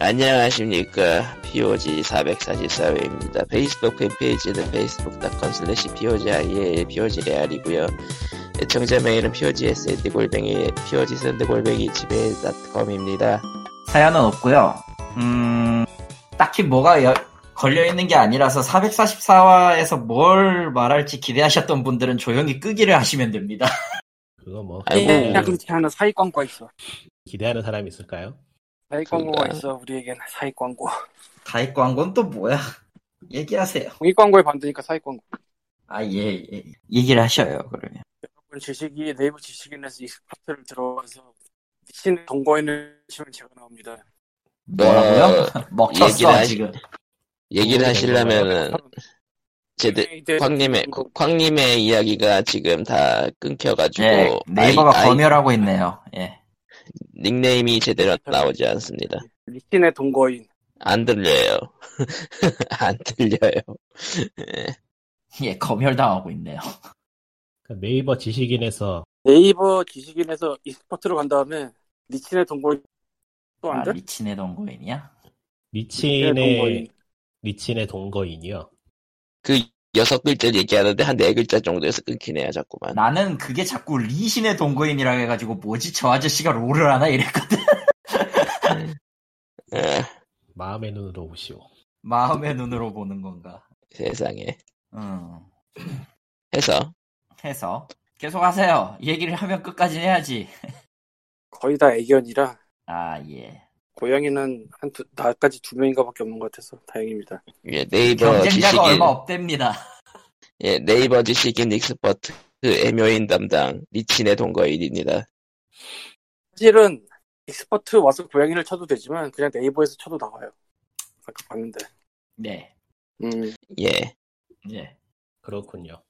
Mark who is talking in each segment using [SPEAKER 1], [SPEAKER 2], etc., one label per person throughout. [SPEAKER 1] 안녕하십니까. POG 444회입니다. 페이스북 팬페이지는 facebook.com slash POGIAL POGREAL이고요. 애청자 메일은 POGSND골뱅이, POGSND골뱅이 gmail.com입니다.
[SPEAKER 2] 사연은 없고요. 음, 딱히 뭐가 여- 걸려있는 게 아니라서 444화에서 뭘 말할지 기대하셨던 분들은 조용히 끄기를 하시면 됩니다.
[SPEAKER 3] 그거 뭐
[SPEAKER 1] 아이고.
[SPEAKER 4] 예, 야근치 하는 사익 광고 있어.
[SPEAKER 3] 기대하는 사람이 있을까요?
[SPEAKER 4] 사익 광고가
[SPEAKER 1] 그런가요?
[SPEAKER 4] 있어 우리에겐 사익 광고.
[SPEAKER 2] 다이 광고는 또 뭐야? 얘기하세요.
[SPEAKER 4] 공익 광고에 반드니까 사익 광고.
[SPEAKER 2] 아, 예, 예. 얘기를 하셔요, 그러면.
[SPEAKER 4] 여러분 지식이 네이버 지식인에서 익스파트를 들어와서 미친 동거인을 치면 제가 나옵니다.
[SPEAKER 2] 뭐라고요? 먹혔어,
[SPEAKER 1] 네, 얘기를 하시-
[SPEAKER 2] 지금.
[SPEAKER 1] 얘기를 하시려면은, 제대,
[SPEAKER 4] 동거인들
[SPEAKER 1] 광님의, 광- 광님의 이야기가 지금 다 끊겨가지고,
[SPEAKER 2] 예, 네이버가
[SPEAKER 1] 아이- 아이-
[SPEAKER 2] 검열하고 있네요. 예.
[SPEAKER 1] 닉네임이 제대로 나오지 않습니다.
[SPEAKER 4] 미친의 동거인.
[SPEAKER 1] 안 들려요. 안 들려요.
[SPEAKER 2] 예, 검열당하고 있네요.
[SPEAKER 3] 그 네이버 지식인에서
[SPEAKER 4] 네이버 지식인에서 익스파트로 간 다음에 미친의 동거인 또
[SPEAKER 2] 아,
[SPEAKER 4] 안 돼?
[SPEAKER 2] 미친의 동거인이야?
[SPEAKER 4] 네,
[SPEAKER 3] 리친의 리친의 동거인이요.
[SPEAKER 1] 그 여섯 글자 얘기하는데 한 네 글자 정도에서 끊기네요, 자꾸만.
[SPEAKER 2] 나는 그게 자꾸 리신의 동거인이라 해가지고 뭐지 저 아저씨가 롤을 하나 이랬거든.
[SPEAKER 1] 에,
[SPEAKER 3] 마음의 눈으로 오시오.
[SPEAKER 2] 마음의 눈으로 보는 건가.
[SPEAKER 1] 세상에.
[SPEAKER 2] 음.
[SPEAKER 1] 해서
[SPEAKER 2] 해서 계속 하세요. 얘기를 하면 끝까지 해야지.
[SPEAKER 4] 거의 다 애견이라
[SPEAKER 2] 아 예.
[SPEAKER 4] 고양이는 한 두, 나까지 두 명인가밖에 없는 것 같아서 다행입니다.
[SPEAKER 1] 예,
[SPEAKER 3] 그러니까
[SPEAKER 1] 네이버
[SPEAKER 2] 경쟁자가
[SPEAKER 1] 지식인
[SPEAKER 2] 얼마 없답니다.
[SPEAKER 1] 예, 네이버 지식인 익스퍼트 그 애묘인 담당 리친의 동거인입니다.
[SPEAKER 4] 사실은 익스퍼트 와서 고양이를 쳐도 되지만 그냥 네이버에서 쳐도 나와요. 아까 봤는데.
[SPEAKER 2] 네.
[SPEAKER 4] 음.
[SPEAKER 1] 예,
[SPEAKER 2] 예.
[SPEAKER 3] 그렇군요.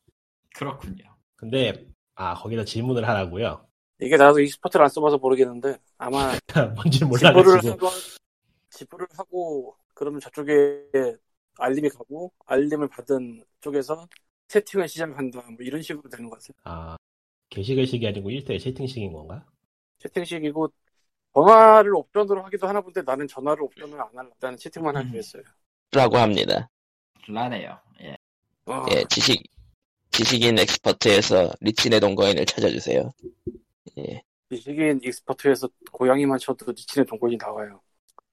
[SPEAKER 2] 그렇군요.
[SPEAKER 3] 근데
[SPEAKER 4] 네.
[SPEAKER 3] 아 거기다 질문을 하라고요.
[SPEAKER 4] 이게 나도 익스퍼트를 안 써봐서 모르겠는데 아마
[SPEAKER 3] 뭔지
[SPEAKER 4] 지불을
[SPEAKER 3] 몰라가지고
[SPEAKER 4] 하고 지불을 하고 그러면 저쪽에 알림이 가고 알림을 받은 쪽에서 세팅을 시작한다 뭐 이런 식으로 되는 것 같아요.
[SPEAKER 3] 아 게시글식이 아니고 1대1 채팅식인 건가?
[SPEAKER 4] 채팅식이고 전화를 옵션으로 하기도 하나 본데 나는 전화를 옵션으로 안 할래. 나는 채팅만 하기로
[SPEAKER 3] 음.
[SPEAKER 4] 했어요.
[SPEAKER 1] 라고 합니다.
[SPEAKER 2] 라네요. 예.
[SPEAKER 4] 어,
[SPEAKER 1] 예, 지식 지식인 엑스퍼트에서 리친의 동거인을 찾아주세요. 예,
[SPEAKER 4] 지식인 익스퍼트에서 고양이만 쳐도 니친의 동굴이 나와요.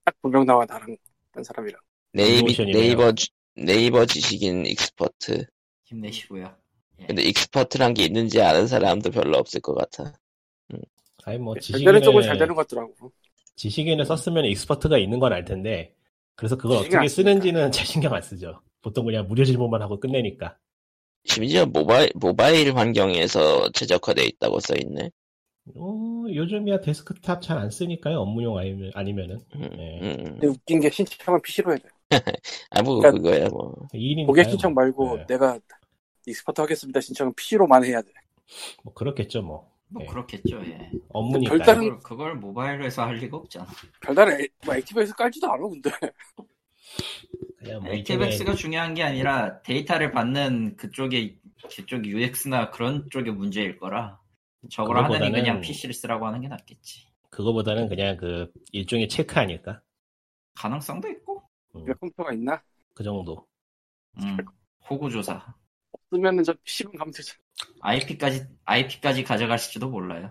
[SPEAKER 4] 딱 두 명 나와 나랑 딴 사람이랑.
[SPEAKER 1] 네이비,
[SPEAKER 3] 동거인이네요.
[SPEAKER 1] 네이버 지- 네이버 지식인 익스퍼트.
[SPEAKER 2] 힘내시고요. 예.
[SPEAKER 1] 근데 익스퍼트란 게 있는지 아는 사람도 별로 없을 것 같아.
[SPEAKER 3] 아니 뭐
[SPEAKER 4] 잘 되는
[SPEAKER 3] 지식인을
[SPEAKER 4] 쪽은 네, 잘 되는 것 같더라고.
[SPEAKER 3] 지식인을 썼으면 익스퍼트가 있는 건 알 텐데 그래서 그걸
[SPEAKER 4] 지식인
[SPEAKER 3] 어떻게
[SPEAKER 4] 안 쓰니까.
[SPEAKER 3] 쓰는지는 잘 신경 안 쓰죠. 보통 그냥 무료 질문만 하고 끝내니까.
[SPEAKER 1] 심지어 모바일, 모바일 환경에서 최적화되어 있다고 써있네.
[SPEAKER 3] 어, 요즘이야 데스크탑 잘 안 쓰니까요. 업무용 아니면, 아니면은.
[SPEAKER 1] 음,
[SPEAKER 3] 네.
[SPEAKER 1] 음.
[SPEAKER 4] 근데 웃긴 게 신청은 PC로 해야 돼.
[SPEAKER 3] 음.
[SPEAKER 1] 아, 뭐,
[SPEAKER 4] 그러니까-
[SPEAKER 1] 그거야, 뭐.
[SPEAKER 3] 2인이니까.
[SPEAKER 4] 고객 신청 말고
[SPEAKER 3] 네.
[SPEAKER 4] 내가 익스퍼트 하겠습니다 신청은 PC로만 해야 돼.
[SPEAKER 3] 뭐 그렇겠죠 뭐.
[SPEAKER 2] 뭐
[SPEAKER 3] 예.
[SPEAKER 2] 그렇겠죠. 예.
[SPEAKER 3] 업무니까요.
[SPEAKER 4] 별다른-
[SPEAKER 2] 그걸, 그걸 모바일로 해서 할 리가 없잖아.
[SPEAKER 4] 별다른 애- 뭐 액티브에서 깔지도 않아 근데.
[SPEAKER 3] 음. 그냥
[SPEAKER 2] 네,
[SPEAKER 3] 뭐
[SPEAKER 2] 액티브엑스가
[SPEAKER 3] 일종의-
[SPEAKER 2] 중요한 게 아니라 데이터를 받는 그쪽에 그쪽 UX나 그런 쪽의 문제일 거라 저걸 하느니
[SPEAKER 3] 그거보다는-
[SPEAKER 2] 그냥 PC를 쓰라고 하는 게 낫겠지.
[SPEAKER 3] 그거보다는 그냥 그 일종의 체크 아닐까? 음,
[SPEAKER 2] 가능성도 있고.
[SPEAKER 4] 왜 컴퓨터가 있나?
[SPEAKER 3] 그 정도.
[SPEAKER 2] 음. 호구 조사.
[SPEAKER 4] 없으면은 저 PC방 가면 되잖아.
[SPEAKER 2] IP까지 IP까지 가져가실지도 몰라요.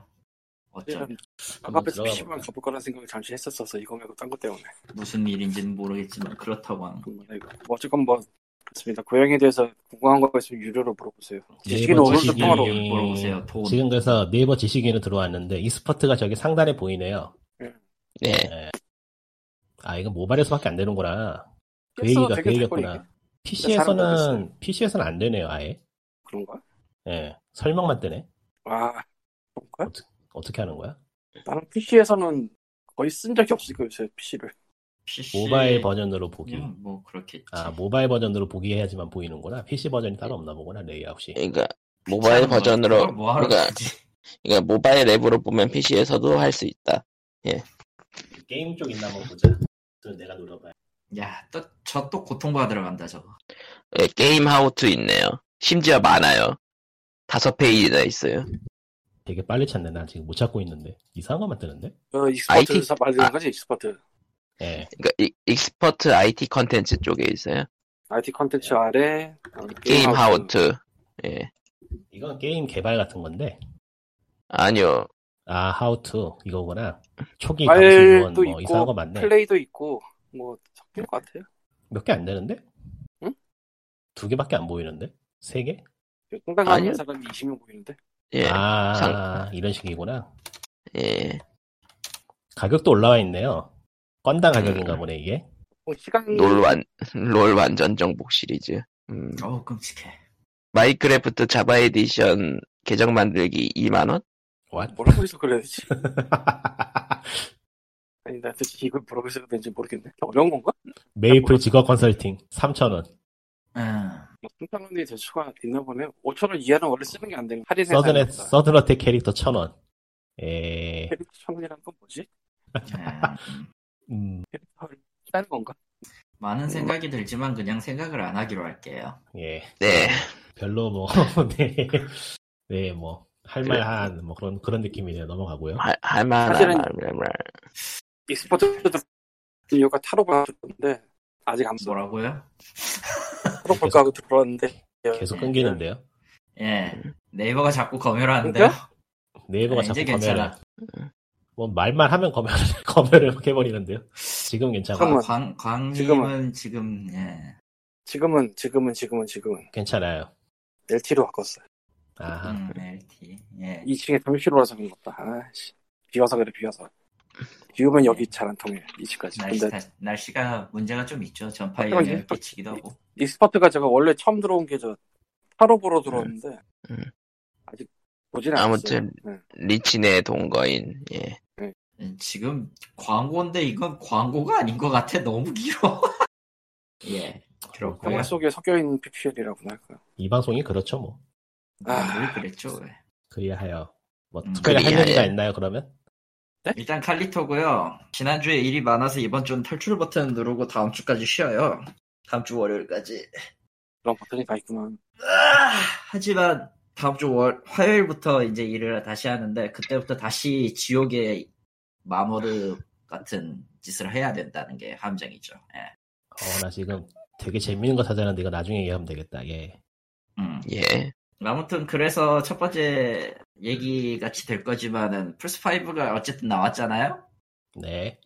[SPEAKER 1] 네.
[SPEAKER 2] 어쩌면
[SPEAKER 4] 앞에서
[SPEAKER 3] 들어가
[SPEAKER 4] PC방
[SPEAKER 3] 볼까?
[SPEAKER 4] 가볼 거라는 생각을 잠시 했었어서 이거 말고 딴 것 때문에.
[SPEAKER 2] 무슨 일인지는 모르겠지만 그렇다고 하는 거.
[SPEAKER 4] 정말 이거. 뭐 어쨌건 뭐 그렇습니다. 고양이에 대해서 궁금한 거 있으면 유료로 물어보세요. 지식인
[SPEAKER 3] 네이버
[SPEAKER 4] 오늘
[SPEAKER 3] 예, 뭐 지식인-
[SPEAKER 4] 통화로
[SPEAKER 2] 물어보세요, 돈.
[SPEAKER 3] 지금 그래서 네이버 지식인으로 들어왔는데 익스퍼트가 저기 상단에 보이네요.
[SPEAKER 1] 네.
[SPEAKER 3] 아 이건 모바일에서밖에 안 되는구나. 그
[SPEAKER 4] 했어도
[SPEAKER 3] 얘기가 그
[SPEAKER 4] 되긴 될 거야,
[SPEAKER 3] 얘기였구나.
[SPEAKER 4] 이게. 사람도
[SPEAKER 3] PC에서는 PC에서는 안 되네요 아예.
[SPEAKER 4] 그런가?
[SPEAKER 3] 예. 설명만 뜨네.
[SPEAKER 4] 아 그런가?
[SPEAKER 3] 어떻게 하는 거야?
[SPEAKER 4] 나는 PC에서는 거의 쓴 적이 없으니까 요새 PC를.
[SPEAKER 2] PC
[SPEAKER 3] 모바일 버전으로 보기.
[SPEAKER 2] 그냥 뭐 그렇겠지.
[SPEAKER 3] 아 모바일 버전으로 보기 해야지만 보이는구나. PC 버전이 따로 없나 보구나 레이아웃이.
[SPEAKER 1] 그러니까, 모바일 버전으로,
[SPEAKER 2] 그걸 뭐 하러
[SPEAKER 1] 그러니까,
[SPEAKER 2] 굳이.
[SPEAKER 1] 그러니까 모바일 앱으로 보면 PC에서도 할 수 있다.
[SPEAKER 3] 그 게임 쪽 있나 한번 보자. 그럼 내가 눌러봐요.
[SPEAKER 2] 야, 또 저 또 고통과 들어간다 저거.
[SPEAKER 1] 예, 게임 하우투 있네요. 심지어 많아요. 다섯 페이지나 있어요.
[SPEAKER 3] 되게 빨리 찾네. 나 지금 못 찾고 있는데 이상한 것만 뜨는데.
[SPEAKER 4] 어, 익스퍼트
[SPEAKER 1] IT?
[SPEAKER 4] 사 말하는 거지 익스퍼트.
[SPEAKER 3] 예.
[SPEAKER 1] 그러니까 이- 익스퍼트 IT 컨텐츠 쪽에 있어요.
[SPEAKER 4] IT 컨텐츠
[SPEAKER 3] 네.
[SPEAKER 4] 아래 어,
[SPEAKER 1] 게임
[SPEAKER 4] 하우스.
[SPEAKER 1] 하우트. 예.
[SPEAKER 3] 이건 게임 개발 같은 건데.
[SPEAKER 1] 아니요.
[SPEAKER 3] 아, how to 이거구나. 초기
[SPEAKER 4] 파일도
[SPEAKER 3] 감시원 뭐
[SPEAKER 4] 있고,
[SPEAKER 3] 이상한 거 많네.
[SPEAKER 4] 플레이도 있고 뭐 섞인 것 같아요.
[SPEAKER 3] 몇 개 안 되는데?
[SPEAKER 4] 응?
[SPEAKER 3] 두 개밖에 안 보이는데? 세 개?
[SPEAKER 4] 통당 하는
[SPEAKER 1] 아니요.
[SPEAKER 4] 사람이 20명 보이는데
[SPEAKER 1] 예.
[SPEAKER 3] 아,
[SPEAKER 1] 상-
[SPEAKER 3] 이런 식이구나.
[SPEAKER 1] 예.
[SPEAKER 3] 가격도 올라와 있네요. 건당 가격인가
[SPEAKER 1] 음.
[SPEAKER 3] 보네, 이게.
[SPEAKER 4] 뭐 시간
[SPEAKER 1] 롤 완, 롤 완전 정복 시리즈. 음.
[SPEAKER 2] 어우 끔찍해.
[SPEAKER 1] 마이크래프트 자바 에디션 계정 만들기 2만원?
[SPEAKER 3] What?
[SPEAKER 4] 뭐라고 해서 그래야 되지? 아니 나 도대체 이걸 뭐라고 해서 그래야 되는지 모르겠네. 어려운 건가?
[SPEAKER 3] 메이플 직업 컨설팅 3,000원.
[SPEAKER 2] 음.
[SPEAKER 4] 뭐 통당원이 대수가 있나 보네. 5천 원 이하는 원래 쓰는 게 안 되는 할인 행사.
[SPEAKER 3] 서든의 서든어택 캐릭터 1,000원. 예, 에.
[SPEAKER 4] 캐릭터 청년이란 건 뭐지?
[SPEAKER 2] 음.
[SPEAKER 3] 음,
[SPEAKER 4] 캐릭터를 따는 건가?
[SPEAKER 2] 많은 생각이 들지만 그냥 생각을 안 하기로 할게요.
[SPEAKER 3] 예.
[SPEAKER 1] 네.
[SPEAKER 4] 음.
[SPEAKER 3] 별로 뭐 네. 네, 뭐 할만한 뭐 그런 그런 느낌이네요. 넘어가고요.
[SPEAKER 2] 아,
[SPEAKER 1] 할, 할만한,
[SPEAKER 4] 사실은-
[SPEAKER 1] 할만한.
[SPEAKER 4] 익스퍼트도 이유가 타로 봐줬는데 아직 안 써.
[SPEAKER 2] 뭐라고요?
[SPEAKER 4] 타로 볼까 하고 들어왔는데
[SPEAKER 2] 네.
[SPEAKER 3] 계속 끊기는데요.
[SPEAKER 2] 예. 네이버가 자꾸 검열하는데요.
[SPEAKER 1] 그러니까?
[SPEAKER 3] 네이버가
[SPEAKER 2] 아,
[SPEAKER 3] 자꾸
[SPEAKER 2] 이제
[SPEAKER 3] 검열을
[SPEAKER 2] 괜찮아. 음.
[SPEAKER 3] 뭐 말만 하면 검열을 검열을 막 해버리는데요. 지금 괜찮아.
[SPEAKER 4] 잠깐만.
[SPEAKER 2] 광, 광님은
[SPEAKER 4] 지금은.
[SPEAKER 2] 지금, 예.
[SPEAKER 4] 지금은 지금은 지금은 지금은
[SPEAKER 3] 괜찮아요.
[SPEAKER 4] LT로 바꿨어요.
[SPEAKER 3] 아하.
[SPEAKER 2] 음, LT. 예.
[SPEAKER 4] 2층에 잠시로 와서 그런 것다. 아씨 비와서 그래 비와서. 비우면
[SPEAKER 1] 네.
[SPEAKER 4] 여기 잘 안 통해 2층까지.
[SPEAKER 2] 날씨,
[SPEAKER 4] 근데
[SPEAKER 2] 다- 날씨가 문제가 좀 있죠. 전파에
[SPEAKER 4] 잠깐만,
[SPEAKER 2] 영향을
[SPEAKER 4] 이거-
[SPEAKER 2] 끼치기도 하고.
[SPEAKER 4] 익스퍼트가 제가 원래 처음 들어온 게 저 타로 보러 들어왔는데
[SPEAKER 1] 음.
[SPEAKER 4] 아직 보진 않았어요.
[SPEAKER 1] 아무튼.
[SPEAKER 4] 네.
[SPEAKER 1] 리친의 동거인. 예.
[SPEAKER 2] 음, 지금 광고인데 이건 광고가 아닌 것 같아. 너무 길어. 예. 그렇고요.
[SPEAKER 1] 네.
[SPEAKER 4] 영화 속에 섞여 있는 PPL이라고나 할까.
[SPEAKER 3] 이 방송이 그렇죠 뭐.
[SPEAKER 4] 아.
[SPEAKER 1] 네.
[SPEAKER 2] 늘 그랬죠. 예. 왜.
[SPEAKER 3] 그리하여 뭐
[SPEAKER 2] 음.
[SPEAKER 3] 특별히 할
[SPEAKER 1] 그리하여.
[SPEAKER 3] 얘기가 있나요 그러면?
[SPEAKER 2] 일단 칼리토고요. 지난주에 일이 많아서 이번 주는 탈출 버튼 누르고 다음 주까지 쉬어요. 다음 주 월요일까지.
[SPEAKER 4] 그런 버튼이 다 있구나.
[SPEAKER 2] 아, 하지만 다음 주 월, 화요일부터 이제 일을 다시 하는데 그때부터 다시 지옥의 마모르 같은 짓을 해야 된다는 게 함정이죠. 예.
[SPEAKER 3] 어 나 지금 되게 재밌는 거 찾았는데 이거 나중에 얘기하면 되겠다. 예.
[SPEAKER 2] 음.
[SPEAKER 1] 예.
[SPEAKER 2] 아무튼 그래서 첫 번째 얘기 같이 될 거지만은 플스 5가 어쨌든 나왔잖아요.
[SPEAKER 3] 네.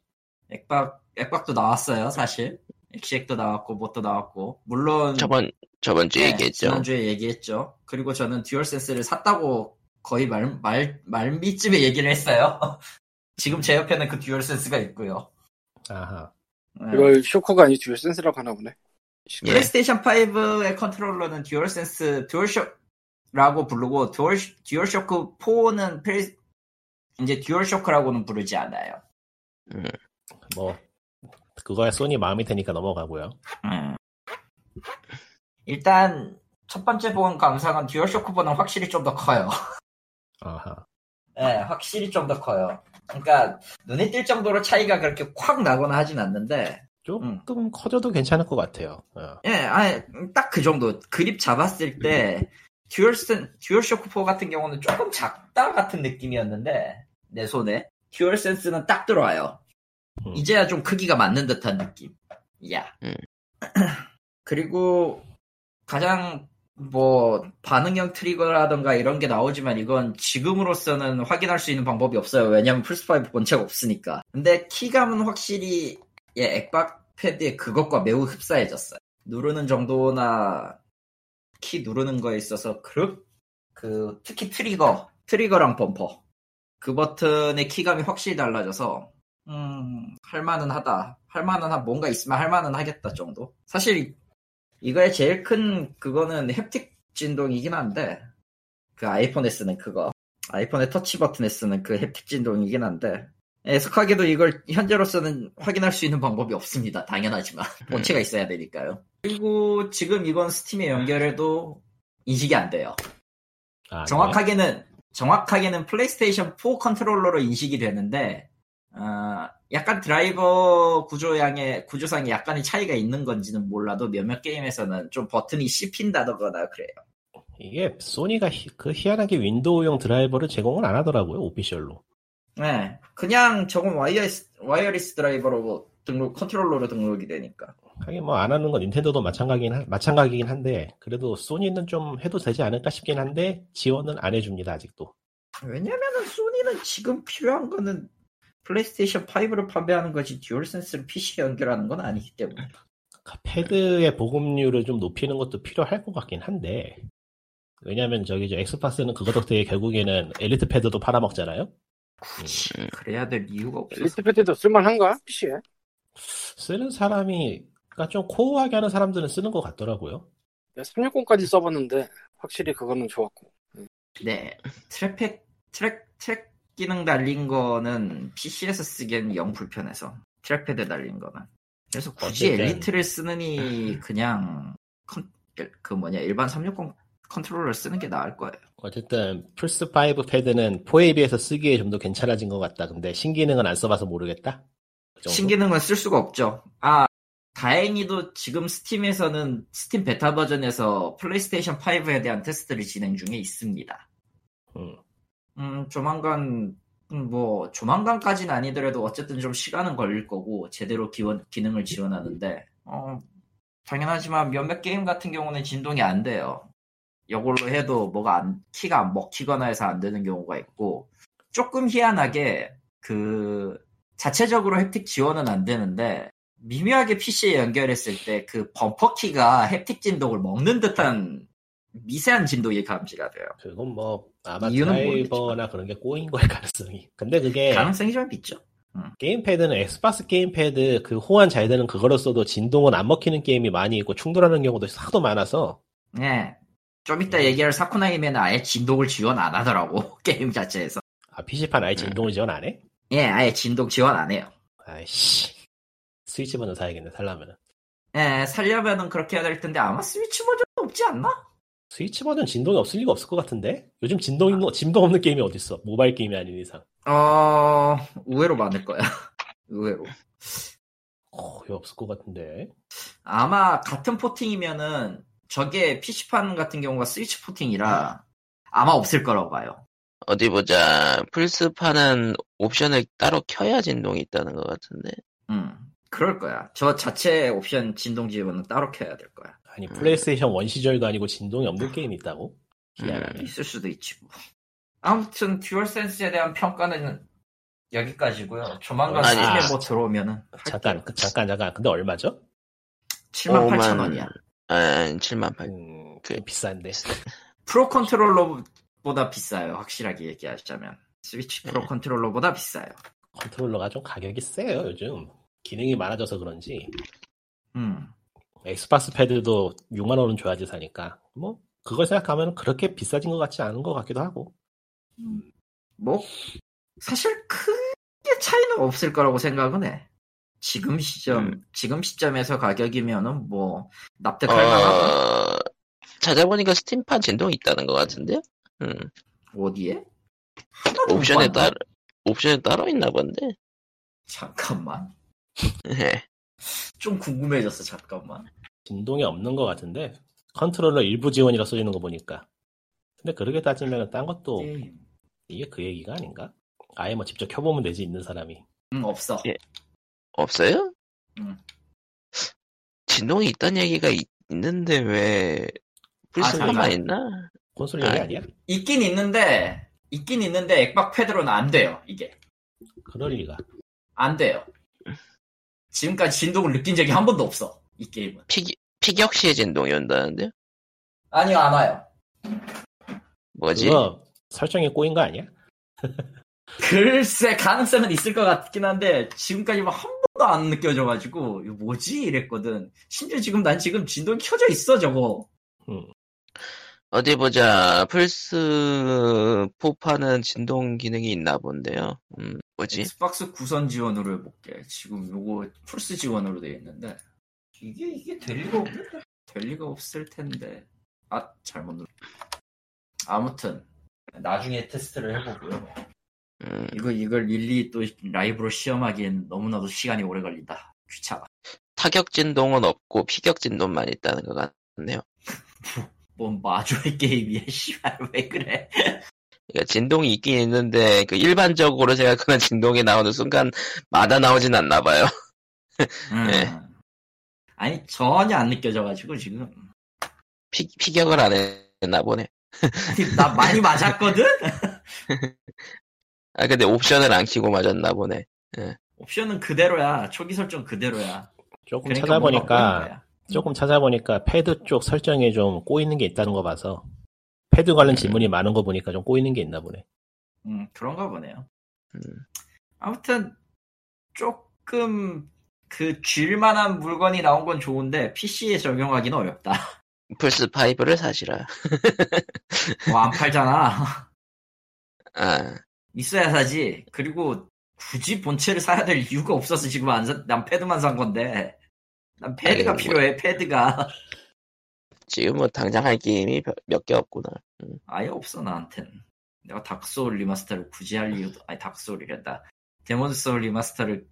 [SPEAKER 2] 액박 액박도 나왔어요, 사실. 엑시액도 나왔고 뭣도 나왔고 물론
[SPEAKER 1] 저번, 저번주에
[SPEAKER 2] 음. 네,
[SPEAKER 1] 얘기했죠.
[SPEAKER 2] 지난주에 얘기했죠. 그리고 저는 듀얼센스를 샀다고 거의 말, 말, 말미쯤에 얘기를 했어요. 지금 제 옆에는 그 듀얼센스가 있고요.
[SPEAKER 3] 아하.
[SPEAKER 2] 네.
[SPEAKER 4] 이걸 쇼크가 아니 듀얼 센스라고 하나 보네.
[SPEAKER 1] 예.
[SPEAKER 2] 플레이스테이션 5의 컨트롤러는 듀얼센스 듀얼쇼크라고 부르고 듀얼, 듀얼쇼크 4는 플레이- 이제 듀얼쇼크라고는 부르지 않아요.
[SPEAKER 3] 뭐 그거야 소니 마음이 되니까 넘어가고요.
[SPEAKER 2] 음. 일단 첫 번째 본 감상은 듀얼쇼크보다는 확실히 좀 더 커요.
[SPEAKER 3] 아하.
[SPEAKER 2] 예, 확실히 좀 더 커요. 그러니까 눈에 띌 정도로 차이가 그렇게 확 나거나 하진 않는데, 음.
[SPEAKER 3] 조금 커져도 괜찮을 것 같아요. 어.
[SPEAKER 2] 예, 아예 딱그 정도. 그립 잡았을 때 듀얼센 듀얼쇼크 4 같은 경우는 조금 작다 같은 느낌이었는데 내 손에 듀얼센스는 딱 들어와요.
[SPEAKER 3] 음.
[SPEAKER 2] 이제야 좀 크기가 맞는 듯한 느낌. 야.
[SPEAKER 1] 음.
[SPEAKER 2] 그리고 가장 뭐 반응형 트리거라던가 이런 게 나오지만 이건 지금으로서는 확인할 수 있는 방법이 없어요. 왜냐면 플스5 본체가 없으니까. 근데 키감은 확실히 예, 액박 패드의 그것과 매우 흡사해졌어요. 누르는 정도나 키 누르는 거에 있어서 그, 그 특히 트리거, 트리거랑 범퍼 그 버튼의 키감이 확실히 달라져서 음, 할만은 하다. 할만은 하, 뭔가 있으면 할만은 하겠다 정도. 사실 이거의 제일 큰 그거는 햅틱 진동이긴 한데 그 아이폰에 쓰는 그거 아이폰의 터치 버튼에 쓰는 그 햅틱 진동이긴 한데 애석하게도 이걸 현재로서는 확인할 수 있는 방법이 없습니다. 당연하지만 본체가 있어야 되니까요. 그리고 지금 이건 스팀에 연결해도 인식이 안 돼요.
[SPEAKER 3] 아,
[SPEAKER 2] 정확하게는 정확하게는 플레이스테이션 4 컨트롤러로 인식이 되는데 어, 약간 드라이버 구조양의 구조상에 약간의 차이가 있는 건지는 몰라도 몇몇 게임에서는 좀 버튼이 씹힌다거나 그래요.
[SPEAKER 3] 네. 이게 소니가 희- 그 희한하게 윈도우용 드라이버를 제공을 안 하더라고요 오피셜로.
[SPEAKER 2] 네, 그냥 저건 와이어리스, 와이어리스 드라이버로 등록 컨트롤러로 등록이 되니까.
[SPEAKER 3] 하긴 뭐 안 하는 건 닌텐도도 마찬가지긴 한, 마찬가지긴 한데 그래도 소니는 좀 해도 되지 않을까 싶긴 한데 지원은 안 해줍니다 아직도.
[SPEAKER 2] 왜냐면은 소니는 지금 필요한 거는 플레이스테이션 5를 판매하는 것이 듀얼센스를 PC에 연결하는 건 아니기 때문에.
[SPEAKER 3] 패드의 보급률을 좀 높이는 것도 필요할 것 같긴 한데 왜냐면 저기 저 엑스박스는 그거 덕에 결국에는 엘리트 패드도 팔아먹잖아요. 네.
[SPEAKER 2] 그래야 될 이유가 없어.
[SPEAKER 4] 리스트 패드도 쓸만한가? PC에?
[SPEAKER 3] 쓰는 사람이 그러니까 좀 코어하게 하는 사람들은 쓰는 것 같더라고요.
[SPEAKER 4] 내가 360까지 써봤는데 확실히 그거는 좋았고
[SPEAKER 2] 네. 트래픽, 트랙, 트랙 기능 달린 거는 PC에서 쓰기엔 영 불편해서. 트랙패드 달린 거는. 그래서 굳이
[SPEAKER 3] 어쨌든.
[SPEAKER 2] 엘리트를 쓰느니 그냥 컨, 그 뭐냐 일반 360 컨트롤러를 쓰는 게 나을 거예요.
[SPEAKER 3] 어쨌든 플스5 패드는 4에 비해서 쓰기에 좀 더 괜찮아진 것 같다. 근데 신기능은 안 써봐서 모르겠다. 그 정도?
[SPEAKER 2] 신기능은 쓸 수가 없죠. 아, 다행히도 지금 스팀에서는 스팀 베타 버전에서 플레이스테이션 5에 대한 테스트를 진행 중에 있습니다.
[SPEAKER 3] 음.
[SPEAKER 2] 음, 조만간, 음, 뭐, 조만간까지는 아니더라도 어쨌든 좀 시간은 걸릴 거고, 제대로 기원, 기능을 지원하는데, 어, 당연하지만 몇몇 게임 같은 경우는 진동이 안 돼요. 이걸로 해도 뭐가 안, 키가 안 먹히거나 해서 안 되는 경우가 있고, 조금 희한하게, 그, 자체적으로 햅틱 지원은 안 되는데 미묘하게 PC에 연결했을 때 그 범퍼 키가 햅틱 진동을 먹는 듯한 미세한 진동이 감지가 돼요.
[SPEAKER 3] 그건 뭐 아마
[SPEAKER 2] 이유는
[SPEAKER 3] 드라이버나
[SPEAKER 2] 모르겠지만.
[SPEAKER 3] 그런 게 꼬인 걸 가능성이. 근데 그게
[SPEAKER 2] 가능성이 좀 있죠.
[SPEAKER 3] 게임패드는 엑스박스 게임패드 그 호환 잘 되는 그거로 써도 진동은 안 먹히는 게임이 많이 있고 충돌하는 경우도 하도 많아서
[SPEAKER 2] 네. 좀 이따 얘기할 사쿠나이면은 아예 진동을 지원 안 하더라고 게임 자체에서.
[SPEAKER 3] 아 PC판
[SPEAKER 2] 음.
[SPEAKER 3] 아예 진동을 지원 안 해?
[SPEAKER 2] 예, 아예 진동 지원 안 해요.
[SPEAKER 3] 아이씨 스위치 버전 사야겠네 살려면은
[SPEAKER 2] 예, 살려면은 그렇게 해야 될 텐데 아마 스위치 버전 없지 않나?
[SPEAKER 3] 스위치 버전 진동이 없을 리가 없을 것 같은데 요즘 진동 있는 진동 없는 게임이 어딨어 모바일 게임이 아닌 이상
[SPEAKER 2] 어, 의외로 많을 거야. 의외로.
[SPEAKER 3] 거의 없을 것 같은데
[SPEAKER 2] 아마 같은 포팅이면은 저게 PC판 같은 경우가 스위치 포팅이라 아마 없을 거라고 봐요.
[SPEAKER 1] 어디 보자. 플스판은 옵션을 따로 켜야 진동이 있다는 것 같은데.
[SPEAKER 2] 음, 그럴 거야. 저 자체 옵션 진동 지원은 따로 켜야 될 거야.
[SPEAKER 3] 아니 플레이스테이션 원 시절도 아니고 진동이 없는 게임이 있다고 음, 희한하네
[SPEAKER 2] 있을 수도 있지 뭐. 아무튼 듀얼센스에 대한 평가는 여기까지고요. 조만간
[SPEAKER 1] 아니,
[SPEAKER 2] 스팀에
[SPEAKER 1] 아.
[SPEAKER 2] 뭐 들어오면은
[SPEAKER 3] 잠깐 그- 잠깐 잠깐 근데 얼마죠?
[SPEAKER 2] 7만 8천 원이야.
[SPEAKER 1] 아, 7만
[SPEAKER 2] 네,
[SPEAKER 1] 8.
[SPEAKER 3] 음,
[SPEAKER 1] 그-
[SPEAKER 3] 비싼데
[SPEAKER 2] 프로 컨트롤러보다 비싸요. 확실하게 얘기하자면 스위치 프로
[SPEAKER 1] 네.
[SPEAKER 2] 컨트롤러보다 비싸요.
[SPEAKER 3] 컨트롤러가 좀 가격이 세요 요즘 기능이 많아져서 그런지
[SPEAKER 2] 음,
[SPEAKER 3] 엑스박스 패드도 6만 원은 줘야지 사니까 뭐 그걸 생각하면 그렇게 비싸진 것 같지 않은 것 같기도 하고
[SPEAKER 2] 뭐 사실 크게 차이는 없을 거라고 생각은 해. 지금 시점,
[SPEAKER 1] 음.
[SPEAKER 2] 지금 시점에서 가격이면은 뭐 납득할 만하고
[SPEAKER 1] 어, 찾아보니까 스팀판 진동이 있다는 것 같은데요? 음.
[SPEAKER 2] 어디에?
[SPEAKER 1] 옵션에
[SPEAKER 2] 따라
[SPEAKER 1] 따로, 옵션에 따로 있나 본데.
[SPEAKER 2] 잠깐만
[SPEAKER 1] 예.
[SPEAKER 2] 좀 궁금해졌어 잠깐만
[SPEAKER 3] 진동이 없는 것 같은데 컨트롤러 일부 지원이라 써있는 거 보니까 근데 그렇게 따지면 딴
[SPEAKER 1] 어.
[SPEAKER 3] 것도
[SPEAKER 2] 게임
[SPEAKER 3] 이게 그 얘기가 아닌가? 아예 뭐 직접 켜보면 되지 있는 사람이
[SPEAKER 2] 음 없어
[SPEAKER 1] 예. 없어요?
[SPEAKER 2] 음.
[SPEAKER 1] 진동이 있다는 얘기가 있, 는데왜 플스판만
[SPEAKER 2] 아, 잠깐만.
[SPEAKER 1] 있나?
[SPEAKER 3] 콘솔 얘기
[SPEAKER 1] 아니.
[SPEAKER 3] 아니야?
[SPEAKER 2] 있긴 있는데 있긴 있는데 액박 패드로는 안 돼요 이게 음,
[SPEAKER 3] 그럴 리가
[SPEAKER 2] 안 돼요 지금까지 진동을 느낀 적이 한 번도 없어 이 게임은
[SPEAKER 1] 피기, 피격시의 진동이 온다는데요?
[SPEAKER 2] 아니요 안 와요
[SPEAKER 1] 뭐지?
[SPEAKER 3] 그거 설정에 꼬인 거 아니야?
[SPEAKER 2] 글쎄 가능성은 있을 것 같긴 한데 지금까지 뭐한 번도 안 느껴져가지고 이거 뭐지 이랬거든 심지어 지금 난 지금 진동이 켜져 있어 저거
[SPEAKER 1] 어디 보자. 플스 포파는 진동 기능이 있나 본데요. 음, 뭐지?
[SPEAKER 2] 엑스박스 구선 지원으로 해볼게 지금 요거 플스 지원으로 돼 있는데 이게 이게 될 리가 없는데 될 리가 없을 텐데 아 잘못 눌렀 아무튼 나중에 테스트를 해보고요
[SPEAKER 1] 음,
[SPEAKER 2] 이거 이걸 일일이 또 라이브로 시험하기엔 너무나도 시간이 오래 걸린다 귀찮아
[SPEAKER 1] 타격 진동은 없고 피격 진동만 있다는 것 같네요.
[SPEAKER 2] 뭔 마조의 게임이야 씨발 왜 그래
[SPEAKER 1] 그러니까 진동이 있긴 있는데 그 일반적으로 생각하는 진동이 나오는 순간 마다 나오진 않나 봐요.
[SPEAKER 2] 음.
[SPEAKER 1] 예.
[SPEAKER 2] 아니 전혀 안 느껴져가지고 지금
[SPEAKER 1] 피, 피격을 안 했나 보네.
[SPEAKER 2] 아니, 나 많이 맞았거든.
[SPEAKER 1] 아, 근데 옵션을 안 키고 맞았나 보네.
[SPEAKER 2] 옵션은 그대로야. 초기 설정 그대로야.
[SPEAKER 3] 조금
[SPEAKER 2] 그러니까 뭔가
[SPEAKER 3] 찾아보니까
[SPEAKER 2] 없는 거야. 음.
[SPEAKER 3] 조금 찾아보니까 패드 쪽 설정에 좀 꼬이는 게 있다는 거 봐서 패드 관련 질문이 많은 거 보니까 좀 꼬이는 게 있나 보네.
[SPEAKER 2] 음, 그런가 보네요.
[SPEAKER 1] 음.
[SPEAKER 2] 아무튼 조금 그 쥘만한 물건이 나온 건 좋은데 PC에 적용하기는 어렵다.
[SPEAKER 1] 플스5를 사시라.
[SPEAKER 2] 뭐 안 팔잖아.
[SPEAKER 1] 아,
[SPEAKER 2] 있어야 사지. 그리고 굳이 본체를 사야 될 이유가 없어서 지금 안 사, 난 패드만 산 건데. 난 패드가
[SPEAKER 1] 아니, 뭐-
[SPEAKER 2] 필요해. 패드가
[SPEAKER 1] 지금 뭐 당장 할 게임이 몇 개 없구나. 음,
[SPEAKER 2] 아예 없어 나한텐. 내가 닥소울 리마스터를 굳이 할 이유도 아니 닥소울이란다. 데몬 소울 리마스터를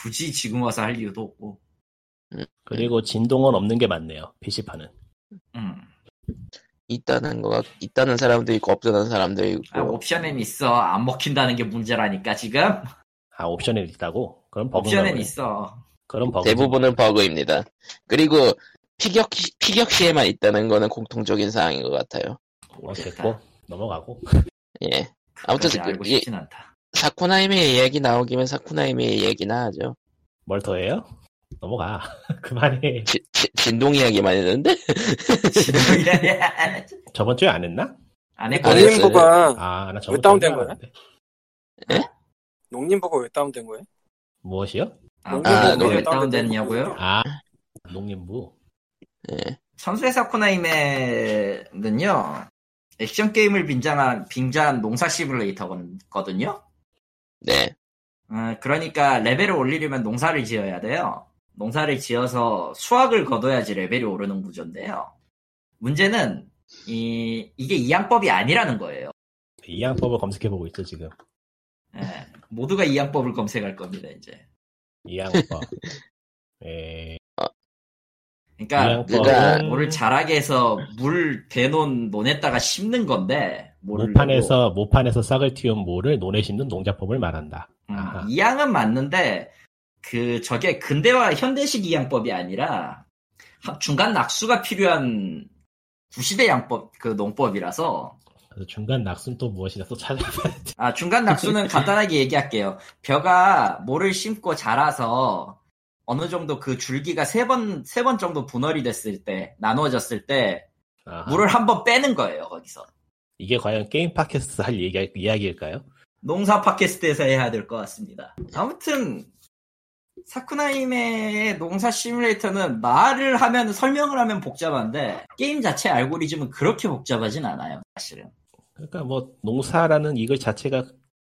[SPEAKER 2] 굳이 지금 와서 할 이유도 없고.
[SPEAKER 3] 그리고 진동은 없는 게 많네요. PC판은.
[SPEAKER 2] 음.
[SPEAKER 1] 있다는 거가, 있다는 사람도 있고, 없다는 사람도 있고.
[SPEAKER 2] 아, 옵션엔 있어. 안 먹힌다는 게 문제라니까, 지금?
[SPEAKER 3] 아 옵션에 있다고? 그럼 버그
[SPEAKER 2] 옵션엔 있어.
[SPEAKER 3] 그럼 버그.
[SPEAKER 1] 대부분은 버그입니다. 그리고 피격, 시- 피격 시에만 있다는 거는 공통적인 사항인 것 같아요.
[SPEAKER 3] 어쨌고 넘어가고.
[SPEAKER 1] 예. 아무튼
[SPEAKER 2] 아무튼 알고
[SPEAKER 1] 그-
[SPEAKER 2] 싶진 않다.
[SPEAKER 1] 사쿠나임의 이야기 나오기면 사쿠나임의 이야기나 하죠.
[SPEAKER 3] 뭘 더해요? 넘어가. 그만해.
[SPEAKER 1] 지- 지- 진동 이야기만 했는데?
[SPEAKER 3] 저번 주에 안 했나?
[SPEAKER 1] 안
[SPEAKER 2] 안
[SPEAKER 4] 예.
[SPEAKER 1] 했어요.
[SPEAKER 2] 했거든.
[SPEAKER 1] 네.
[SPEAKER 4] 농림부가
[SPEAKER 3] 아, 나 저번
[SPEAKER 4] 왜
[SPEAKER 3] 주에
[SPEAKER 4] 다운된 거야?
[SPEAKER 3] 알았는데.
[SPEAKER 4] 농림부가 왜 다운된 거예요?
[SPEAKER 3] 무엇이요?
[SPEAKER 2] 아,
[SPEAKER 1] 아,
[SPEAKER 2] 농구가
[SPEAKER 1] 농구.
[SPEAKER 2] 왜 다운됐냐고요?
[SPEAKER 3] 아, 농림부.
[SPEAKER 1] 예.
[SPEAKER 2] 선수의 사쿠나이메는요, 액션 게임을 빈장한, 빙자한 농사 시뮬레이터거든요?
[SPEAKER 1] 네.
[SPEAKER 2] 어, 그러니까 레벨을 올리려면 농사를 지어야 돼요. 농사를 지어서 수확을 거둬야지 레벨이 오르는 구조인데요. 문제는, 이, 이게 이양법이 아니라는 거예요.
[SPEAKER 3] 이 양법을 검색해 보고 있어 지금.
[SPEAKER 2] 예, 모두가 이 양법을 검색할 겁니다 이제.
[SPEAKER 3] 이 양법. 예. 이
[SPEAKER 2] 그러니까
[SPEAKER 1] 그러니까
[SPEAKER 3] 양법은
[SPEAKER 2] 뭐를 자라게 해서 물 대논 논에다가 심는 건데 모르려고.
[SPEAKER 3] 모판에서 모판에서 싹을 틔운 모를 논에 심는 농작법을 말한다.
[SPEAKER 2] 음,
[SPEAKER 3] 아하.
[SPEAKER 2] 이 양은 맞는데 그 저게 근대화 현대식 이 양법이 아니라 하- 중간 낙수가 필요한 구시대 양법 그 농법이라서
[SPEAKER 3] 그래서 중간 낙순 또 무엇이다 또 찾아봐.
[SPEAKER 2] 아 중간 낙수는 간단하게 얘기할게요. 벼가 모를 심고 자라서 어느 정도 그 줄기가 세 번 세 번 정도 분할이 됐을 때 나누어졌을 때
[SPEAKER 3] 아하.
[SPEAKER 2] 물을 한 번 빼는 거예요, 거기서.
[SPEAKER 3] 이게 과연 게임 팟캐스트 할 얘기, 이야기일까요?
[SPEAKER 2] 농사 팟캐스트에서 해야 될 것 같습니다. 아무튼, 사쿠나임의 농사 시뮬레이터는 말을 하면, 설명을 하면 복잡한데, 게임 자체 알고리즘은 그렇게 복잡하진 않아요, 사실은.
[SPEAKER 3] 그러니까 뭐 농사라는 이글 자체가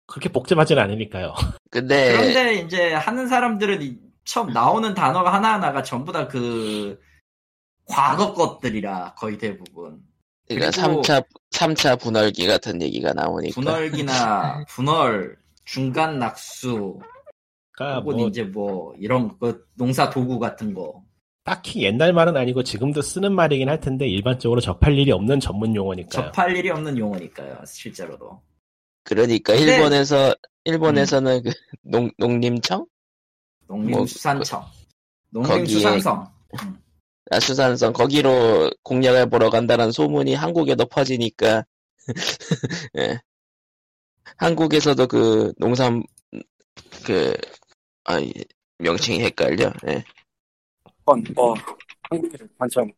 [SPEAKER 3] 그렇게 복잡하진 않으니까요. 예.
[SPEAKER 1] 근데, 그러니까
[SPEAKER 2] 그런데 이제 하는 사람들은 이- 처음 나오는 단어가 하나하나가 전부 다 그, 과거 것들이라, 거의 대부분.
[SPEAKER 1] 그러니까
[SPEAKER 2] 그리고-
[SPEAKER 1] 3차, 3차 분할기 같은 얘기가 나오니까.
[SPEAKER 3] 그러니까.
[SPEAKER 2] 분월기나 분월, 중간 낙수,
[SPEAKER 3] 그러니까
[SPEAKER 2] 혹은
[SPEAKER 3] 뭐
[SPEAKER 2] 이제 뭐 이런 그 농사 도구 같은 거.
[SPEAKER 3] 딱히 옛날 말은 아니고 지금도 쓰는 말이긴 할 텐데 일반적으로 접할 일이 없는 전문 용어니까요.
[SPEAKER 2] 접할 일이 없는 용어니까요, 실제로도.
[SPEAKER 1] 그러니까
[SPEAKER 2] 근데- 음.
[SPEAKER 1] 일본에서, 일본에서는 그 농, 농림청? 뭐,
[SPEAKER 2] 농림수산청.
[SPEAKER 1] 거기에-
[SPEAKER 2] 농림수산성.
[SPEAKER 1] 아, 수산성 거기로 공략을 보러 간다는 소문이 한국에도 퍼지니까 예. 한국에서도 그 농산 그 아니 명칭이 헷갈려 예.
[SPEAKER 4] 번, 어, 한국에서 반참.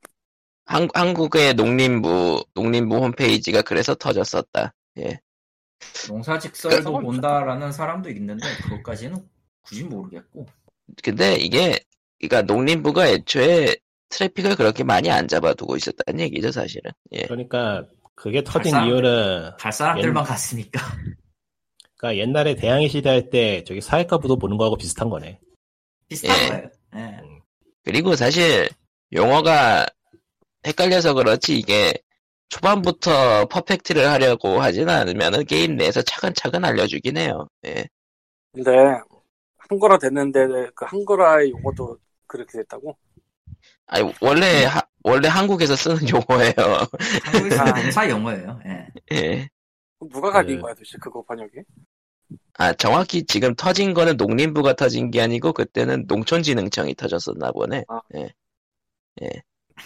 [SPEAKER 1] 한, 한국의 농림부 농림부 홈페이지가 그래서 터졌었다
[SPEAKER 2] 농사 직설도 본다라는 사람도 있는데, 그것까지는 굳이 모르겠고.
[SPEAKER 1] 근데 이게 그러니까 농림부가 애초에 트래픽을 그렇게 많이 안 잡아두고 있었다는 얘기죠 사실은 예.
[SPEAKER 3] 그러니까 그게 터진
[SPEAKER 2] 발상?
[SPEAKER 3] 이유는
[SPEAKER 2] 갈 사람들만 갔으니까.
[SPEAKER 3] 그러니까 옛날에 대항해 시대 할 때 저기 사회과부도 보는 거하고 비슷한 거네.
[SPEAKER 2] 비슷한
[SPEAKER 1] 예.
[SPEAKER 2] 거예요. 예.
[SPEAKER 1] 그리고 사실 용어가 헷갈려서 그렇지 이게 초반부터 퍼펙트를 하려고 하진 않으면은 게임 내에서 차근차근 알려주긴 해요. 예.
[SPEAKER 4] 근데, 한거라 됐는데, 그 한거라의 용어도 그렇게 됐다고?
[SPEAKER 1] 아니 원래 하- 원래 한국에서 쓰는 용어예요.
[SPEAKER 2] 한국에서
[SPEAKER 4] 아.
[SPEAKER 2] 농사 영어예요. 예.
[SPEAKER 1] 예.
[SPEAKER 4] 그럼 누가 가린
[SPEAKER 3] 네.
[SPEAKER 4] 거야, 도대체, 그거 번역이?
[SPEAKER 1] 아, 정확히 지금 터진 거는 농림부가 터진 게 아니고 그때는 농촌진흥청이 터졌었나 보네.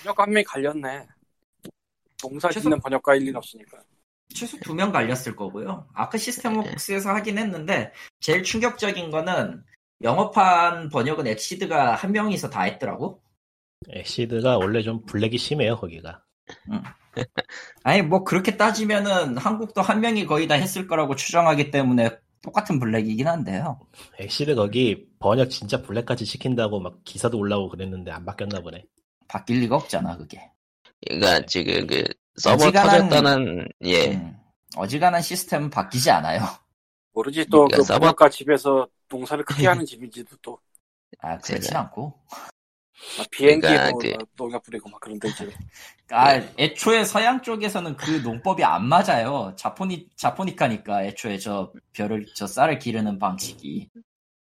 [SPEAKER 4] 번역가 한 명이 갈렸네. 농사
[SPEAKER 2] 최소-
[SPEAKER 4] 짓는 번역가일 리는 없으니까.
[SPEAKER 2] 최소 두 명 갈렸을 거고요. 아크 시스템
[SPEAKER 1] 네.
[SPEAKER 2] 웍스에서 하긴 했는데 제일 충격적인 거는 영어판 번역은 엑시드가 한 명이서 다 했더라고.
[SPEAKER 3] 예, 엑시드가 원래 좀 블랙이 심해요 거기가.
[SPEAKER 2] 아니 뭐 그렇게 따지면은 한국도 한 명이 거의 다 했을 거라고 추정하기 때문에 똑같은 블랙이긴 한데요.
[SPEAKER 3] 엑시드 거기 번역 진짜 블랙까지 시킨다고 막 기사도 올라오고 그랬는데 안 바뀌었나 보네.
[SPEAKER 2] 바뀔 리가 없잖아 그게.
[SPEAKER 1] 그러니까 지금 그 서버
[SPEAKER 2] 어지간한-
[SPEAKER 1] 터졌다는 예.
[SPEAKER 2] 음, 어지간한 시스템은 바뀌지 않아요.
[SPEAKER 4] 모르지 또
[SPEAKER 1] 그러니까
[SPEAKER 4] 그
[SPEAKER 1] 서버-
[SPEAKER 4] 번역가 집에서 농사를 크게 하는 집인지도 또
[SPEAKER 2] 아 그렇진
[SPEAKER 1] 제가-
[SPEAKER 2] 않고.
[SPEAKER 4] 막 비행기에도
[SPEAKER 1] 그러니까
[SPEAKER 4] 막 농약 뿌리고 막 그런 데 있지.
[SPEAKER 2] 아 애초에 서양 쪽에서는 그 농법이 안 맞아요. 자포니 자포니카니까 애초에 저 별을 저 쌀을 기르는 방식이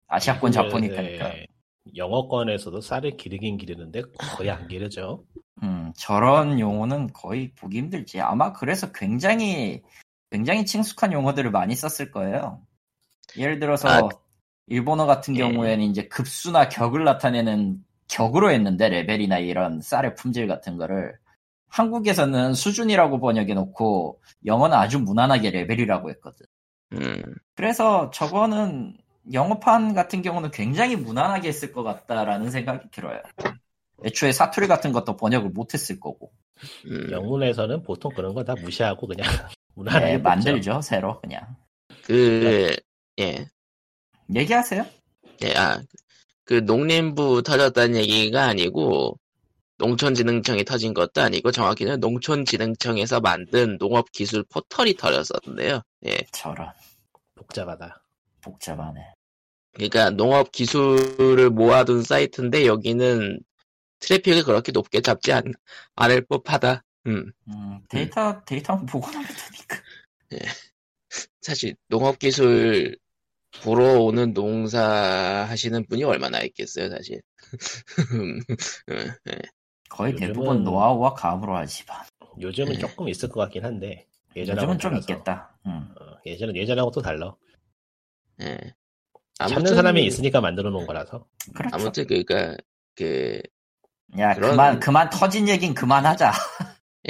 [SPEAKER 2] 아시아권 자포니카니까.
[SPEAKER 3] 네, 영어권에서도 쌀을 기르긴 기르는데 거의 안 기르죠.
[SPEAKER 2] 음, 저런 용어는 거의 보기 힘들지. 아마 그래서 굉장히, 굉장히 친숙한 용어들을 많이 썼을 거예요. 예를 들어서,
[SPEAKER 1] 아,
[SPEAKER 2] 일본어 같은
[SPEAKER 1] 예.
[SPEAKER 2] 경우에는 이제 급수나 격을 나타내는 격으로 했는데, 레벨이나 이런 쌀의 품질 같은 거를. 한국에서는 수준이라고 번역해놓고, 영어는 아주 무난하게 레벨이라고 했거든.
[SPEAKER 1] 음.
[SPEAKER 2] 그래서 저거는 영어판 같은 경우는 굉장히 무난하게 했을 것 같다라는 생각이 들어요. 애초에 사투리 같은 것도 번역을 못했을 거고.
[SPEAKER 1] 음.
[SPEAKER 3] 영문에서는 보통 그런 거 다 무시하고 그냥 무난하게
[SPEAKER 2] 네,
[SPEAKER 3] 뽑죠.
[SPEAKER 2] 만들죠 새로 그냥
[SPEAKER 1] 그 예.
[SPEAKER 2] 얘기하세요
[SPEAKER 1] 예, 아, 그 농림부 터졌다는 얘기가 아니고 농촌진흥청이 터진 것도 아니고 정확히는 농촌진흥청에서 만든 농업기술 포털이 터졌었는데요. 예,
[SPEAKER 2] 저런
[SPEAKER 3] 복잡하다.
[SPEAKER 2] 복잡하네
[SPEAKER 1] 그러니까 농업기술을 모아둔 사이트인데 여기는 트래픽을 그렇게 높게 잡지 않, 않을 법하다. 음,
[SPEAKER 2] 음, 데이터 데이터 한번 보고 나면 되니까
[SPEAKER 1] 사실 농업기술 보러 오는 농사 하시는 분이 얼마나 있겠어요, 사실. 음, 예.
[SPEAKER 2] 거의
[SPEAKER 3] 요즘은-
[SPEAKER 2] 대부분 노하우와 감으로 하지만
[SPEAKER 3] 요즘은
[SPEAKER 1] 예.
[SPEAKER 3] 조금 있을 것 같긴 한데 예전하고
[SPEAKER 2] 음. 요즘은 좀
[SPEAKER 3] 달라서.
[SPEAKER 2] 있겠다 음.
[SPEAKER 3] 어, 예전은 예전하고 또 달라.
[SPEAKER 1] 예.
[SPEAKER 3] 찾는 사람이 있으니까 만들어 놓은 거라서.
[SPEAKER 2] 그렇죠
[SPEAKER 1] 아무튼 그러니까 그
[SPEAKER 2] 야
[SPEAKER 1] 그런-
[SPEAKER 2] 그만 그만 터진 얘긴 그만하자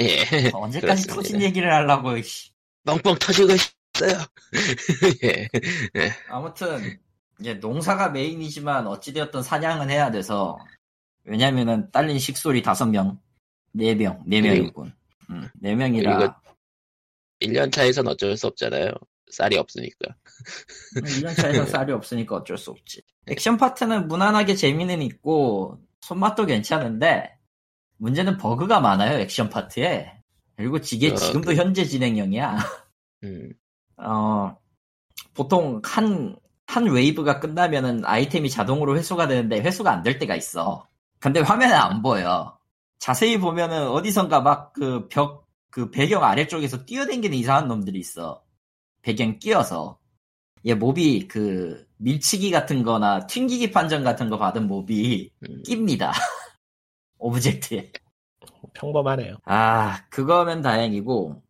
[SPEAKER 1] 예.
[SPEAKER 2] 네, 언제까지
[SPEAKER 1] 그렇습니다.
[SPEAKER 2] 터진 얘기를 하려고 이씨.
[SPEAKER 1] 뻥뻥 터지고 있어요. 예.
[SPEAKER 2] 아무튼 이제 농사가 메인이지만 어찌되었든 사냥은 해야 돼서 왜냐면은 딸린 식솔이 다섯 명 네명네명이군 음, 네명이라
[SPEAKER 1] 그리고- 1년 차에선 어쩔 수 없잖아요. 쌀이 없으니까.
[SPEAKER 2] 1년차에서 네, 쌀이 없으니까 어쩔 수 없지. 액션 파트는 무난하게 재미는 있고, 손맛도 괜찮은데, 문제는 버그가 많아요, 액션 파트에. 그리고 이게
[SPEAKER 1] 아,
[SPEAKER 2] 지금도
[SPEAKER 1] 그-
[SPEAKER 2] 현재 진행형이야.
[SPEAKER 1] 음.
[SPEAKER 2] 어, 보통 한, 한 웨이브가 끝나면은 아이템이 자동으로 회수가 되는데 회수가 안 될 때가 있어. 근데 화면에 안 보여. 자세히 보면은 어디선가 막 그 벽, 그 배경 아래쪽에서 뛰어댕기는 이상한 놈들이 있어. 배경 끼어서. 얘 몹이 그 밀치기 같은 거나 튕기기 판정 같은 거 받은 몹이
[SPEAKER 1] 음.
[SPEAKER 2] 낍니다. 오브젝트에.
[SPEAKER 3] 평범하네요.
[SPEAKER 2] 아, 그거면 다행이고,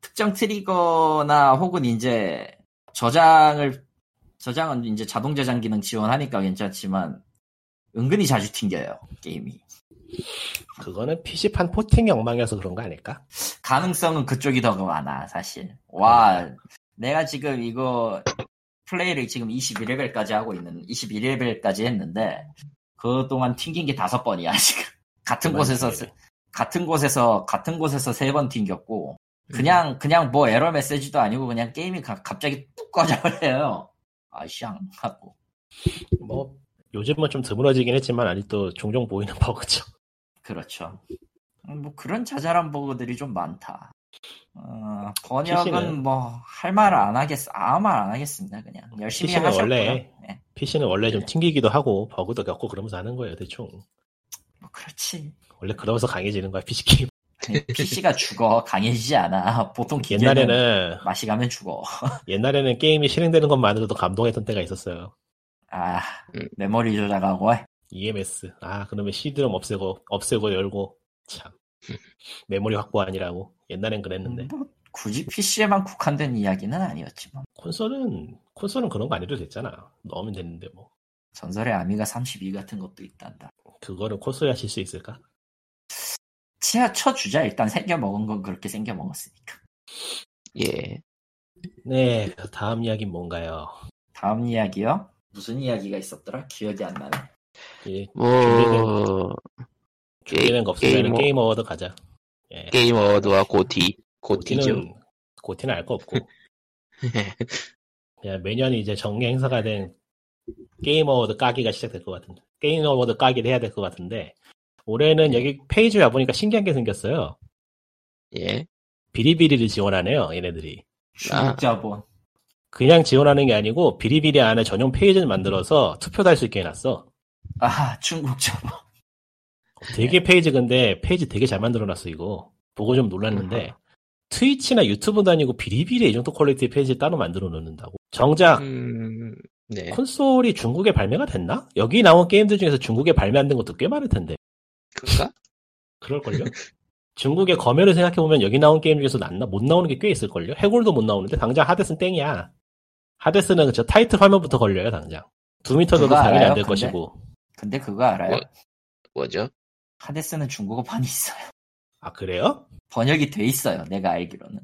[SPEAKER 2] 특정 트리거나 혹은 이제 저장을, 저장은 이제 자동 저장 기능 지원하니까 괜찮지만, 은근히 자주 튕겨요, 게임이.
[SPEAKER 3] 그거는 PC판 포팅 엉망이어서 그런 거 아닐까?
[SPEAKER 2] 가능성은 그쪽이 더 많아, 사실. 와, 내가 지금 이거 플레이를 지금 21레벨까지 하고 있는, 21레벨까지 했는데, 그동안 튕긴 게 다섯 번이야, 지금. 같은 곳에서,
[SPEAKER 3] 그만
[SPEAKER 2] 같은 곳에서, 같은 곳에서 세 번 튕겼고,
[SPEAKER 3] 음.
[SPEAKER 2] 그냥 그냥 뭐 에러 메시지도 아니고 그냥 게임이 가- 갑자기 뚝 꺼져버려요. 아샹 하고
[SPEAKER 3] 뭐 요즘은 좀 드물어지긴 했지만 아직도 종종 보이는 버그죠.
[SPEAKER 2] 그렇죠. 음, 뭐 그런 자잘한 버그들이 좀 많다. 어, 번역은
[SPEAKER 3] PC는?
[SPEAKER 2] 뭐 할 말 안 하겠 아무 말 안 하겠습니다. 그냥 열심히
[SPEAKER 3] PC는
[SPEAKER 2] 하셨고요.
[SPEAKER 3] 뭐 원래-
[SPEAKER 2] 네,
[SPEAKER 3] PC는 원래 좀 튕기기도 하고 버그도 겪고 그러면서 하는 거예요 대충.
[SPEAKER 2] 뭐 그렇지.
[SPEAKER 3] 원래 그러면서 강해지는 거야 PC 게임.
[SPEAKER 2] PC가 죽어 강해지지 않아. 보통 기계는
[SPEAKER 3] 그 옛날에는
[SPEAKER 2] 맛이 가면 죽어.
[SPEAKER 3] 옛날에는 게임이 실행되는 것만으로도 감동했던 때가 있었어요.
[SPEAKER 2] 아
[SPEAKER 1] 음.
[SPEAKER 2] 메모리 조작하고
[SPEAKER 3] EMS. 아 그러면 CD롬 없애고 없애고 열고 참 메모리 확보 아니라고 옛날엔 그랬는데
[SPEAKER 2] 뭐 굳이 PC에만 국한된 이야기는 아니었지만
[SPEAKER 3] 콘솔은 콘솔은 그런 거 안 해도 됐잖아. 넣으면 됐는데 뭐
[SPEAKER 2] 전설의 아미가 32 같은 것도 있단다.
[SPEAKER 3] 그거를 콘솔에 하실 수 있을까?
[SPEAKER 2] 치아 쳐주자. 일단 생겨 먹은 건 그렇게 생겨 먹었으니까.
[SPEAKER 1] 예.
[SPEAKER 3] 네, 그 다음 이야기 는 뭔가요?
[SPEAKER 2] 다음 이야기요? 무슨 이야기가 있었더라? 기억이 안 나네.
[SPEAKER 3] 예,
[SPEAKER 1] 뭐
[SPEAKER 3] 준비된 거 없으면
[SPEAKER 1] 게임
[SPEAKER 3] 게임,
[SPEAKER 1] 어-
[SPEAKER 3] 게임 어워드 가자. 예,
[SPEAKER 1] 게임 어워드와 고티 고티죠.
[SPEAKER 3] 고티는 고티는 알 거 없고 그냥 매년 이제 정례 행사가 된 게임 어워드 까기가 시작될 것 같은데 게임 어워드 까기를 해야 될 것 같은데 올해는
[SPEAKER 1] 네.
[SPEAKER 3] 여기 페이지에 와보니까 신기한 게 생겼어요.
[SPEAKER 1] 예.
[SPEAKER 3] 비리비리를 지원하네요, 얘네들이.
[SPEAKER 1] 아.
[SPEAKER 2] 중국자본.
[SPEAKER 3] 그냥 지원하는 게 아니고 비리비리 안에 전용 페이지를 만들어서 투표 도할 수 있게 해놨어.
[SPEAKER 2] 아, 중국자본.
[SPEAKER 1] 네.
[SPEAKER 3] 되게 페이지 근데 페이지 되게 잘 만들어놨어 이거. 보고 좀 놀랐는데
[SPEAKER 1] 음.
[SPEAKER 3] 트위치나 유튜브도 아니고 비리비리 이 정도 퀄리티의 페이지 따로 만들어 놓는다고. 정작
[SPEAKER 1] 음. 네.
[SPEAKER 3] 콘솔이 중국에 발매가 됐나? 여기 나온 게임들 중에서 중국에 발매 안 된 것도 꽤 많을 텐데.
[SPEAKER 1] 그니까?
[SPEAKER 3] 그럴걸요? 중국의 검열을 생각해보면 여기 나온 게임 중에서 안 나- 못 나오는 게 꽤 있을걸요? 해골도 못 나오는데 당장 하데스는 땡이야. 하데스는 저 타이틀 화면부터 걸려요 당장. 두미터도
[SPEAKER 2] 그거
[SPEAKER 3] 당연히 안
[SPEAKER 2] 알아요,
[SPEAKER 3] 될
[SPEAKER 2] 근데?
[SPEAKER 3] 것이고.
[SPEAKER 2] 근데 그거 알아요?
[SPEAKER 1] 뭐? 뭐죠?
[SPEAKER 2] 하데스는 중국어판이 있어요.
[SPEAKER 3] 아 그래요?
[SPEAKER 2] 번역이 돼 있어요. 내가 알기로는.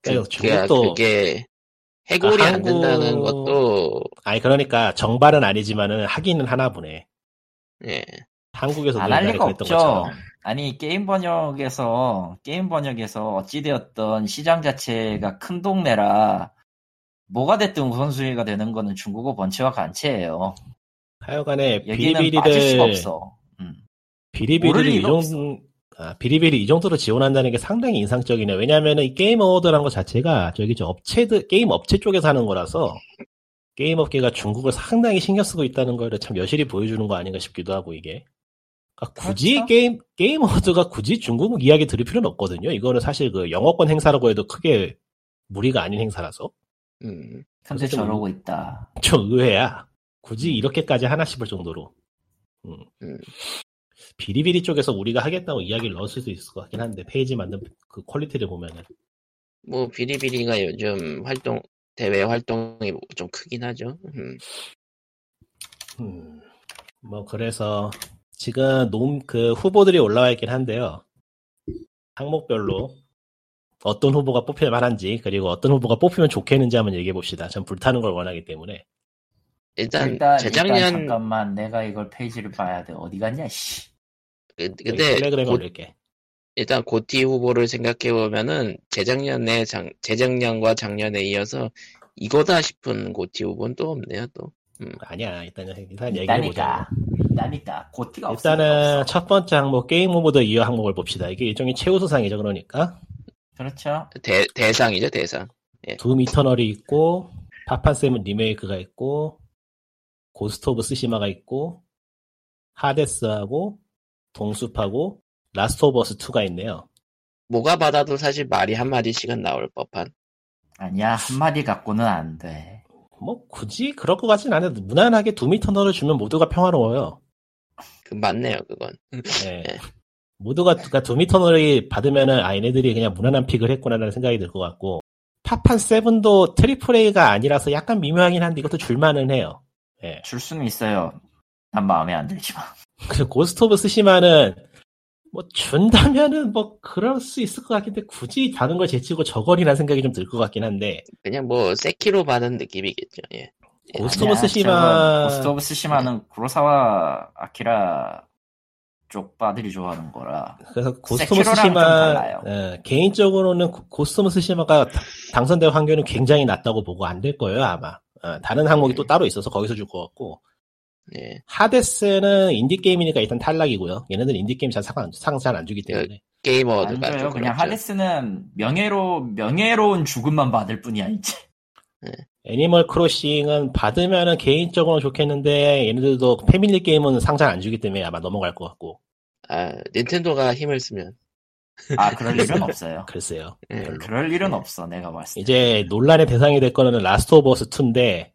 [SPEAKER 3] 그래서
[SPEAKER 1] 그게,
[SPEAKER 3] 중국도
[SPEAKER 1] 그게 해골이
[SPEAKER 3] 그러니까
[SPEAKER 1] 안 된다는
[SPEAKER 3] 한국-
[SPEAKER 1] 것도
[SPEAKER 3] 아니 그러니까 정발은 아니지만은 하기는 하나 보네.
[SPEAKER 1] 예.
[SPEAKER 3] 한국에서
[SPEAKER 2] 안 할
[SPEAKER 3] 옛날에
[SPEAKER 2] 리가
[SPEAKER 3] 그랬던
[SPEAKER 2] 없죠.
[SPEAKER 3] 것처럼.
[SPEAKER 2] 아니 게임 번역에서 게임 번역에서 어찌되었던 시장 자체가 큰 동네라 뭐가 됐든 우선순위가 되는 거는 중국어 번체와 관체예요.
[SPEAKER 3] 하여간에
[SPEAKER 2] 여기는 빠질 수가
[SPEAKER 3] 네, 비리비리를
[SPEAKER 2] 없어. 음. 모를
[SPEAKER 3] 비리비리를 이
[SPEAKER 2] 리가
[SPEAKER 3] 정도 아, 비리비리 이 정도로 지원한다는 게 상당히 인상적이네요. 왜냐하면은 이 게임 어워드라는 것 자체가 저기 저 업체들 게임 업체 쪽에서 하는 거라서 게임 업계가 중국을 상당히 신경 쓰고 있다는 걸 참 여실히 보여주는 거 아닌가 싶기도 하고 이게 그러니까 굳이
[SPEAKER 2] 그렇죠.
[SPEAKER 3] 게임 게임 어워드가 굳이 중국 이야기 들을 필요는 없거든요. 이거는 사실 그 영어권 행사라고 해도 크게 무리가 아닌 행사라서
[SPEAKER 1] 음.
[SPEAKER 2] 근데
[SPEAKER 3] 좀-
[SPEAKER 2] 저러고 있다.
[SPEAKER 3] 좀 의외야. 굳이 이렇게까지 하나 싶을 정도로. 음.
[SPEAKER 1] 음.
[SPEAKER 3] 비리비리 쪽에서 우리가 하겠다고 이야기를 넣을 수도 있을 것 같긴 한데 페이지 만든 그 퀄리티를 보면은
[SPEAKER 1] 뭐 비리비리가 요즘 활동 대외 활동이 좀 크긴 하죠. 음.
[SPEAKER 3] 음. 뭐 그래서 지금 놈 그 후보들이 올라와 있긴 한데요 항목별로 어떤 후보가 뽑힐 만한지 그리고 어떤 후보가 뽑히면 좋겠는지 한번 얘기해 봅시다. 전 불타는 걸 원하기 때문에
[SPEAKER 1] 일단,
[SPEAKER 2] 일단,
[SPEAKER 1] 재작년
[SPEAKER 2] 일단 잠깐만 내가 이걸 페이지를 봐야 돼. 어디 갔냐? 씨.
[SPEAKER 1] 그-
[SPEAKER 3] 여기
[SPEAKER 1] 근데
[SPEAKER 3] 네, 텔레그램에
[SPEAKER 1] 곧
[SPEAKER 3] 올릴게.
[SPEAKER 1] 일단 고티 후보를 생각해 보면은 재작년에 장, 재작년과 작년에 이어서 이거다 싶은 고티 후보는 또 없네요 또.
[SPEAKER 3] 아니야 일단 일단 얘기해 보자.
[SPEAKER 2] 있다니까. 있다니까. 고티가 없어.
[SPEAKER 3] 일단은 첫 번째 항목 게임 오브 더 이어 항목을 봅시다. 이게 일종의 최우수상이죠, 그러니까
[SPEAKER 2] 그렇죠.
[SPEAKER 1] 대 대상이죠 대상.
[SPEAKER 3] 둠 이터널이 있고 파판 세븐 리메이크가 있고 고스트 오브 스시마가 있고 하데스하고 동숲하고 라스트 오브 어스 2가 있네요.
[SPEAKER 1] 뭐가 받아도 사실 말이 한 마디씩은 나올 법한.
[SPEAKER 2] 아니야 한마디 갖고는 안 돼.
[SPEAKER 3] 뭐 굳이 그럴 것 같진 않은데 무난하게 둠 이터널을 주면 모두가 평화로워요.
[SPEAKER 1] 그 맞네요 그건.
[SPEAKER 3] 예. 모두가 그러니까 둠 이터널이 받으면은 아 얘네들이 그냥 무난한 픽을 했구나라는 생각이 들 것 같고 파판 세븐도 트리플 A가 아니라서 약간 미묘하긴 한데 이것도 줄만은 해요. 예.
[SPEAKER 2] 줄 수는 있어요. 난 마음에 안 들지만.
[SPEAKER 3] 그 고스트 오브 스시마는 뭐 준다면은 뭐 그럴 수 있을 것 같긴데 굳이 다른 걸 제치고 저걸이라는 생각이 좀 들 것 같긴 한데
[SPEAKER 1] 그냥 뭐 세키로 받은 느낌이겠죠. 예.
[SPEAKER 3] 고스트 오브
[SPEAKER 2] 아니야, 저건
[SPEAKER 3] 스시마
[SPEAKER 2] 고스트 오브 스시마는 구로사와 아키라 쪽 빠들이 좋아하는 거라.
[SPEAKER 3] 그래서 고스트 오브
[SPEAKER 2] 세키로랑 좀
[SPEAKER 3] 스시마
[SPEAKER 2] 달라요.
[SPEAKER 3] 예, 개인적으로는 고- 고스트 오브 스시마가 다- 당선될 확률은 굉장히 낮다고 보고 안 될 거예요 아마 어, 다른 항목이 또 따로 있어서 거기서 줄 것 같고
[SPEAKER 1] 예.
[SPEAKER 3] 하데스는 인디 게임이니까 일단 탈락이고요 얘네들 인디 게임 잘상잘안 주기 때문에
[SPEAKER 1] 게임
[SPEAKER 2] 안
[SPEAKER 1] 어워드가
[SPEAKER 2] 줘요.
[SPEAKER 1] 좀
[SPEAKER 2] 그냥
[SPEAKER 1] 그렇죠.
[SPEAKER 2] 하데스는 명예로 명예로운 죽음만 받을 뿐이야 이제.
[SPEAKER 3] 애니멀 크로싱은 받으면은 개인적으로는 좋겠는데 얘네들도 패밀리 게임은 상장 안 주기 때문에 아마 넘어갈 것 같고
[SPEAKER 1] 아 닌텐도가 힘을 쓰면
[SPEAKER 2] 아 그럴 일은 없어요.
[SPEAKER 3] 글쎄요.
[SPEAKER 1] 예.
[SPEAKER 3] 별로.
[SPEAKER 2] 그럴 일은 없어 내가 봤을 때.
[SPEAKER 3] 이제 논란의 대상이 될 거는 라스트 오브 어스 2인데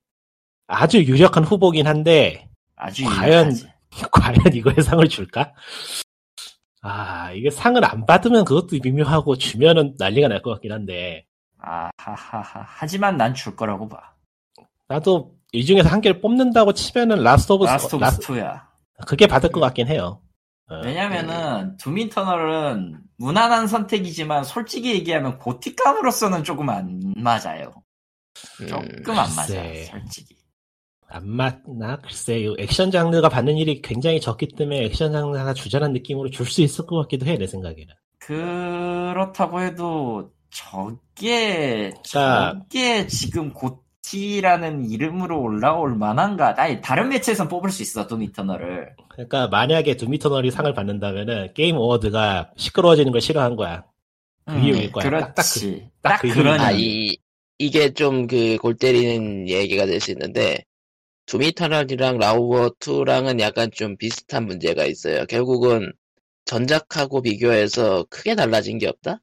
[SPEAKER 3] 아주 유력한 후보긴 한데
[SPEAKER 2] 아주
[SPEAKER 3] 과연-
[SPEAKER 2] 유력하지.
[SPEAKER 3] 과연 이거에 상을 줄까? 아 이게 상을 안 받으면 그것도 미묘하고 주면은 난리가 날 것 같긴 한데
[SPEAKER 2] 아하하하. 하지만 난 줄 거라고 봐.
[SPEAKER 3] 나도 이 중에서 한 개를 뽑는다고 치면은 라스트 오브
[SPEAKER 2] 라스트 오브
[SPEAKER 3] 라스-
[SPEAKER 2] 스토야.
[SPEAKER 1] 네,
[SPEAKER 2] 네.
[SPEAKER 3] 그게 받을 것 같긴 해요. 어,
[SPEAKER 2] 왜냐면은 둠 인터널은 무난한 선택이지만 솔직히 얘기하면 고티감으로서는 조금 안 맞아요.
[SPEAKER 1] 음,
[SPEAKER 2] 조금 안 맞아.
[SPEAKER 3] 글쎄.
[SPEAKER 2] 요 솔직히.
[SPEAKER 3] 안 맞나? 글쎄, 요 액션 장르가 받는 일이 굉장히 적기 때문에 액션 장르가 주전한 느낌으로 줄 수 있을 것 같기도 해, 내 생각에는.
[SPEAKER 2] 그렇다고 해도 저게
[SPEAKER 3] 자.
[SPEAKER 2] 저게 지금 고티라는 이름으로 올라올 만한가? 아니 다른 매체에선 뽑을 수 있어 둠 인터널을.
[SPEAKER 3] 그러니까 만약에 두미터널이 상을 받는다면은 게임 어워드가 시끄러워지는 걸 싫어한 거야. 그 이유일 거야. 딱, 딱 그-
[SPEAKER 2] 음, 그렇지.
[SPEAKER 3] 딱
[SPEAKER 2] 딱
[SPEAKER 3] 그
[SPEAKER 2] 그런
[SPEAKER 1] 아,
[SPEAKER 3] 이유.
[SPEAKER 2] 이유.
[SPEAKER 1] 이, 이게 좀 그 골 때리는 얘기가 될 수 있는데, 두미터널이랑 라우버2랑은 약간 좀 비슷한 문제가 있어요. 결국은 전작하고 비교해서 크게 달라진 게 없다?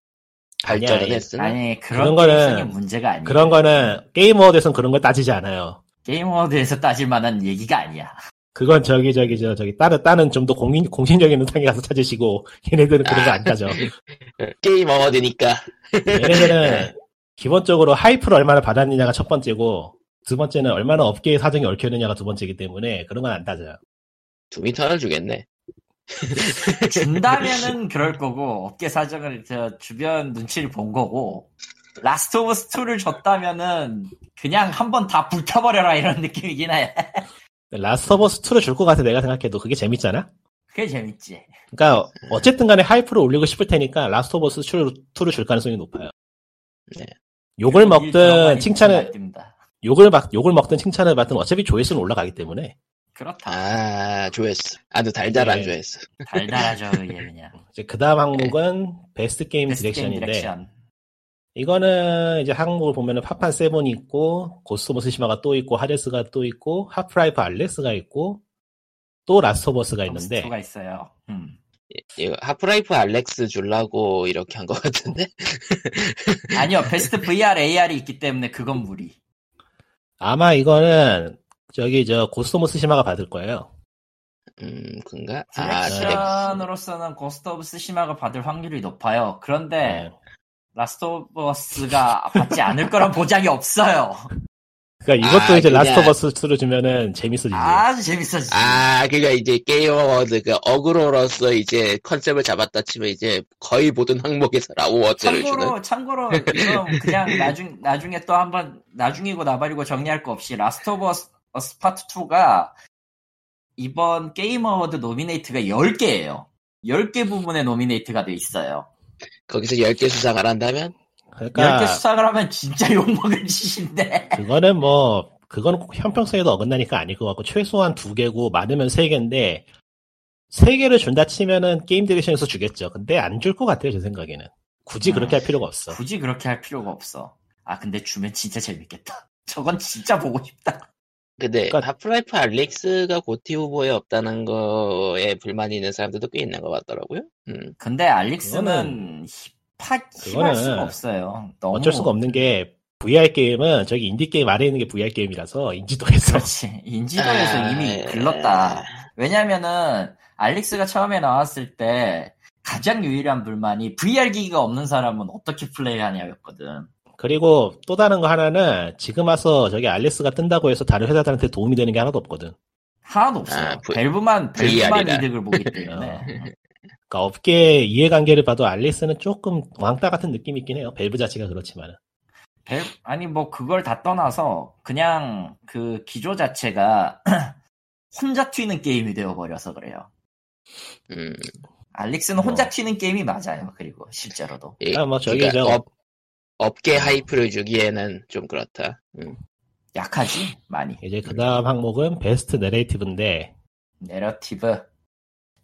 [SPEAKER 3] 아니야,
[SPEAKER 1] 발전은
[SPEAKER 3] 예.
[SPEAKER 1] 했으나?
[SPEAKER 2] 아니 그런
[SPEAKER 3] 그런 거는-
[SPEAKER 2] 게임성의 문제가 아니야.
[SPEAKER 3] 그런 거는 게임 어워드에선 그런 걸 따지지 않아요.
[SPEAKER 2] 게임 워드에서 따질 만한 얘기가 아니야.
[SPEAKER 3] 그건 저기 저기 저 저기 다른 다른 좀 더 공인 공신적인 의상에 가서 찾으시고 얘네들은 그런 거 안 따져.
[SPEAKER 1] 게임 어워드니까.
[SPEAKER 3] 얘네들은 기본적으로 하이프를 얼마나 받았느냐가 첫 번째고 두 번째는 얼마나 업계의 사정이 얽혀 있느냐가 두 번째이기 때문에 그런 건 안 따져요.
[SPEAKER 1] 두미터널 주겠네.
[SPEAKER 2] 준다면은 그럴 거고 업계 사정을 저 주변 눈치를 본 거고 라스트 오브 스토를 줬다면은 그냥 한번 다 불타버려라 이런 느낌이긴 해.
[SPEAKER 3] 라스트 오브 스 2를 줄 것 같아 내가 생각해도 그게 재밌잖아.
[SPEAKER 2] 그게 재밌지.
[SPEAKER 3] 그러니까 어쨌든 간에 하이프를 올리고 싶을 테니까 라스트 오브 스 2를 줄 가능성이 높아요.
[SPEAKER 1] 네.
[SPEAKER 3] 욕을
[SPEAKER 2] 그리고 이 영화는
[SPEAKER 3] 먹든 칭찬을
[SPEAKER 2] 아낍니다.
[SPEAKER 3] 욕을 막 욕을 먹든 칭찬을 받든 어차피 조회수는 올라가기 때문에
[SPEAKER 2] 그렇다.
[SPEAKER 1] 아, 조회수. 아주 달달한
[SPEAKER 3] 예.
[SPEAKER 1] 조회수.
[SPEAKER 2] 달달하죠 이게 그냥.
[SPEAKER 3] 이제 그 다음 항목은 베스트 게임
[SPEAKER 2] 베스트 게임
[SPEAKER 3] 디렉션인데
[SPEAKER 2] 디렉션.
[SPEAKER 3] 이거는 이제 항목을 보면은 파판 세븐이 있고 고스모 스시마가 또 있고 하데스가 또 있고 하프라이프 알렉스가 있고 또 라스트 오브 스가 있는데
[SPEAKER 2] 가 있어요. 음.
[SPEAKER 1] 이거 하프라이프 알렉스 줄라고 이렇게 한 것 같은데?
[SPEAKER 2] 아니요 베스트 VR AR이 있기 때문에 그건 무리.
[SPEAKER 3] 아마 이거는 저기 저 고스모 스시마가 받을 거예요.
[SPEAKER 1] 음, 그런가? 아,
[SPEAKER 3] 네.
[SPEAKER 1] 디렉션.
[SPEAKER 2] 디렉션으로서는 고스트 오브 스시마가 받을 확률이 높아요. 그런데
[SPEAKER 3] 네.
[SPEAKER 2] 라스트 오브 어스가 받지 않을 거란 보장이 없어요.
[SPEAKER 3] 그러니까 이것도
[SPEAKER 1] 아,
[SPEAKER 3] 이제
[SPEAKER 1] 그냥-
[SPEAKER 3] 라스트 오브 스 2로 주면은 재밌어지지.
[SPEAKER 2] 아주 재밌어지.
[SPEAKER 1] 아, 그니까 이제 게임 어워드, 그 어그로로서 이제 컨셉을 잡았다 치면 이제 거의 모든 항목에서 라우워드를 주는.
[SPEAKER 2] 참고로 참고로 이건 그냥 나중 나중에 또 한번 나중이고 나발이고 정리할 거 없이 라스트 오브 어스, 어스 파트 2가 이번 게임 어워드 노미네이트가 10개예요. 10개 부분에 노미네이트가 돼 있어요.
[SPEAKER 1] 거기서 10개 수상을 한다면?
[SPEAKER 3] 그러니까
[SPEAKER 2] 10개 수상을 하면 진짜 욕먹을 짓인데.
[SPEAKER 3] 그거는 뭐 그건 형평성에도 어긋나니까 아닐 것 같고 최소한 두 개고 많으면 세 개인데 세 개를 준다 치면은 게임 디렉션에서 주겠죠. 근데 안 줄 것 같아요 제 생각에는. 굳이 그렇게 할 필요가 없어.
[SPEAKER 2] 굳이 그렇게 할 필요가 없어. 아 근데 주면 진짜 재밌겠다. 저건 진짜 보고 싶다.
[SPEAKER 1] 근데
[SPEAKER 3] 그러니까-
[SPEAKER 1] 하프라이프 알렉스가 고티 후보에 없다는 거에 불만이 있는 사람들도 꽤 있는 것 같더라고요. 음.
[SPEAKER 2] 근데 알릭스는 힙하 힙할
[SPEAKER 3] 그거는
[SPEAKER 2] 수가 없어요. 너무
[SPEAKER 3] 어쩔 수가 없는 게 VR 게임은 저기 인디 게임 아래 에 있는 게 VR 게임이라서 인지도에서
[SPEAKER 2] 그렇지. 인지도에서
[SPEAKER 1] 아,
[SPEAKER 2] 이미
[SPEAKER 1] 예.
[SPEAKER 2] 글렀다. 왜냐면은 알릭스가 처음에 나왔을 때 가장 유일한 불만이 VR 기기가 없는 사람은 어떻게 플레이하냐였거든.
[SPEAKER 3] 그리고 또 다른 거 하나는 지금 와서 저기 알렉스가 뜬다고 해서 다른 회사들한테 도움이 되는 게 하나도 없거든.
[SPEAKER 2] 하나도 없어요.
[SPEAKER 1] 아, V-
[SPEAKER 2] 밸브만 밸브만
[SPEAKER 1] VR이다.
[SPEAKER 2] 이득을 보기 때문에.
[SPEAKER 3] 그러니까 업계 이해관계를 봐도 알렉스는 조금 왕따 같은 느낌이 있긴 해요. 밸브 자체가 그렇지만은.
[SPEAKER 2] 배- 아니 뭐 그걸 다 떠나서 그냥 그 기조 자체가 혼자 튀는 게임이 되어버려서 그래요.
[SPEAKER 1] 음.
[SPEAKER 2] 알릭스는 혼자
[SPEAKER 3] 어.
[SPEAKER 2] 튀는 게임이 맞아요. 그리고 실제로도
[SPEAKER 1] 이-
[SPEAKER 3] 아, 뭐 저기
[SPEAKER 1] 그러니까
[SPEAKER 3] 저-
[SPEAKER 1] 업, 업계
[SPEAKER 3] 어.
[SPEAKER 1] 하이프를 주기에는 좀 그렇다. 음.
[SPEAKER 2] 약하지 많이.
[SPEAKER 3] 이제 그 다음 항목은 베스트 내레이티브인데
[SPEAKER 2] 내러티브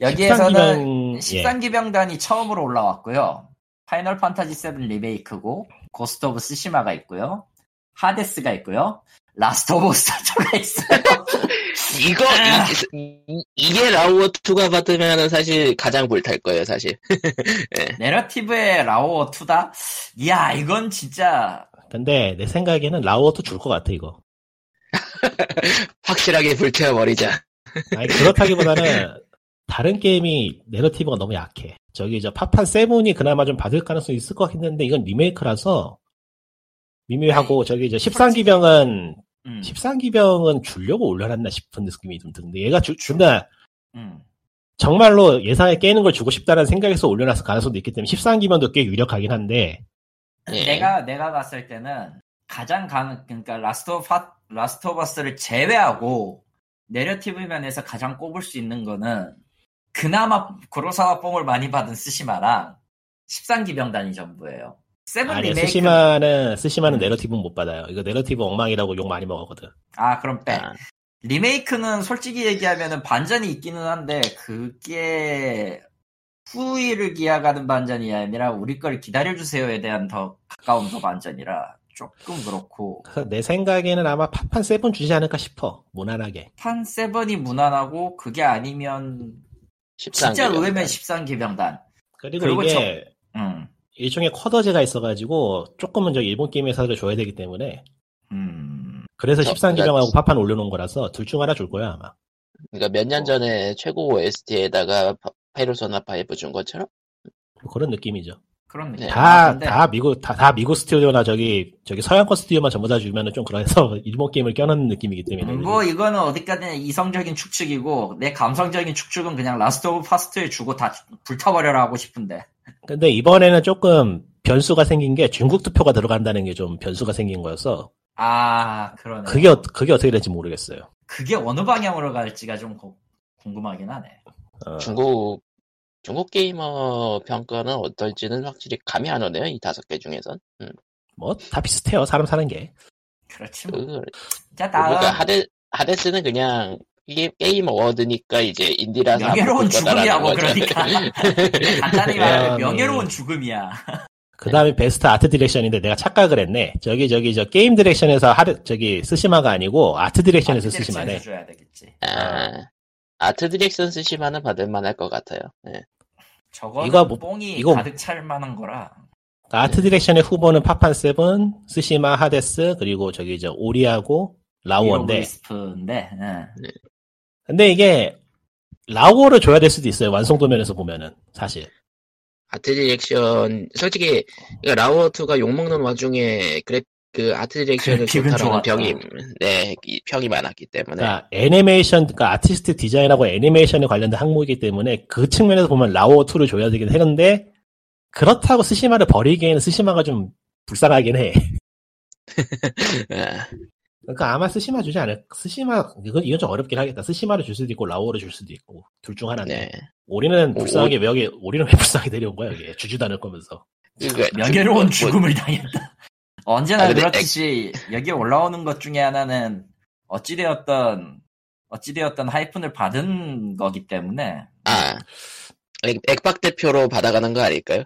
[SPEAKER 2] 여기에서는
[SPEAKER 3] 13기면,
[SPEAKER 2] 13기병단이 처음으로 올라왔고요. 파이널 판타지 7 리메이크고 고스트 오브 스시마가 있고요. 하데스가 있고요. 라스트 오브 스타가 있어요.
[SPEAKER 1] 이거
[SPEAKER 2] 아.
[SPEAKER 1] 이, 이- 이게 라우워2가 받으면 사실 가장 불탈 거예요, 사실.
[SPEAKER 2] 내러티브의 라오어 2다? 이야 이건 진짜
[SPEAKER 3] 예. 근데 내 생각에는 라오어도 줄 것 같아 이거
[SPEAKER 1] 확실하게 불태워버리자.
[SPEAKER 3] 아니 그렇다기보다는 다른 게임이 내러티브가 너무 약해 저기 저 파판 세븐이 그나마 좀 받을 가능성이 있을 것 같긴 한데 이건 리메이크라서
[SPEAKER 2] 네.
[SPEAKER 3] 미묘하고 저기 이제 13기병은
[SPEAKER 2] 음,
[SPEAKER 3] 13기병은 주려고 올려놨나 싶은 느낌이 좀 드는데 얘가 주, 준다
[SPEAKER 2] 음.
[SPEAKER 3] 정말로 예상에 깨는 걸 주고 싶다는 생각에서 올려놨을 가능성도 있기 때문에 13기병도 꽤 유력하긴 한데
[SPEAKER 1] 예.
[SPEAKER 2] 내가 내가 봤을 때는 가장 강 그러니까 라스트 오브 핫- 라스트 오브 어스를 제외하고 내러티브 면에서 가장 꼽을 수 있는 거는 그나마 구로사와 뽕을 많이 받은 스시마랑 13기병단이 전부예요. 세븐
[SPEAKER 3] 아니 네,
[SPEAKER 2] 리메이크
[SPEAKER 3] 스시마는 스시마는
[SPEAKER 2] 음.
[SPEAKER 3] 내러티브는 못 받아요 이거 내러티브 엉망이라고 욕 많이 먹었거든
[SPEAKER 2] 아 그럼 빼.
[SPEAKER 1] 아,
[SPEAKER 2] 리메이크는 솔직히 얘기하면은 반전이 있기는 한데 그게 후위를 기약하는 반전이 아니라 우리 걸 기다려주세요에 대한 더 가까운 더 반전이라 조금 그렇고
[SPEAKER 3] 그래서 내 생각에는 아마 팝판 세븐 주지 않을까 싶어 무난하게
[SPEAKER 2] 판 세븐이 무난하고 그게 아니면
[SPEAKER 1] 13
[SPEAKER 2] 진짜
[SPEAKER 1] 기병.
[SPEAKER 2] 의외면 13기병단
[SPEAKER 3] 그리고,
[SPEAKER 2] 그리고
[SPEAKER 3] 이게
[SPEAKER 2] 저- 음,
[SPEAKER 3] 일종의 쿼더제가 있어가지고 조금은 저 일본 게임 회사를 줘야 되기 때문에
[SPEAKER 2] 음,
[SPEAKER 3] 그래서
[SPEAKER 1] 저-
[SPEAKER 3] 13기병하고 팝판 올려놓은 거라서 둘 중 하나 줄 거야 아마
[SPEAKER 1] 그러니까 몇
[SPEAKER 2] 어.
[SPEAKER 1] 년 전에 최고 OST에다가 페르소나 5준 것처럼?
[SPEAKER 3] 뭐 그런 느낌이죠
[SPEAKER 2] 그런 느낌
[SPEAKER 1] 네.
[SPEAKER 3] 다,
[SPEAKER 2] 아, 근데
[SPEAKER 3] 다 미국, 다, 다 미국 스튜디오나 저기, 저기 서양권 스튜디오만 전부 다 주면은 좀 그래서 일본 게임을 껴넣는 느낌이기 때문에.
[SPEAKER 2] 음, 뭐 이거는 어디까지나 이성적인 축축이고 내 감성적인 축축은 그냥 라스트 오브 파스트에 주고 다 불타버려라 하고 싶은데
[SPEAKER 3] 근데 이번에는 조금 변수가 생긴 게 중국 투표가 들어간다는 게 좀 변수가 생긴 거여서
[SPEAKER 2] 아 그러네
[SPEAKER 3] 그게, 어- 그게 어떻게 될지 모르겠어요.
[SPEAKER 2] 그게 어느 방향으로 갈지가 좀 고- 궁금하긴 하네.
[SPEAKER 3] 어,
[SPEAKER 1] 중국 중국 게이머 평가는 어떨지는 확실히 감이 안 오네요. 이 다섯 개 중에선. 음,
[SPEAKER 3] 뭐, 다 비슷해요. 사람 사는 게.
[SPEAKER 2] 그렇지
[SPEAKER 1] 그
[SPEAKER 2] 뭐.
[SPEAKER 1] 그
[SPEAKER 2] 자 다음
[SPEAKER 1] 그러니까 하데 하데스는 그냥 이게 게임 어워드니까 이제 인디라서 안
[SPEAKER 2] 명예로운
[SPEAKER 1] 바꿀 거다라는
[SPEAKER 2] 죽음이라고
[SPEAKER 1] 거죠.
[SPEAKER 2] 그러니까 간단히 말하면
[SPEAKER 3] 음.
[SPEAKER 2] 명예로운 죽음이야.
[SPEAKER 3] 그 다음에 베스트 아트 디렉션인데 내가 착각을 했네. 저기, 저기, 저 게임 디렉션에서 하드, 저기, 스시마가 아니고 아트 디렉션에서 스시마네.
[SPEAKER 2] 줘야 되겠지.
[SPEAKER 1] 아, 아트 디렉션 쓰시면은 받을 만할 것 같아요. 예.
[SPEAKER 2] 저거
[SPEAKER 3] 이거
[SPEAKER 2] 는
[SPEAKER 3] 뭐-
[SPEAKER 2] 뽕이
[SPEAKER 3] 이거-
[SPEAKER 2] 가득 찰 만한 거라.
[SPEAKER 3] 그러니까 아트 디렉션의 후보는 파판 세븐, 스시마, 하데스, 그리고 저기, 저, 오리하고, 라오인데.
[SPEAKER 2] 스프인데. 예.
[SPEAKER 1] 네,
[SPEAKER 3] 근데 이게 라고를 줘야 될 수도 있어요. 완성도 면에서 보면은 사실.
[SPEAKER 1] 아트 디렉션 솔직히 라우어2가 욕먹는 와중에 그래 그 아트 디렉션을
[SPEAKER 2] 그래픽은
[SPEAKER 1] 좋다라는
[SPEAKER 2] 좋았다. 아.
[SPEAKER 1] 평이 네 이 평이 많았기 때문에
[SPEAKER 3] 그러니까 애니메이션, 그러니까 아티스트 디자인하고 애니메이션에 관련된 항목이기 때문에 그 측면에서 보면 라오 2를 줘야 되긴 했는데 그렇다고 스시마를 버리기에는 스시마가 좀 불쌍하긴 해.
[SPEAKER 2] 네.
[SPEAKER 1] 예.
[SPEAKER 3] 그러니까 아마 스시마 주지 않을. 스시마 이건 이건 좀 어렵긴 하겠다. 스시마를 줄 수도 있고 라오를 줄 수도 있고 둘 중 하나인데.
[SPEAKER 1] 네.
[SPEAKER 3] 우리는
[SPEAKER 1] 오,
[SPEAKER 3] 불쌍하게 왜 여기 우리는 왜 불쌍하게 데려온 거야 여기 주지도 않을 거면서.
[SPEAKER 1] 그러니까
[SPEAKER 2] 명예로운
[SPEAKER 1] 뭐-
[SPEAKER 2] 죽음을 당했다. 언제나
[SPEAKER 1] 아, 근데
[SPEAKER 2] 그렇듯이 여기 올라오는 것 중에 하나는 어찌되었던 어찌되었던 하이픈을 받은 거기 때문에
[SPEAKER 1] 아, 액- 액박 대표로 받아가는 거 아닐까요?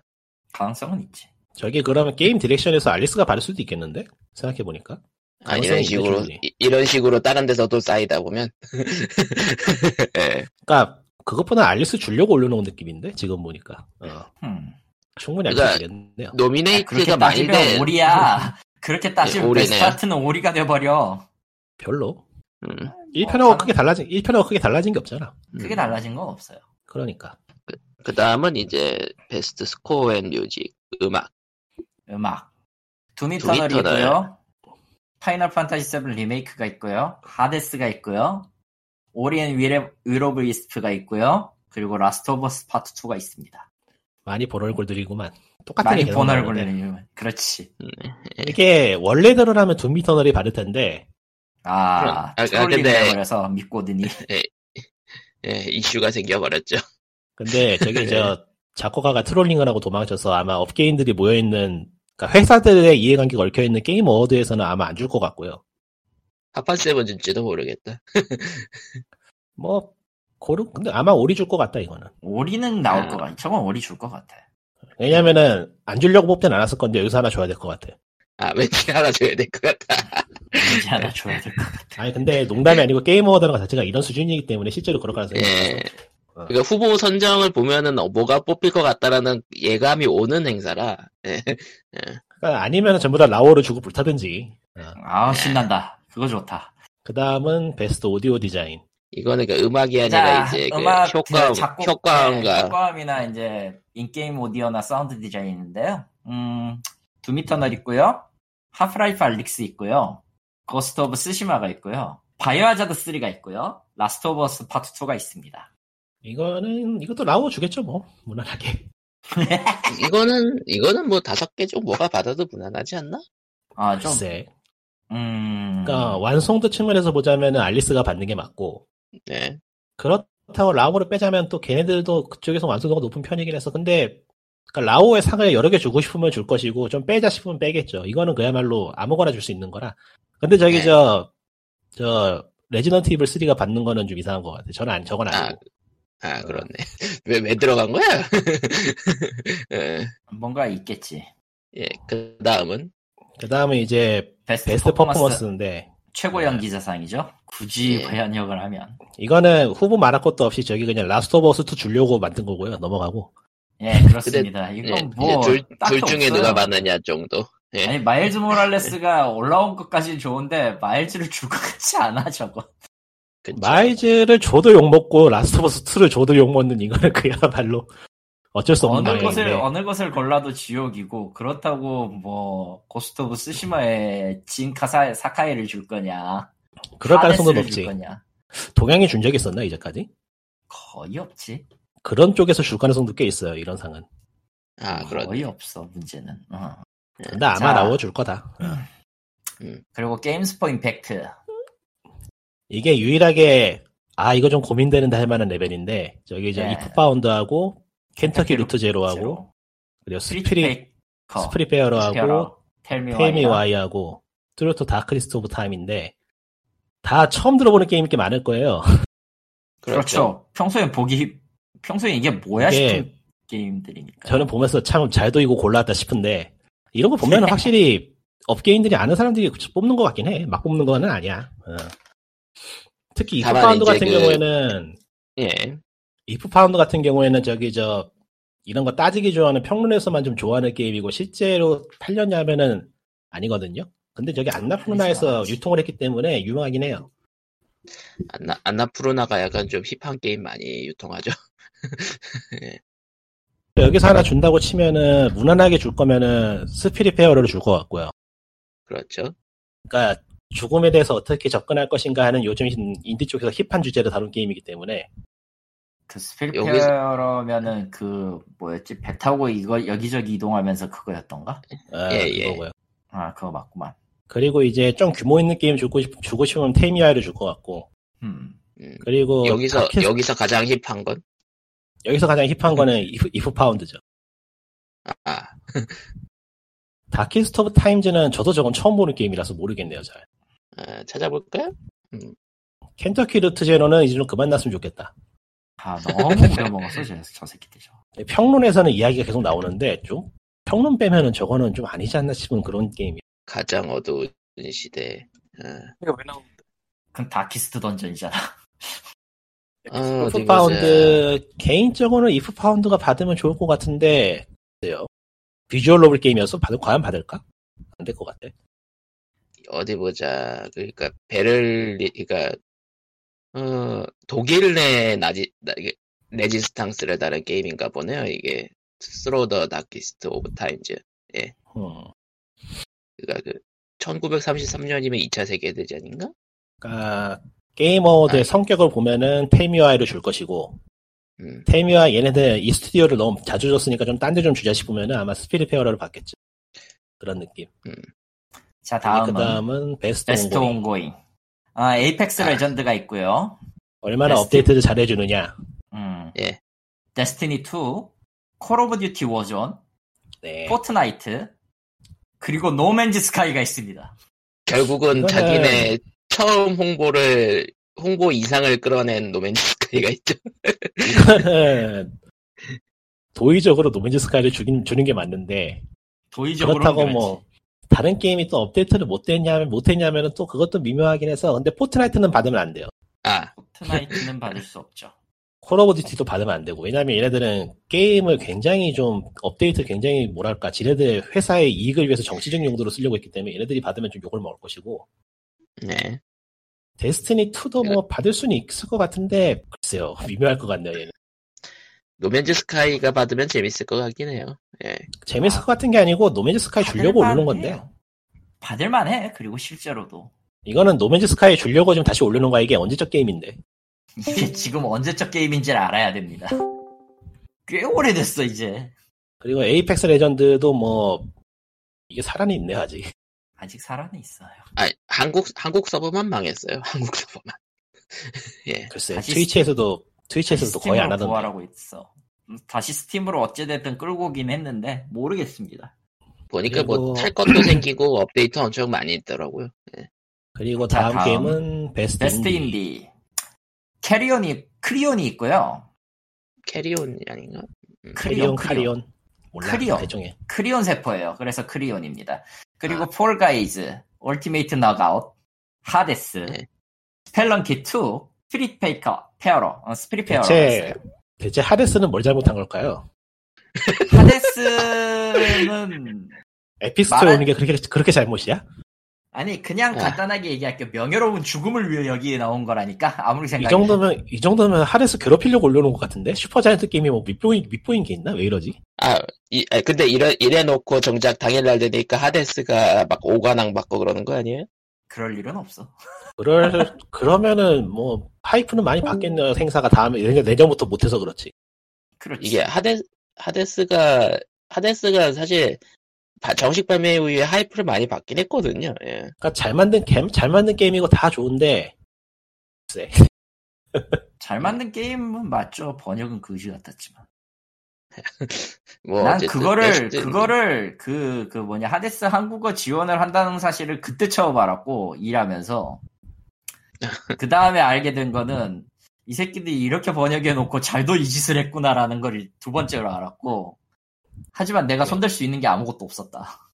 [SPEAKER 2] 가능성은 있지.
[SPEAKER 3] 저기 그러면 게임 디렉션에서 알리스가 받을 수도 있겠는데 생각해 보니까.
[SPEAKER 1] 아,
[SPEAKER 3] 가능성이
[SPEAKER 1] 이런
[SPEAKER 3] 있겠죠,
[SPEAKER 1] 식으로,
[SPEAKER 3] 충분히.
[SPEAKER 1] 이, 런 식으로 다른 데서도 쌓이다 보면. 예.
[SPEAKER 3] 그러니까 그것보다 알리스 주려고 올려놓은 느낌인데 지금 보니까 어,
[SPEAKER 2] 흠.
[SPEAKER 3] 충분히 알수
[SPEAKER 1] 그러니까
[SPEAKER 3] 있겠네요.
[SPEAKER 1] 노미네이트가
[SPEAKER 2] 아, 그렇게
[SPEAKER 1] 많이
[SPEAKER 2] 따지면
[SPEAKER 1] 된.
[SPEAKER 2] 오리야. 그렇게 따지면
[SPEAKER 1] 네, 오리네요.
[SPEAKER 2] 베스트하트는 오리가 돼버려.
[SPEAKER 3] 별로.
[SPEAKER 1] 음,
[SPEAKER 3] 1편하고
[SPEAKER 2] 어,
[SPEAKER 3] 크게 달라진 1편하고 크게 달라진 게 없잖아.
[SPEAKER 2] 크게 달라진 건 없어요.
[SPEAKER 3] 그러니까
[SPEAKER 1] 그 다음은 이제 베스트 스코어 앤 뮤직, 음악.
[SPEAKER 2] 음악. 두미
[SPEAKER 1] 두미
[SPEAKER 2] 터널이
[SPEAKER 1] 터널.
[SPEAKER 2] 있고요. 파이널 판타지 7 리메이크가 있고요. 하데스가 있고요. 오리엔 위로 오브 이스트가 있고요. 그리고 라스트 오브 스 파트 2가 있습니다.
[SPEAKER 3] 많이 본 얼굴들이구만. 똑같은
[SPEAKER 2] 많이
[SPEAKER 3] 게 계속
[SPEAKER 2] 본
[SPEAKER 3] 나오는데.
[SPEAKER 2] 얼굴이면 그렇지.
[SPEAKER 3] 이게 원래대로라면 둠비터널이 받을 텐데
[SPEAKER 1] 그럼.
[SPEAKER 2] 아,
[SPEAKER 1] 아, 아,
[SPEAKER 2] 트롤링
[SPEAKER 1] 근데-
[SPEAKER 2] 해버려서 믿고드니.
[SPEAKER 1] 예, 이슈가 생겨버렸죠.
[SPEAKER 3] 근데 저기 저 작곡가가 트롤링을 하고 도망쳐서 아마 업계인들이 모여있는 그러니까 회사들의 이해관계가 얽혀있는 게임 어워드에서는 아마 안 줄 것 같고요.
[SPEAKER 1] 파판 세븐 줄지도 모르겠다.
[SPEAKER 3] 뭐 고르 근데 아마 오리 줄 것 같다 이거는.
[SPEAKER 2] 오리는 나올
[SPEAKER 1] 아.
[SPEAKER 2] 것 같아. 저건 오리 줄 것 같아.
[SPEAKER 3] 왜냐면은 안 주려고 뽑진 않았을 건데 여기서 하나 줘야 될 것 같아.
[SPEAKER 1] 아, 왠지 하나 줘야 될 것 같다. 네,
[SPEAKER 2] 이제 하나 줘야 될 것 같아.
[SPEAKER 3] 아니 근데 농담이 아니고 게임 어워드라는 것 자체가 이런 수준이기 때문에 실제로 그럴 가능성이
[SPEAKER 1] 예.
[SPEAKER 3] 있어서
[SPEAKER 1] 그러니까 후보 선정을 보면은 어, 뭐가 뽑힐 것 같다라는 예감이 오는 행사라. 예.
[SPEAKER 3] 그러니까 아니면 전부 다 라오를 주고 불타든지
[SPEAKER 2] 아, 신난다.
[SPEAKER 1] 네.
[SPEAKER 2] 그거 좋다.
[SPEAKER 3] 그 다음은 베스트 오디오 디자인
[SPEAKER 1] 이거는 그 음악이 아니라 이제 그 효과음,
[SPEAKER 2] 네, 작곡,
[SPEAKER 1] 효과음과
[SPEAKER 2] 네, 효과음이나 이제 인게임 오디오나 사운드 디자인인데요. 음, 두미터널 있고요. 하프라이프 알릭스 있고요. 거스트 오브 스시마가 있고요. 바이오하자드 3가 있고요. 라스트 오브 어스 파트 2가 있습니다.
[SPEAKER 3] 이거는 이것도 라오 주겠죠 뭐 무난하게.
[SPEAKER 1] 이거는 이거는 뭐 다섯 개죠. 뭐가 받아도 무난하지 않나?
[SPEAKER 2] 아, 좀,
[SPEAKER 3] 글쎄.
[SPEAKER 2] 음.
[SPEAKER 3] 그러니까 완성도 측면에서 보자면은 알리스가 받는 게 맞고
[SPEAKER 1] 네.
[SPEAKER 3] 그렇다고 라오를 빼자면 또 걔네들도 그쪽에서 완성도가 높은 편이긴 해서 근데 그러니까 라오의 상을 여러 개 주고 싶으면 줄 것이고 좀 빼자 싶으면 빼겠죠. 이거는 그야말로 아무거나 줄 수 있는 거라. 근데 저기
[SPEAKER 1] 네.
[SPEAKER 3] 저, 저 레지던트 이블 3가 받는 거는 좀 이상한 것 같아. 저는 안, 저건 아니고.
[SPEAKER 1] 아 그렇네. 왜 왜 들어간 거야? 예.
[SPEAKER 2] 뭔가 있겠지.
[SPEAKER 1] 예. 그 다음은
[SPEAKER 3] 그 다음에 이제
[SPEAKER 2] 베스트,
[SPEAKER 3] 베스트
[SPEAKER 2] 아, 퍼포먼스,
[SPEAKER 3] 퍼포먼스인데
[SPEAKER 2] 최고 연기자상이죠. 굳이
[SPEAKER 1] 네. 예.
[SPEAKER 2] 그 현역을 하면.
[SPEAKER 3] 이거는 후보 말할 것도 없이 저기 그냥 라스트 오브 어스 2 주려고 만든 거고요. 넘어가고.
[SPEAKER 2] 예, 그렇습니다.
[SPEAKER 1] 예,
[SPEAKER 2] 이건
[SPEAKER 1] 이제
[SPEAKER 2] 뭐,
[SPEAKER 1] 둘,
[SPEAKER 2] 딱히
[SPEAKER 1] 둘 중에
[SPEAKER 2] 없어요.
[SPEAKER 1] 누가 많으냐 정도. 예.
[SPEAKER 2] 아니, 마일즈 모랄레스가 올라온 것까지는 좋은데, 마일즈를 줄 것 같지 않아, 저거.
[SPEAKER 1] 그쵸.
[SPEAKER 3] 마이즈를 줘도 욕먹고 라스트 오브 어스 2를 줘도 욕먹는 이거는 그야말로 어쩔 수 없는
[SPEAKER 2] 어느 것을,
[SPEAKER 3] 방향인데
[SPEAKER 2] 어느 것을 골라도 지옥이고, 그렇다고 뭐, 고스트 오브 스시마에 진카사, 사카이를 줄 거냐.
[SPEAKER 3] 그럴 가능성도
[SPEAKER 2] 하데스를 줄
[SPEAKER 3] 높지.
[SPEAKER 2] 거냐.
[SPEAKER 3] 동양이 준 적이 있었나 이제까지?
[SPEAKER 2] 거의 없지.
[SPEAKER 3] 그런 쪽에서 줄 가능성도 꽤 있어요. 이런 상은.
[SPEAKER 1] 아 그렇네.
[SPEAKER 2] 거의 없어, 문제는. 어.
[SPEAKER 3] 근데 아마
[SPEAKER 2] 자.
[SPEAKER 3] 라워 줄 거다.
[SPEAKER 2] 그리고 게임스포 임팩트.
[SPEAKER 3] 이게 유일하게 아 이거 좀 고민되는데 할 만한 레벨인데 저기 이제
[SPEAKER 2] 네.
[SPEAKER 3] 이프파운드하고 켄터키
[SPEAKER 2] 켄터키
[SPEAKER 3] 루트 뭐 제로하고
[SPEAKER 2] 제로.
[SPEAKER 3] 그리고 스피릿
[SPEAKER 2] 스피릿 베이커.
[SPEAKER 3] 스피릿 페어로하고
[SPEAKER 2] 텔미
[SPEAKER 3] 페이미
[SPEAKER 2] 와이.
[SPEAKER 3] 와이하고 트루토 다크리스트 오브 타임인데 다 처음 들어보는 게임이 꽤 많을 거예요.
[SPEAKER 2] 그렇죠. 평소에 보기, 평소에 이게 뭐야
[SPEAKER 3] 이게
[SPEAKER 2] 싶은 게임들이니까.
[SPEAKER 3] 저는 보면서 참 잘도 이고 골랐다 싶은데 이런 거 보면 확실히 업계인들이 아는 사람들이 뽑는 것 같긴 해. 막 뽑는 거는 아니야. 어. 특히
[SPEAKER 1] 다만
[SPEAKER 3] 이프파운드
[SPEAKER 1] 이제
[SPEAKER 3] 같은
[SPEAKER 1] 그-
[SPEAKER 3] 경우에는
[SPEAKER 1] 예.
[SPEAKER 3] 이프 파운드 같은 경우에는 저기 저 이런 거 따지기 좋아하는 평론에서만 좀 좋아하는 게임이고 실제로 팔렸냐 하면은 아니거든요. 근데 저기 안나푸르나에서
[SPEAKER 2] 아니지.
[SPEAKER 3] 유통을 했기 때문에 유명하긴 해요.
[SPEAKER 1] 안나 안나프로나가 약간 좀 힙한 게임 많이 유통하죠.
[SPEAKER 3] 여기서 하나 준다고 치면은 무난하게 줄 거면은 스피릿 페어를 줄 것 같고요.
[SPEAKER 1] 그렇죠.
[SPEAKER 3] 그러니까 죽음에 대해서 어떻게 접근할 것인가 하는 요즘 인디 쪽에서 힙한 주제를 다룬 게임이기 때문에
[SPEAKER 2] 그 스피릿
[SPEAKER 1] 여기서-
[SPEAKER 2] 페어로면은 그, 뭐였지? 배 타고 이거 여기저기 이동하면서 그거였던가?
[SPEAKER 3] 어,
[SPEAKER 1] 예, 예.
[SPEAKER 3] 그거고요.
[SPEAKER 2] 아, 그거 맞구만.
[SPEAKER 3] 그리고 이제 좀 규모 있는 게임 주고 싶 주고 싶으면 테미아이를 줄 것 같고
[SPEAKER 2] 음.
[SPEAKER 1] 음.
[SPEAKER 3] 그리고
[SPEAKER 1] 여기서
[SPEAKER 3] 뭐
[SPEAKER 1] 음.
[SPEAKER 3] 다키스-
[SPEAKER 1] 여기서 가장 힙한 건
[SPEAKER 3] 여기서 가장 힙한 거는 이프- 이프 파운드죠.
[SPEAKER 1] 아,
[SPEAKER 3] 다키스토브 타임즈는 저도 저건 처음 보는 게임이라서 모르겠네요, 잘.
[SPEAKER 1] 아, 찾아볼까요?
[SPEAKER 3] 켄터키 루트 제로는 이제 좀 그만 났으면 좋겠다.
[SPEAKER 2] 아, 너무 오래 먹었어, 저, 저 새끼들이.
[SPEAKER 3] 평론에서는 이야기가 계속 나오는데, 좀, 평론 빼면은 저거는 좀 아니지 않나 싶은 그런 게임이에요.
[SPEAKER 1] 가장 어두운 시대. 아,
[SPEAKER 4] 그러니까 왜 나오는데?
[SPEAKER 2] 그럼 다키스트 던전이잖아.
[SPEAKER 1] 어,
[SPEAKER 4] 그
[SPEAKER 1] 어디
[SPEAKER 3] 이프
[SPEAKER 1] 보자.
[SPEAKER 3] 파운드, 개인적으로는 이프 파운드가 받으면 좋을 것 같은데, 글쎄요. 비주얼 로블 게임이어서 받을, 과연 받을까? 안 될 것 같아.
[SPEAKER 1] 어디 보자. 그러니까 베를린, 그러니까 어, 독일 내 나지 나- 이게 레지스탕스를 다룬 게임인가 보네요. 이게 스로더 다키스트 오브 타임즈.
[SPEAKER 3] 음.
[SPEAKER 1] 그러니까 그 1933년이면 2차 세계 대전인가?
[SPEAKER 3] 그러니까, 게임 어워드의
[SPEAKER 1] 아.
[SPEAKER 3] 성격을 보면은 테미와이를 줄 것이고,
[SPEAKER 1] 음,
[SPEAKER 3] 테미와 얘네들 이 스튜디오를 너무 자주 줬으니까 좀 딴 데 좀 주자 싶으면 아마 스피릿 페어러를 받겠지. 그런 느낌.
[SPEAKER 2] 자, 다음은.
[SPEAKER 3] 그 다음은 베스트
[SPEAKER 2] 베스트
[SPEAKER 3] 옹고
[SPEAKER 2] 온고잉. 아, 에이펙스
[SPEAKER 1] 아.
[SPEAKER 2] 레전드가 있고요.
[SPEAKER 3] 얼마나
[SPEAKER 2] 베스트.
[SPEAKER 3] 업데이트를 잘해주느냐.
[SPEAKER 2] 음.
[SPEAKER 1] 예.
[SPEAKER 2] 데스티니 2, 콜 오브 듀티 워존,
[SPEAKER 3] 네.
[SPEAKER 2] 포트나이트, 그리고 노맨즈 스카이가 있습니다.
[SPEAKER 1] 결국은
[SPEAKER 3] 이거는-
[SPEAKER 1] 자기네 처음 홍보를 홍보 이상을 끌어낸 노맨즈 스카이가 있죠.
[SPEAKER 3] 이거는 도의적으로 노맨즈 스카이를 주긴, 주는 게 맞는데
[SPEAKER 2] 도의적으로.
[SPEAKER 3] 그렇다고 뭐 다른 게임이 또 업데이트를 못했냐면 못했냐면은 또 그것도 미묘하긴 해서 근데 포트나이트는 받으면 안 돼요.
[SPEAKER 1] 아,
[SPEAKER 2] 포트나이트는 받을 수 없죠.
[SPEAKER 3] 콜 오브 듀티도 받으면 안 되고 왜냐면 얘네들은 게임을 굉장히 좀 업데이트 굉장히 뭐랄까 지네들 회사의 이익을 위해서 정치적 용도로 쓰려고 했기 때문에 얘네들이 받으면 좀 욕을 먹을 것이고
[SPEAKER 1] 네.
[SPEAKER 3] 데스티니 2도 뭐 받을 수는 있을 것 같은데 글쎄요 미묘할 것 같네요 얘는
[SPEAKER 1] 노맨즈 스카이가 받으면 재밌을 것 같긴 해요. 예.
[SPEAKER 3] 재밌을 것 같은 게 아니고 노맨즈 스카이 주려고
[SPEAKER 2] 받을
[SPEAKER 3] 오르는
[SPEAKER 2] 만해요.
[SPEAKER 3] 건데
[SPEAKER 2] 받을만해. 그리고 실제로도
[SPEAKER 3] 이거는 노맨즈 스카이 주려고 지금 다시 올려놓은 거야. 이게 언제적 게임인데.
[SPEAKER 2] 이게
[SPEAKER 3] 음.
[SPEAKER 2] 지금 언제적 게임인지를 알아야 됩니다. 꽤 오래됐어 이제.
[SPEAKER 3] 그리고 에이펙스 레전드도 뭐, 이게 사람이 있네, 아직.
[SPEAKER 2] 아직 살아는 있어요.
[SPEAKER 1] 아 한국 한국 서버만 망했어요. 한국 서버만. 예.
[SPEAKER 3] 글쎄,
[SPEAKER 2] 다시
[SPEAKER 3] 트위치에서도, 트위치에서도 거의 안
[SPEAKER 2] 스팀으로
[SPEAKER 3] 하던데.
[SPEAKER 2] 부활하고 있어. 음, 다시 스팀으로 어찌됐든 끌고 오긴 했는데 모르겠습니다.
[SPEAKER 1] 보니까 뭐
[SPEAKER 3] 그리고-
[SPEAKER 1] 탈 것도 생기고 업데이트 엄청 많이 있더라고요.
[SPEAKER 3] 그리고
[SPEAKER 2] 자,
[SPEAKER 3] 다음,
[SPEAKER 2] 다음.
[SPEAKER 3] 게임은 베스트,
[SPEAKER 2] 베스트
[SPEAKER 3] 인디.
[SPEAKER 2] 인디 캐리온이 크리온이 있고요.
[SPEAKER 1] 캐리온 아닌가?
[SPEAKER 2] 크리온 크리온
[SPEAKER 3] 크리온, 카리온. 몰라.
[SPEAKER 2] 크리온.
[SPEAKER 3] 대충해.
[SPEAKER 2] 크리온 세포예요. 그래서 크리온입니다. 그리고
[SPEAKER 1] 아.
[SPEAKER 2] 폴가이즈, 올티메이트 너가웃, 하데스,
[SPEAKER 1] 네.
[SPEAKER 2] 스펠런키 2, 스피릿 페이커, 페어로, 어, 스피릿 페어로.
[SPEAKER 3] 대체, 대체 하데스는 뭘 잘못한 걸까요?
[SPEAKER 2] 하데스는
[SPEAKER 3] 에픽 스토어
[SPEAKER 2] 말할-
[SPEAKER 3] 오는 게 그렇게, 그렇게 잘못이야?
[SPEAKER 2] 아니 그냥
[SPEAKER 1] 아.
[SPEAKER 2] 간단하게 얘기할게요. 명예로운 죽음을 위해 여기에 나온 거라니까 아무리
[SPEAKER 3] 이
[SPEAKER 2] 생각해도.
[SPEAKER 3] 정도면, 이 정도면 하데스 괴롭히려고 올려놓은 것 같은데? 슈퍼자이언트 게임이 뭐 밑보인, 밑보인 게 있나? 왜 이러지?
[SPEAKER 1] 아, 이, 아, 근데 이래, 이래놓고 정작 당일날 되니까 하데스가 막 오관왕 받고 그러는 거 아니에요?
[SPEAKER 2] 그럴 일은 없어.
[SPEAKER 3] 그럴, 그러면은 뭐, 파이프는 많이 바뀌었네요. 행사가 다음에, 내년- 내년부터 못해서 그렇지.
[SPEAKER 2] 그렇지.
[SPEAKER 1] 이게 하데, 하데스가, 하데스가 사실 바- 정식 발매 후에 하이프를 많이 받긴 했거든요. 예.
[SPEAKER 3] 그러니까 잘 만든 게임, 잘 만든 게임이고 다 좋은데 글쎄.
[SPEAKER 2] 잘 만든 게임은 맞죠. 번역은 그지 같았지만.
[SPEAKER 1] 뭐,
[SPEAKER 2] 난
[SPEAKER 1] 어쨌든
[SPEAKER 2] 그거를
[SPEAKER 1] 베스트-
[SPEAKER 2] 그거를 그 그 뭐냐 하데스 한국어 지원을 한다는 사실을 그때 처음 알았고 일하면서 그 다음에 알게 된 거는 이 새끼들이 이렇게 번역해 놓고 잘도 이 짓을 했구나라는 걸 두 번째로 알았고 하지만
[SPEAKER 1] 네.
[SPEAKER 2] 내가 손댈 수 있는 게 아무것도 없었다.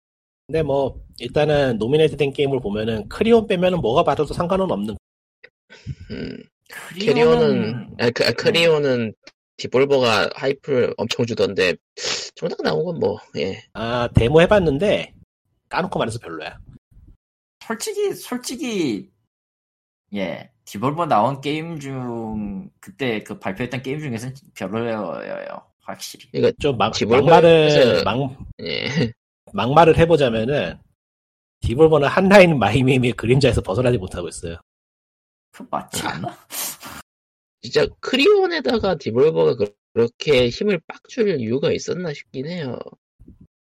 [SPEAKER 3] 근데 뭐 일단은 노미네이트 된 게임을 보면은 크리온 빼면은 뭐가 받아도 상관은 없는
[SPEAKER 1] 음,
[SPEAKER 2] 크리오는
[SPEAKER 1] 캐리온은, 아, 그, 아, 크리온은 디볼버가 하이프를 엄청 주던데, 정작 나온 건 뭐, 예.
[SPEAKER 3] 아 데모 해봤는데 까놓고 말해서 별로야
[SPEAKER 2] 솔직히 솔직히 예 디볼버 나온 게임 중 그때 그 발표했던 게임 중에서는 별로예요 확실히
[SPEAKER 3] 좀 막,
[SPEAKER 1] 지불
[SPEAKER 3] 막말을
[SPEAKER 1] 그래서-
[SPEAKER 3] 막,
[SPEAKER 1] 예.
[SPEAKER 3] 막말을 해보자면은 디볼버는 한라인 마이미미의 그림자에서 벗어나지 못하고 있어요
[SPEAKER 2] 그 맞지 않나?
[SPEAKER 1] 진짜 크리온에다가 디볼버가 그- 그렇게 힘을 빡 줄 이유가 있었나 싶긴 해요.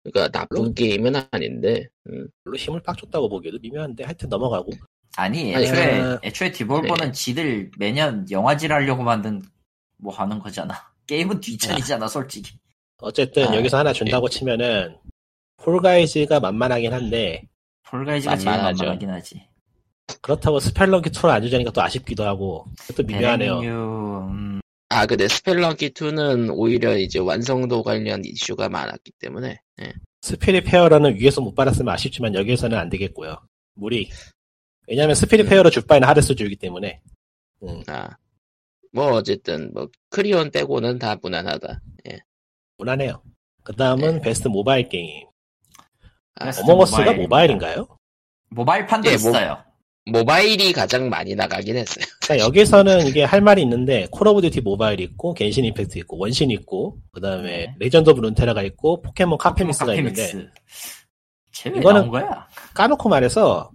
[SPEAKER 1] 그러니까 나쁜 게임은 아닌데, 음.
[SPEAKER 3] 별로 힘을 빡 줬다고 보기에도 미묘한데 하여튼 넘어가고
[SPEAKER 2] 아니
[SPEAKER 1] 아니,
[SPEAKER 2] 애초에
[SPEAKER 3] 그-
[SPEAKER 2] 애초에 디볼버는 지들 매년 영화질 하려고 만든 뭐 하는 거잖아 게임은 뒷전이잖아 솔직히
[SPEAKER 3] 어쨌든
[SPEAKER 1] 아,
[SPEAKER 3] 여기서 하나 준다고 치면은 폴가이즈가 만만하긴 한데
[SPEAKER 2] 폴가이즈가 제일
[SPEAKER 1] 만만하죠.
[SPEAKER 2] 만만하긴 하지
[SPEAKER 3] 그렇다고 스펠런키 2를 안 주자니까 또 아쉽기도 하고 또 미묘하네요
[SPEAKER 2] 베레미유, 음,
[SPEAKER 1] 아, 근데 스펠런키 2는 오히려 이제 완성도 관련 이슈가 많았기 때문에, 예.
[SPEAKER 3] 스피릿 페어라는 위에서 못 받았으면 아쉽지만 여기에서는 안 되겠고요. 무리. 왜냐하면
[SPEAKER 2] 네.
[SPEAKER 3] 스피릿 페어로 줄 바에는 하데스 주기 때문에. 음,
[SPEAKER 1] 아, 뭐, 어쨌든, 뭐, 크리온 빼고는 다 무난하다.
[SPEAKER 3] 무난해요. 그 다음은 베스트 모바일 게임.
[SPEAKER 1] 아,
[SPEAKER 2] 네. 베스트
[SPEAKER 3] 어몽어스가
[SPEAKER 2] 모바일입니다.
[SPEAKER 3] 모바일인가요?
[SPEAKER 2] 모바일판도
[SPEAKER 1] 예, 모-
[SPEAKER 2] 있어요
[SPEAKER 1] 모바일이 가장 많이 나가긴 했어요.
[SPEAKER 3] 그러니까 여기서는 이게 할 말이 있는데 콜 오브 듀티 모바일 있고 겐신 임팩트 있고 원신 있고 그 다음에
[SPEAKER 2] 네.
[SPEAKER 3] 레전드 오브 룬테라가 있고 포켓몬 카페믹스가 있는데
[SPEAKER 2] 카페믹스 뭐 쟤왜
[SPEAKER 3] 이거는-
[SPEAKER 2] 나온 거야?
[SPEAKER 3] 까놓고 말해서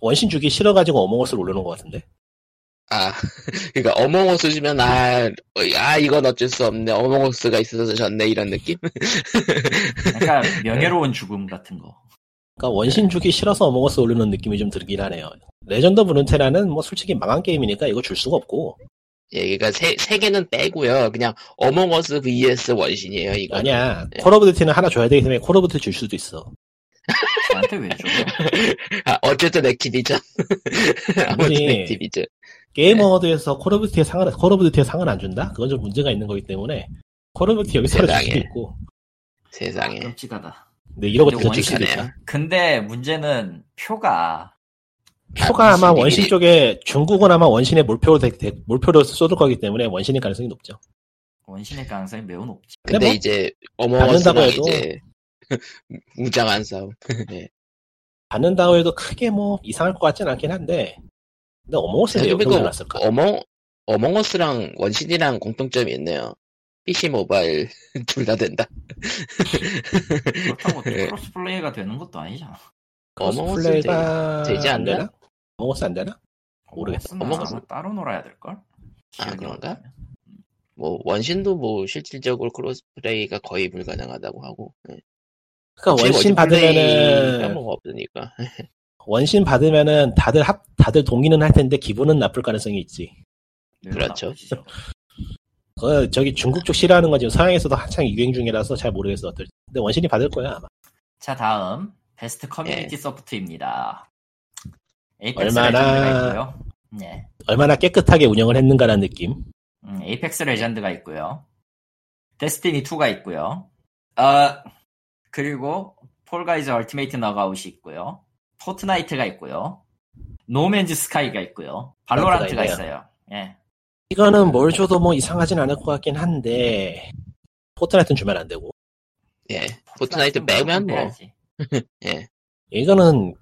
[SPEAKER 3] 원신 주기 싫어가지고 어몽어스를 올려놓은 것 같은데
[SPEAKER 1] 아, 그러니까 어몽어스 주면 아, 어이, 아 이건 어쩔 수 없네. 어몽어스가 있어서 졌네 이런 느낌?
[SPEAKER 2] 그러니까 명예로운 죽음 같은 거 네.
[SPEAKER 3] 그러니까 원신 주기 싫어서 어몽어스 올리는 느낌이 좀 들긴 하네요. 레전드 오브 룬테라는 뭐 솔직히 망한 게임이니까 이거 줄 수가 없고
[SPEAKER 1] 예, 그러니까 세, 세 개는 빼고요. 그냥 어몽어스 vs 원신이에요. 이거.
[SPEAKER 3] 아니야
[SPEAKER 1] 네.
[SPEAKER 3] 콜 오브 듀티는 하나 줘야 되기 때문에 콜 오브 듀티 줄 수도 있어.
[SPEAKER 2] 저한테 왜 줘?
[SPEAKER 1] 아, 어쨌든 액티비전. 아무튼
[SPEAKER 3] 아니.
[SPEAKER 1] 액티비전.
[SPEAKER 3] 게임
[SPEAKER 1] 네.
[SPEAKER 3] 어워드에서 콜 오브 듀티에 상을 콜 오브 듀티에 상을 안 준다? 그건 좀 문제가 있는 거기 때문에 콜 오브 듀티 여기서 줄 수도
[SPEAKER 1] 세상에.
[SPEAKER 3] 있고
[SPEAKER 1] 세상에.
[SPEAKER 3] 아,
[SPEAKER 2] 끔찍하다
[SPEAKER 3] 근데 이러고
[SPEAKER 2] 근데
[SPEAKER 3] 진짜 줄 수도 있어.
[SPEAKER 1] 원신이네요.
[SPEAKER 2] 근데 문제는 표가
[SPEAKER 3] 표가 아마
[SPEAKER 1] 원신이
[SPEAKER 3] 원신
[SPEAKER 1] 미리-
[SPEAKER 3] 쪽에 중국은 아마 원신의 몰표로 되- 되- 몰표로 쏟을 거기 때문에 원신일 가능성이 높죠.
[SPEAKER 2] 원신의 가능성이 매우 높지
[SPEAKER 1] 근데
[SPEAKER 3] 근데 뭐
[SPEAKER 1] 이제
[SPEAKER 3] 받는다고
[SPEAKER 1] 어몽어스랑
[SPEAKER 3] 해도-
[SPEAKER 1] 이제 우장한 싸움. 예.
[SPEAKER 3] 받는다고 해도 크게 뭐 이상할 것 같진 않긴 한데 근데 어몽어스는 왜
[SPEAKER 1] 그리고
[SPEAKER 3] 그렇게 났을까?
[SPEAKER 1] 어몽 어몽어스랑 원신이랑 공통점이 있네요. PC 모바일 둘 다 된다.
[SPEAKER 2] 그렇다고
[SPEAKER 1] 예.
[SPEAKER 2] 크로스 플레이가 되는 것도 아니잖아
[SPEAKER 1] 어몽어스
[SPEAKER 3] 플레이가
[SPEAKER 1] 되지 않나?
[SPEAKER 3] 어몽어스 안 되나? 모르겠어.
[SPEAKER 1] 어먹었어.
[SPEAKER 2] 먹었어. 따로 놀아야 될 걸?
[SPEAKER 1] 아, 그런가? 뭐 원신도 뭐 실질적으로 크로스플레이가 거의 불가능하다고 하고 예.
[SPEAKER 3] 그러니까
[SPEAKER 1] 지금
[SPEAKER 3] 원신
[SPEAKER 1] 어디 뭐 플레이가
[SPEAKER 3] 받으면은
[SPEAKER 1] 뭐가 없으니까
[SPEAKER 3] 원신 받으면은 다들 합 다들 동의는 할 텐데 기분은 나쁠 가능성이 있지.
[SPEAKER 1] 그렇죠.
[SPEAKER 3] 그 저기 중국 쪽 싫어하는 건 지금 서양에서도 한창 유행 중이라서 잘 모르겠어 어떨지. 근데 원신이 받을 거야 아마.
[SPEAKER 2] 자 다음 베스트
[SPEAKER 1] 예.
[SPEAKER 2] 커뮤니티 소프트입니다. 에이펙스
[SPEAKER 3] 얼마나-
[SPEAKER 2] 레전드가 있고요. 네,
[SPEAKER 3] 얼마나 깨끗하게 운영을 했는가라는 느낌.
[SPEAKER 2] 음, 에이펙스 레전드가 있고요. 데스티니 2가 있고요. 아 그리고 폴가이즈 얼티메이트 너가웃이 있고요. 포트나이트가 있고요. 노맨즈 스카이가 있고요. 발로란트가
[SPEAKER 3] 발로란트가
[SPEAKER 2] 있어요. 예.
[SPEAKER 3] 이거는 뭘 줘도 뭐 이상하진 않을 것 같긴 한데 포트나이트는 주면 안 되고.
[SPEAKER 1] 예
[SPEAKER 3] 아,
[SPEAKER 1] 포트나이트 빼면 뭐
[SPEAKER 2] 빼야지.
[SPEAKER 1] 예.
[SPEAKER 3] 이거는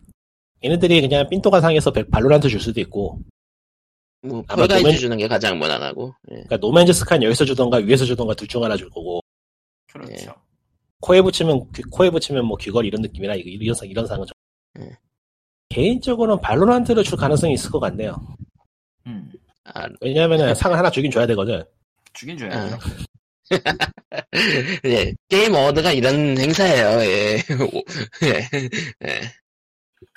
[SPEAKER 3] 얘네들이 그냥 삔또가 상에서 백- 발로란트 줄 수도 있고
[SPEAKER 1] 뭐
[SPEAKER 3] 아마
[SPEAKER 1] 폴가이즈
[SPEAKER 3] 노멘-
[SPEAKER 1] 주는 게 가장 무난하고 예.
[SPEAKER 3] 그러니까 노맨즈 스카는 여기서 주던가 위에서 주던가 둘 중 하나 줄 거고
[SPEAKER 2] 그렇죠.
[SPEAKER 3] 코에 붙이면 귀- 코에 붙이면 뭐 귀걸이 이런 느낌이나 이- 이런 상 이런 상은 좀
[SPEAKER 1] 네.
[SPEAKER 3] 개인적으로는 발로란트를 줄 가능성이 있을 것 같네요.
[SPEAKER 2] 음,
[SPEAKER 1] 아,
[SPEAKER 3] 왜냐하면 상을 하나 주긴 줘야 되거든.
[SPEAKER 2] 죽인 줘야죠.
[SPEAKER 1] 예, 게임 어워드가 이런 행사예요. 예. 오, 예. 예.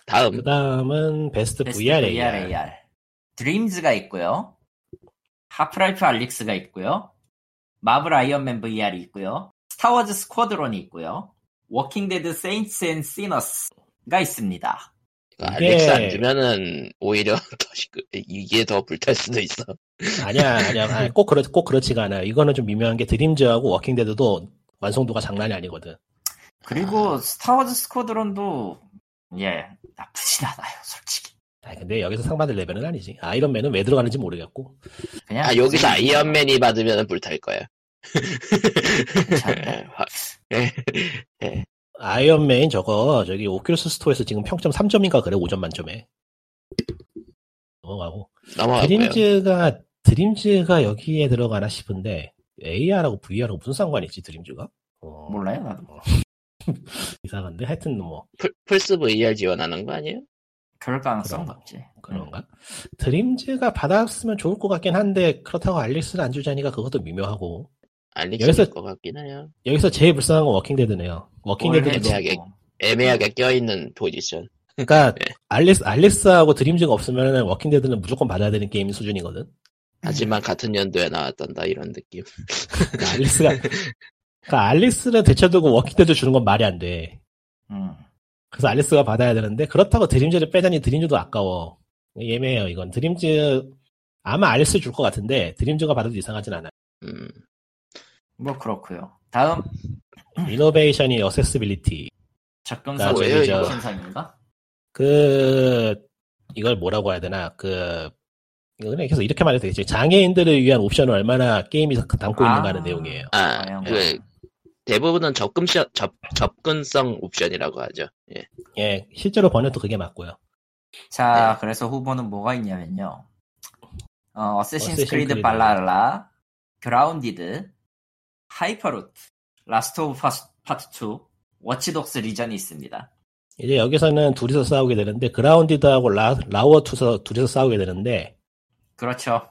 [SPEAKER 1] 다음
[SPEAKER 3] 그 다음은
[SPEAKER 1] 그
[SPEAKER 3] 베스트,
[SPEAKER 2] 베스트
[SPEAKER 3] VR AR.
[SPEAKER 2] VRAR. 드림즈가 있고요. 하프라이프 알릭스가 있고요. 마블 아이언맨 VR이 있고요. 스타워즈 스쿼드론이 있고요. 워킹데드 세인츠 앤 시너스가 있습니다.
[SPEAKER 1] 아, 알렉스
[SPEAKER 3] 이게-
[SPEAKER 1] 안 주면은 오히려 더 시끄- 이게 더 불탈 수도 있어.
[SPEAKER 3] 아니야, 아니야, 아니, 꼭 그렇 꼭 그렇지가 않아요. 이거는 좀 미묘한 게 드림즈하고 워킹데드도 완성도가 장난이 아니거든.
[SPEAKER 1] 아.
[SPEAKER 2] 그리고 스타워즈 스쿼드론도 예 나쁘진 않아요 솔직히.
[SPEAKER 3] 아, 근데 여기서 상 받을 레벨은 아니지. 아이언맨은 왜 들어가는지 모르겠고.
[SPEAKER 2] 그냥
[SPEAKER 1] 아 여기서
[SPEAKER 2] 그냥
[SPEAKER 1] 아이언맨이 받으면 불탈 예, 거야.
[SPEAKER 3] 아,
[SPEAKER 2] 괜찮네.
[SPEAKER 3] 아이언맨 저거 저기 오큘스 스토어에서 지금 평점 3점인가 그래 5점 만점에. 넘어가고.
[SPEAKER 1] 넘어가고요.
[SPEAKER 3] 드림즈가 드림즈가 여기에 들어가나 싶은데 AR하고 VR하고 무슨 상관이 있지 드림즈가? 어,
[SPEAKER 2] 몰라요 나도.
[SPEAKER 3] 이상한데 하여튼 뭐
[SPEAKER 1] 풀- 플스 VR 지원하는 거 아니에요?
[SPEAKER 2] 그럴 가능성
[SPEAKER 3] 그런가?
[SPEAKER 2] 높지. 음.
[SPEAKER 3] 그런가? 드림즈가 받았으면 좋을 것 같긴 한데 그렇다고 알릭스를 안 주자니까 그것도 미묘하고
[SPEAKER 1] 알렉스
[SPEAKER 3] 여기서-
[SPEAKER 1] 것 같긴 해요.
[SPEAKER 3] 여기서 제일 불쌍한 건 워킹데드네요.
[SPEAKER 2] 뭘
[SPEAKER 3] 워킹데드는
[SPEAKER 1] 해도-
[SPEAKER 3] 너-
[SPEAKER 2] 해도 뭐.
[SPEAKER 1] 애매하게
[SPEAKER 3] 음.
[SPEAKER 1] 껴있는 포지션.
[SPEAKER 3] 그러니까
[SPEAKER 1] 네.
[SPEAKER 3] 알릭스 알릭스하고 드림즈가 없으면 워킹데드는 무조건 받아야 되는 게임 수준이거든.
[SPEAKER 1] 하지만 같은 연도에 나왔단다 이런 느낌.
[SPEAKER 3] 그러니까 알릭스가 그러니까 알릭스를 대체두고 워킹데드 주는 건 말이 안 돼.
[SPEAKER 2] 음.
[SPEAKER 3] 그래서 알리스가 받아야 되는데 그렇다고 드림즈를 빼자니 드림즈도 아까워 예매해요 이건 드림즈 아마 알리스 줄 것 같은데 드림즈가 받아도 이상하진 않아요
[SPEAKER 1] 음,
[SPEAKER 2] 뭐 그렇고요. 다음
[SPEAKER 3] 이노베이션이 어세스빌리티
[SPEAKER 2] 접근성
[SPEAKER 1] 뭐예요, 이거?
[SPEAKER 2] 신상인가?
[SPEAKER 3] 그 이걸 뭐라고 해야 되나 그 그냥 계속 이렇게 말해도 되겠지 장애인들을 위한 옵션을 얼마나 게임이 담고 있는가 하는
[SPEAKER 2] 아.
[SPEAKER 3] 내용이에요
[SPEAKER 1] 아,
[SPEAKER 2] 과연
[SPEAKER 1] 그 대부분은 접근 접 접근성 옵션이라고 하죠. 예.
[SPEAKER 3] 예 실제로 번역도 그게 맞고요
[SPEAKER 1] 네.
[SPEAKER 2] 자, 그래서 후보는 뭐가 있냐면요. 어, 어쌔신스
[SPEAKER 3] 어쌔신
[SPEAKER 2] 크리드
[SPEAKER 3] 크리드.
[SPEAKER 2] 발랄라, 그라운디드, 하이퍼루트, 라스트 오브 파스, 파트 2, 워치독스 리전이 있습니다.
[SPEAKER 3] 이제 여기서는 둘이서 싸우게 되는데 그라운디드하고 라, 라워 투서 둘이서 싸우게 되는데
[SPEAKER 2] 그렇죠.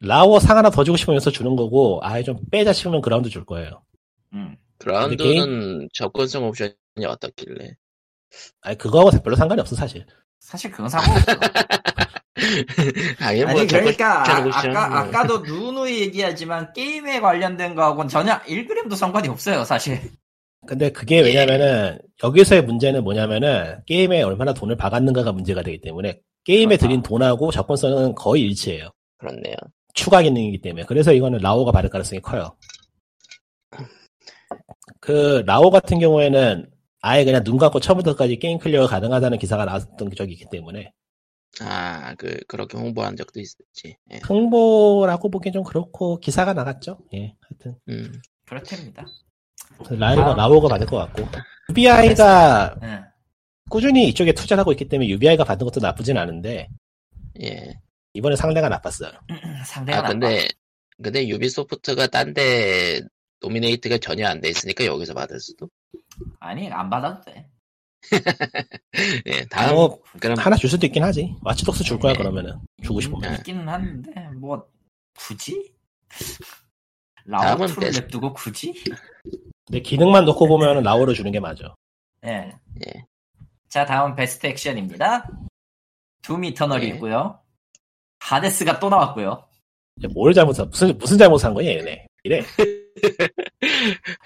[SPEAKER 3] 라워 상 하나 더 주고 싶으면서 주는 거고 아예 좀 빼자 싶으면 그라운드 줄 거예요
[SPEAKER 2] 음.
[SPEAKER 1] 그라운드는 접근성 옵션이 어떻길래?
[SPEAKER 3] 아니 그거하고 별로 상관이 없어 사실.
[SPEAKER 2] 사실 그건 상관없어.
[SPEAKER 1] 아니, 뭐
[SPEAKER 2] 아니,
[SPEAKER 1] 접근-
[SPEAKER 2] 그러니까, 아,
[SPEAKER 1] 접근 옵션,
[SPEAKER 2] 까
[SPEAKER 1] 뭐.
[SPEAKER 2] 아까도 누누이 얘기하지만 게임에 관련된 거하고는 전혀 1그램도 상관이 없어요, 사실.
[SPEAKER 3] 근데 그게 왜냐면은 여기서의 문제는 뭐냐면은 게임에 얼마나 돈을 박았는가가 문제가 되기 때문에 게임에
[SPEAKER 2] 그렇다.
[SPEAKER 3] 들인 돈하고 접근성은 거의 일치해요.
[SPEAKER 1] 그렇네요.
[SPEAKER 3] 추가 기능이기 때문에 그래서 이거는 라오가 받을 가능성이 커요. 그 라오 같은 경우에는 아예 그냥 눈 감고 처음부터까지 게임 클리어가 가능하다는 기사가 나왔던 적이 있기 때문에
[SPEAKER 1] 아, 그 그렇게 홍보한 적도 있었지. 예.
[SPEAKER 3] 흥보라고 보기엔 좀 그렇고 기사가 나갔죠. 예, 하여튼
[SPEAKER 1] 음.
[SPEAKER 2] 그렇답니다.
[SPEAKER 3] 라오가
[SPEAKER 2] 아. 네.
[SPEAKER 3] 라오가 받을 것 같고 그 UBI가
[SPEAKER 2] 응.
[SPEAKER 3] 꾸준히 이쪽에 투자를 하고 있기 때문에 UBI가 받는 것도 나쁘진 않은데
[SPEAKER 1] 예.
[SPEAKER 3] 이번에 상대가 나빴어요.
[SPEAKER 2] 상대가
[SPEAKER 1] 아
[SPEAKER 2] 나빠.
[SPEAKER 1] 근데 근데 유비소프트가 딴 데 노미네이트가 전혀 안 돼 있으니까 여기서 받을 수도.
[SPEAKER 2] 아니, 안 받아도 돼.
[SPEAKER 1] 예, 다음
[SPEAKER 3] 뭐,
[SPEAKER 1] 그럼 네.
[SPEAKER 3] 하나 줄 수도 있긴 하지. 와치독스 줄 거야 그러면은 주고
[SPEAKER 2] 음,
[SPEAKER 3] 싶으면.
[SPEAKER 2] 있기는 한데 뭐 굳이
[SPEAKER 1] 다음은
[SPEAKER 2] 라우프를
[SPEAKER 1] 베스트.
[SPEAKER 2] 냅두고 굳이?
[SPEAKER 3] 근데 기능만 놓고 보면은 라오를 주는 게 맞아.
[SPEAKER 2] 예.
[SPEAKER 1] 예.
[SPEAKER 2] 자 다음 베스트 액션입니다. 둠 이터널이
[SPEAKER 1] 예.
[SPEAKER 2] 있고요. 하데스가 또 나왔고요.
[SPEAKER 3] 이제 뭘 잘못한 무슨 무슨 잘못한 거야 얘네. 이래.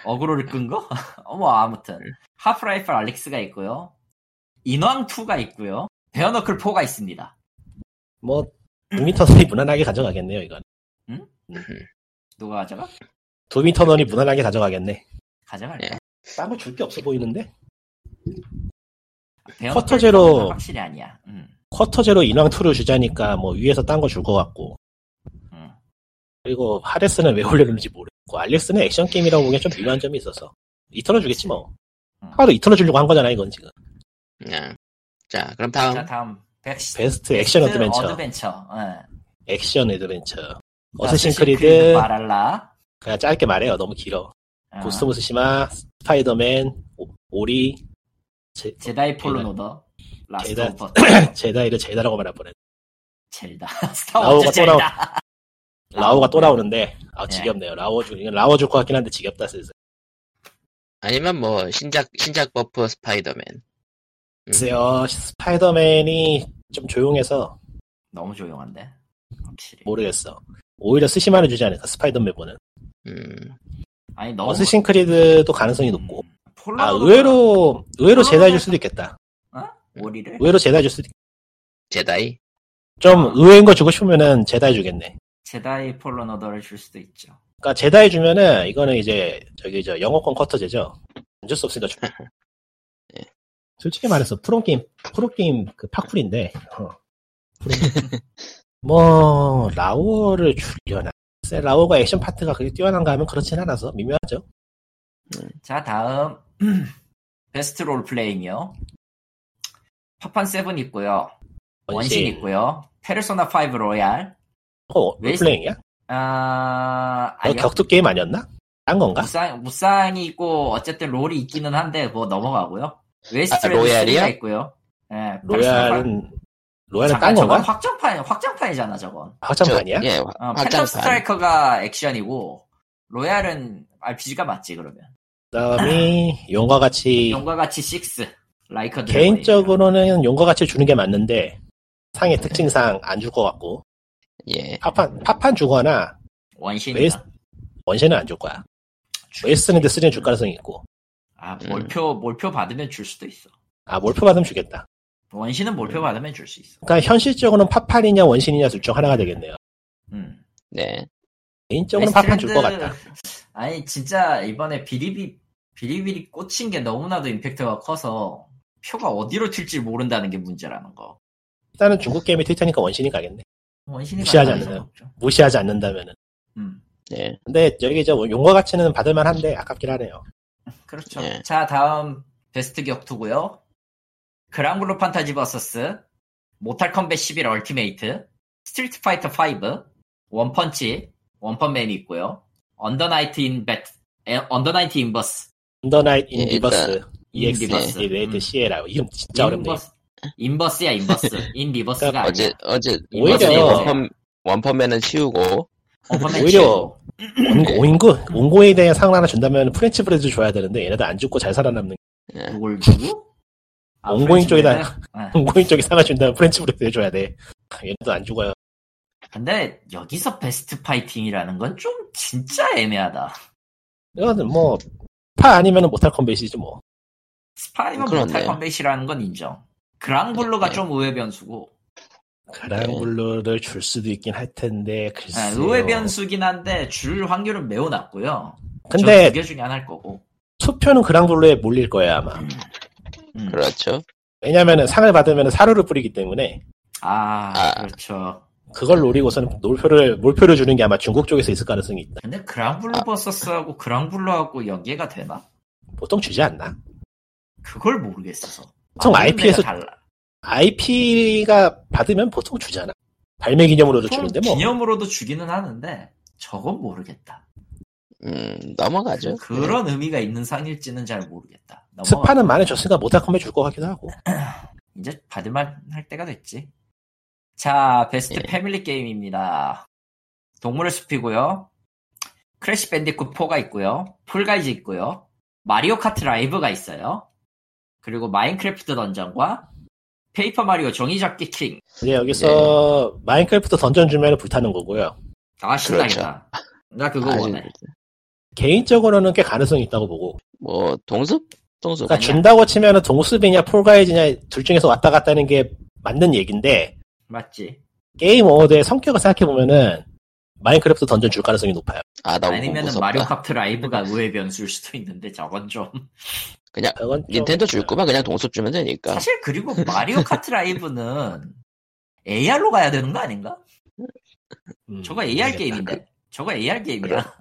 [SPEAKER 2] 어그로를 끈 거? 어머 아무튼
[SPEAKER 1] 예.
[SPEAKER 2] 하프라이프 알렉스가 있고요. 인왕 2가 있고요. 베어너클 4가 있습니다.
[SPEAKER 3] 뭐 2미터 선이 무난하게 가져가겠네요 이건.
[SPEAKER 2] 누가 가져가?
[SPEAKER 3] 2미터 선이 무난하게 가져가겠네.
[SPEAKER 2] 가져갈까?
[SPEAKER 1] 예.
[SPEAKER 3] 딴 거 줄 게 없어 보이는데.
[SPEAKER 2] 베어너클
[SPEAKER 3] 쿼터 제로.
[SPEAKER 2] 4가 확실히 아니야. 음,
[SPEAKER 3] 쿼터제로 인왕 2를 주자니까 뭐 위에서 딴 거 줄 것 같고.
[SPEAKER 2] 음.
[SPEAKER 3] 그리고 하데스는 왜 올려놓는지 모르겠고 뭐 알렉스는 액션 게임이라고 보기엔 좀 미묘한 점이 있어서 이터널 주겠지 뭐.
[SPEAKER 1] 음.
[SPEAKER 3] 하루 이터널 주려고 한 거잖아 이건 지금.
[SPEAKER 1] 그냥 아. 자 그럼 다음
[SPEAKER 2] 자 다음 베스트
[SPEAKER 3] 베스트 액션 어드벤처.
[SPEAKER 2] 어드벤처. 예.
[SPEAKER 3] 액션 어드벤처. 어쌔신
[SPEAKER 2] 어쌔신
[SPEAKER 3] 크리드
[SPEAKER 2] 마랄라.
[SPEAKER 3] 그냥 짧게 말해요. 너무 길어.
[SPEAKER 2] 어,
[SPEAKER 3] 고스트 무스시마, 스파이더맨, 오- 오리, 제,
[SPEAKER 2] 제다이 폴론 오더. 라스트
[SPEAKER 3] 제다-
[SPEAKER 2] 오브
[SPEAKER 3] 제다이를 제다라고 말할 뻔했.
[SPEAKER 2] 젤다.
[SPEAKER 3] 라오가
[SPEAKER 2] 스타워즈
[SPEAKER 3] 또 나오-
[SPEAKER 2] 젤다.
[SPEAKER 3] 라오가 또
[SPEAKER 2] 라오.
[SPEAKER 3] 나오는데 아 지겹네요. 라오 줄 이건 라오 줄 것 같긴 한데 지겹다 슬슬.
[SPEAKER 1] 아니면 뭐 신작 신작 버프 스파이더맨
[SPEAKER 3] 글쎄요 스파이더맨이 좀 조용해서
[SPEAKER 2] 너무 조용한데. 확실히.
[SPEAKER 3] 모르겠어. 오히려 스시마를 주지 않을까 스파이더맨보는.
[SPEAKER 1] 음,
[SPEAKER 2] 아니 너무
[SPEAKER 3] 어스신 크리드도 가능성이 높고.
[SPEAKER 2] 음, 폴론
[SPEAKER 3] 아
[SPEAKER 2] 오더가
[SPEAKER 3] 의외로 의외로
[SPEAKER 2] 폴론
[SPEAKER 3] 제다이
[SPEAKER 2] 오더가-
[SPEAKER 3] 줄 수도 있겠다.
[SPEAKER 2] 오리를
[SPEAKER 3] 의외로 제다이 줄 수도 있...
[SPEAKER 1] 제다이
[SPEAKER 3] 좀 의외인 거 주고 싶으면은 제다이 주겠네.
[SPEAKER 2] 제다이 폴론 오더를 줄 수도 있죠.
[SPEAKER 3] 그러니까 제다이 주면은 이거는 이제 저기 저 영어권 쿼터제죠. 안 줄 수 없으니까 주.
[SPEAKER 1] 예.
[SPEAKER 3] 솔직히 말해서 프로 게임 프로 게임 그 파쿨인데. 어. 프로- 뭐 라오를 줄려나. 글쎄, 라오가 액션 파트가 그렇게 뛰어난가 하면 그렇진 않아서 미묘하죠.
[SPEAKER 2] 자 다음 베스트 롤 플레잉이요. 파판 세븐 있고요. 원신 있고요. 페르소나 5 로얄.
[SPEAKER 3] 어, 롤플레잉이야?
[SPEAKER 2] 아,
[SPEAKER 3] 어,
[SPEAKER 2] 아니요.
[SPEAKER 3] 격투 게임 아니었나? 딴 건가?
[SPEAKER 2] 무쌍, 무쌍이 있고, 어쨌든 롤이 있기는 한데, 그거 넘어가고요. 웨스트
[SPEAKER 1] 아, 로얄이요?
[SPEAKER 2] 가 있고요. 예,
[SPEAKER 3] 로얄은 로얄은 딴
[SPEAKER 2] 잠깐, 저건
[SPEAKER 3] 건가?
[SPEAKER 2] 확장판, 확장판이잖아, 저건.
[SPEAKER 3] 확장판이야?
[SPEAKER 1] 저- 예
[SPEAKER 2] 어, 팬텀
[SPEAKER 1] 확장판
[SPEAKER 2] 스트라이커가 액션이고, 로얄은 RPG가 맞지, 그러면.
[SPEAKER 3] 그다음이 용과 같이
[SPEAKER 2] 용과 같이 6, 라이커 드래곤.
[SPEAKER 3] 네, 개인적으로는 용과 같이 주는 게 맞는데 상의 특징상 안 줄 것 같고
[SPEAKER 1] 예
[SPEAKER 3] 파판 파판 주거나
[SPEAKER 2] 원신.
[SPEAKER 3] 웨스- 원신은 안 줄 거야. 웨스는데 쓰리는 줄 가능성이 있고
[SPEAKER 2] 아, 몰표, 몰표 받으면 줄 수도 있어.
[SPEAKER 3] 아 몰프 받으면 주겠다.
[SPEAKER 2] 원신은
[SPEAKER 3] 음.
[SPEAKER 2] 몰표 받으면 줄 수 있어.
[SPEAKER 3] 그러니까 현실적으로는 파판이냐 원신이냐 둘 중 하나가 되겠네요.
[SPEAKER 2] 음.
[SPEAKER 1] 네.
[SPEAKER 3] 개인적으로는 파판 줄 것
[SPEAKER 2] 웨스트랜드-
[SPEAKER 3] 같다.
[SPEAKER 2] 아니 진짜 이번에 비리비 비리비리 꽂힌 게 너무나도 임팩트가 커서 표가 어디로 튈지 모른다는 게 문제라는 거. 뭐
[SPEAKER 3] 일단은 중국 게임이 튈 테니까 원신이 가겠네.
[SPEAKER 2] 원신이
[SPEAKER 3] 무시하지
[SPEAKER 2] 가능한
[SPEAKER 3] 않는다.
[SPEAKER 2] 이상 없죠.
[SPEAKER 3] 무시하지 않는다면은.
[SPEAKER 2] 음,
[SPEAKER 1] 네.
[SPEAKER 3] 근데 여기 저 용과 같이는 받을만 한데 아깝긴 하네요.
[SPEAKER 2] 그렇죠.
[SPEAKER 1] 예.
[SPEAKER 2] 자 다음 베스트 격투고요. 그랑블루 판타지 버서스 모탈 컴뱃 11 얼티메이트 스트리트 파이터 5 원펀치 원펀맨이 있고요. 언더나이트 인 배트 언더나이트 인버스
[SPEAKER 3] 언더나이트
[SPEAKER 1] 예,
[SPEAKER 3] 인 리버스
[SPEAKER 1] 일단,
[SPEAKER 3] EX
[SPEAKER 2] 리버스.
[SPEAKER 3] 레이트
[SPEAKER 2] 음.
[SPEAKER 3] CLR 이름 진짜 어렵네. 그러니까
[SPEAKER 2] 인버스, 인버스야 인버스 인 리버스가 아니야.
[SPEAKER 1] 어제 어제
[SPEAKER 3] 오히려-
[SPEAKER 1] 어제 원펀 원펀맨은 치우고
[SPEAKER 2] 원펀맨
[SPEAKER 3] 오히려-
[SPEAKER 2] 치고.
[SPEAKER 3] 온- 온고 온고에 대한 상을 하나 준다면 프렌치 브레드 줘야 되는데 얘네들 안 죽고 잘 살아남는
[SPEAKER 1] 예.
[SPEAKER 2] 누굴 누구?
[SPEAKER 3] 옹고잉 쪽이다.
[SPEAKER 2] 아,
[SPEAKER 3] 온고인 쪽이 상을 준다면 프렌치 브레드 해줘야 돼. 아, 얘네도 안 죽어요.
[SPEAKER 2] 근데 여기서 베스트 파이팅이라는 건 좀 진짜 애매하다.
[SPEAKER 3] 이거는 뭐 파 아니면은 못할 컴뱃이지 뭐.
[SPEAKER 2] 스파이면
[SPEAKER 1] 그렇네요.
[SPEAKER 2] 못할 컴뱃이라는 건 인정. 그랑블루가
[SPEAKER 1] 네.
[SPEAKER 2] 좀 의외 변수고
[SPEAKER 3] 그랑블루를 줄 수도 있긴 할 텐데 글쎄.
[SPEAKER 2] 네. 아, 의외 변수긴 한데 줄 확률은 매우 낮고요.
[SPEAKER 3] 근데
[SPEAKER 2] 두개 중에 하나일 거고.
[SPEAKER 3] 투표는 그랑블루에 몰릴 거예요 아마.
[SPEAKER 2] 음.
[SPEAKER 1] 그렇죠.
[SPEAKER 3] 왜냐면은 상을 받으면 사료를 뿌리기 때문에
[SPEAKER 2] 아,
[SPEAKER 1] 아.
[SPEAKER 2] 그렇죠.
[SPEAKER 3] 그걸 노리고서는 몰표를 몰표를 주는 게 아마 중국 쪽에서 있을 가능성이 있다.
[SPEAKER 2] 근데 그랑블루
[SPEAKER 3] 아.
[SPEAKER 2] 버서스하고 그랑블루하고 연계가 되나?
[SPEAKER 3] 보통 주지 않나?
[SPEAKER 2] 그걸 모르겠어서.
[SPEAKER 3] 보통
[SPEAKER 2] 완전
[SPEAKER 3] IP에서
[SPEAKER 2] 아, 내가 달라.
[SPEAKER 3] IP가 받으면 보통 주잖아. 발매 기념으로도
[SPEAKER 2] 보통
[SPEAKER 3] 주는데 뭐.
[SPEAKER 2] 기념으로도 주기는 하는데 저건 모르겠다.
[SPEAKER 1] 음, 넘어가죠. 네.
[SPEAKER 2] 그런 의미가 있는 상일지는 잘 모르겠다. 넘어가.
[SPEAKER 3] 네. 스파는 많이 줬으니까 모닥컴에 줄 것 같기도 하고.
[SPEAKER 2] 이제 받을만 할 때가 됐지. 자,
[SPEAKER 3] 예.
[SPEAKER 2] 베스트 패밀리 게임입니다. 동물의 숲이고요. 크래시 밴디쿠 4가 있고요. 풀가이즈 있고요. 마리오 카트 라이브가 있어요. 그리고 마인크래프트 던전과 페이퍼 마리오 종이접기 킹.
[SPEAKER 3] 근데
[SPEAKER 1] 예.
[SPEAKER 3] 여기서 마인크래프트 던전 주면 불타는 거고요.
[SPEAKER 2] 아, 신나겠다.
[SPEAKER 3] 그렇죠.
[SPEAKER 2] 나 그거
[SPEAKER 1] 아,
[SPEAKER 2] 원해.
[SPEAKER 3] 개인적으로는 꽤 가능성이 있다고 보고.
[SPEAKER 1] 뭐, 동숲? 동숲.
[SPEAKER 3] 그러니까 준다고 치면은 동숲이냐 폴가이즈냐 둘 중에서 왔다 갔다 하는 게 맞는 얘긴데
[SPEAKER 2] 맞지?
[SPEAKER 3] 게임 어워드의 성격을 생각해 보면은 마인크래프트 던전 줄 가능성이 높아요.
[SPEAKER 1] 아, 나 너무
[SPEAKER 2] 아니면은 마리오
[SPEAKER 1] 무섭다.
[SPEAKER 2] 카트 라이브가 우회 변수일 수도 있는데 저건 좀.
[SPEAKER 1] 그냥,
[SPEAKER 3] 그건 좀-
[SPEAKER 1] 닌텐도 줄 거면 그냥 동숲 주면 되니까.
[SPEAKER 2] 사실 그리고 마리오 카트 라이브는 AR로 가야 되는 거 아닌가?
[SPEAKER 3] 음,
[SPEAKER 2] 저거 AR
[SPEAKER 3] 모르겠다.
[SPEAKER 2] 게임인데. 저거 AR 게임이야.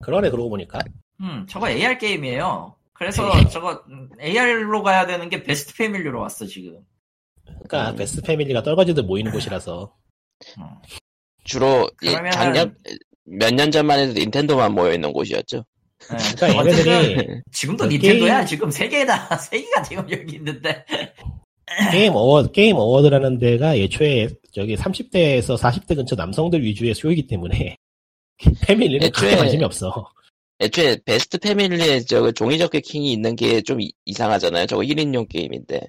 [SPEAKER 3] 그러네 그러고 보니까.
[SPEAKER 2] 음, 저거 AR 게임이에요. 그래서
[SPEAKER 3] 네.
[SPEAKER 2] 저거 AR로 가야 되는 게 베스트 패밀리로 왔어 지금.
[SPEAKER 3] 그러니까
[SPEAKER 1] 음.
[SPEAKER 3] 베스트 패밀리가 떨거지들 모이는 곳이라서
[SPEAKER 2] 음.
[SPEAKER 1] 주로, 예,
[SPEAKER 2] 그러면은-
[SPEAKER 1] 작년, 몇 년 전만 해도 닌텐도만 모여있는 곳이었죠.
[SPEAKER 2] 네.
[SPEAKER 3] 그러니까
[SPEAKER 2] 어쨌든
[SPEAKER 3] 얘네들이
[SPEAKER 2] 지금도
[SPEAKER 3] 그
[SPEAKER 2] 닌텐도야.
[SPEAKER 3] 게임-
[SPEAKER 2] 지금 세 개다. 세 개가 지금 여기 있는데.
[SPEAKER 3] 게임 어워드 게임 어워드라는 데가 예초에 저기 30대에서 40대 근처 남성들 위주의 수요이기 때문에 패밀리는 크게
[SPEAKER 1] 애초에-
[SPEAKER 3] 관심이 없어.
[SPEAKER 1] 애초에 베스트 패밀리에 저 종이접기 킹이 있는 게 좀 이상하잖아요. 저거 1인용 게임인데.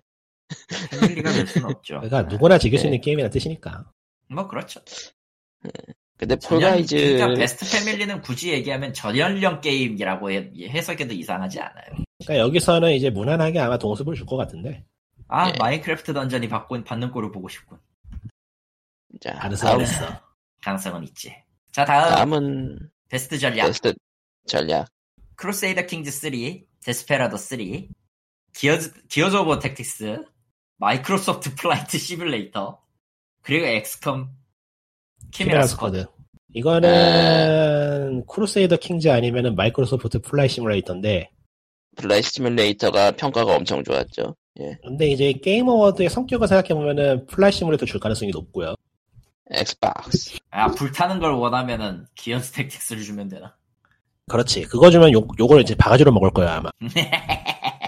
[SPEAKER 2] 패밀리가 될 수는 없죠.
[SPEAKER 3] 그러니까 누구나 즐길 수
[SPEAKER 1] 네.
[SPEAKER 3] 있는 게임이라는 뜻이니까.
[SPEAKER 2] 뭐 그렇죠.
[SPEAKER 1] 근데
[SPEAKER 2] 전연-
[SPEAKER 1] 폴가이즈
[SPEAKER 2] 그러니까 베스트 패밀리는 굳이 얘기하면 전연령 게임이라고 해- 해석해도 이상하지 않아요.
[SPEAKER 3] 그러니까 여기서는 이제 무난하게 아마 동숲을 줄 것 같은데
[SPEAKER 2] 아
[SPEAKER 1] 예.
[SPEAKER 2] 마인크래프트 던전이 받고 받는 꼴을 보고 싶군.
[SPEAKER 1] 자,
[SPEAKER 3] 가능성이
[SPEAKER 1] 다음,
[SPEAKER 3] 있어.
[SPEAKER 2] 가능성은 있지. 자 다음
[SPEAKER 1] 다음은
[SPEAKER 2] 베스트 전략
[SPEAKER 1] 베스트 전략.
[SPEAKER 2] 크루세이더 킹즈 3, 데스페라더 3, 기어즈 기어즈 오브 택틱스, 마이크로소프트 플라이트 시뮬레이터, 그리고 엑스컴 키메라
[SPEAKER 3] 키메라
[SPEAKER 2] 스쿼드.
[SPEAKER 3] 스쿼드. 이거는 크루세이더 킹즈 아니면은 마이크로소프트 플라이 시뮬레이터인데
[SPEAKER 1] 플라이 시뮬레이터가 평가가 엄청 좋았죠. 예.
[SPEAKER 3] 근데 이제 게임 어워드의 성격을 생각해 보면은 플라이 시뮬레이터 줄 가능성이 높고요.
[SPEAKER 1] 엑스박스.
[SPEAKER 2] 아 불타는 걸 원하면은 기어즈 택틱스를 주면 되나?
[SPEAKER 3] 그렇지. 그거 주면 요 요걸 이제 바가지로 먹을 거야 아마.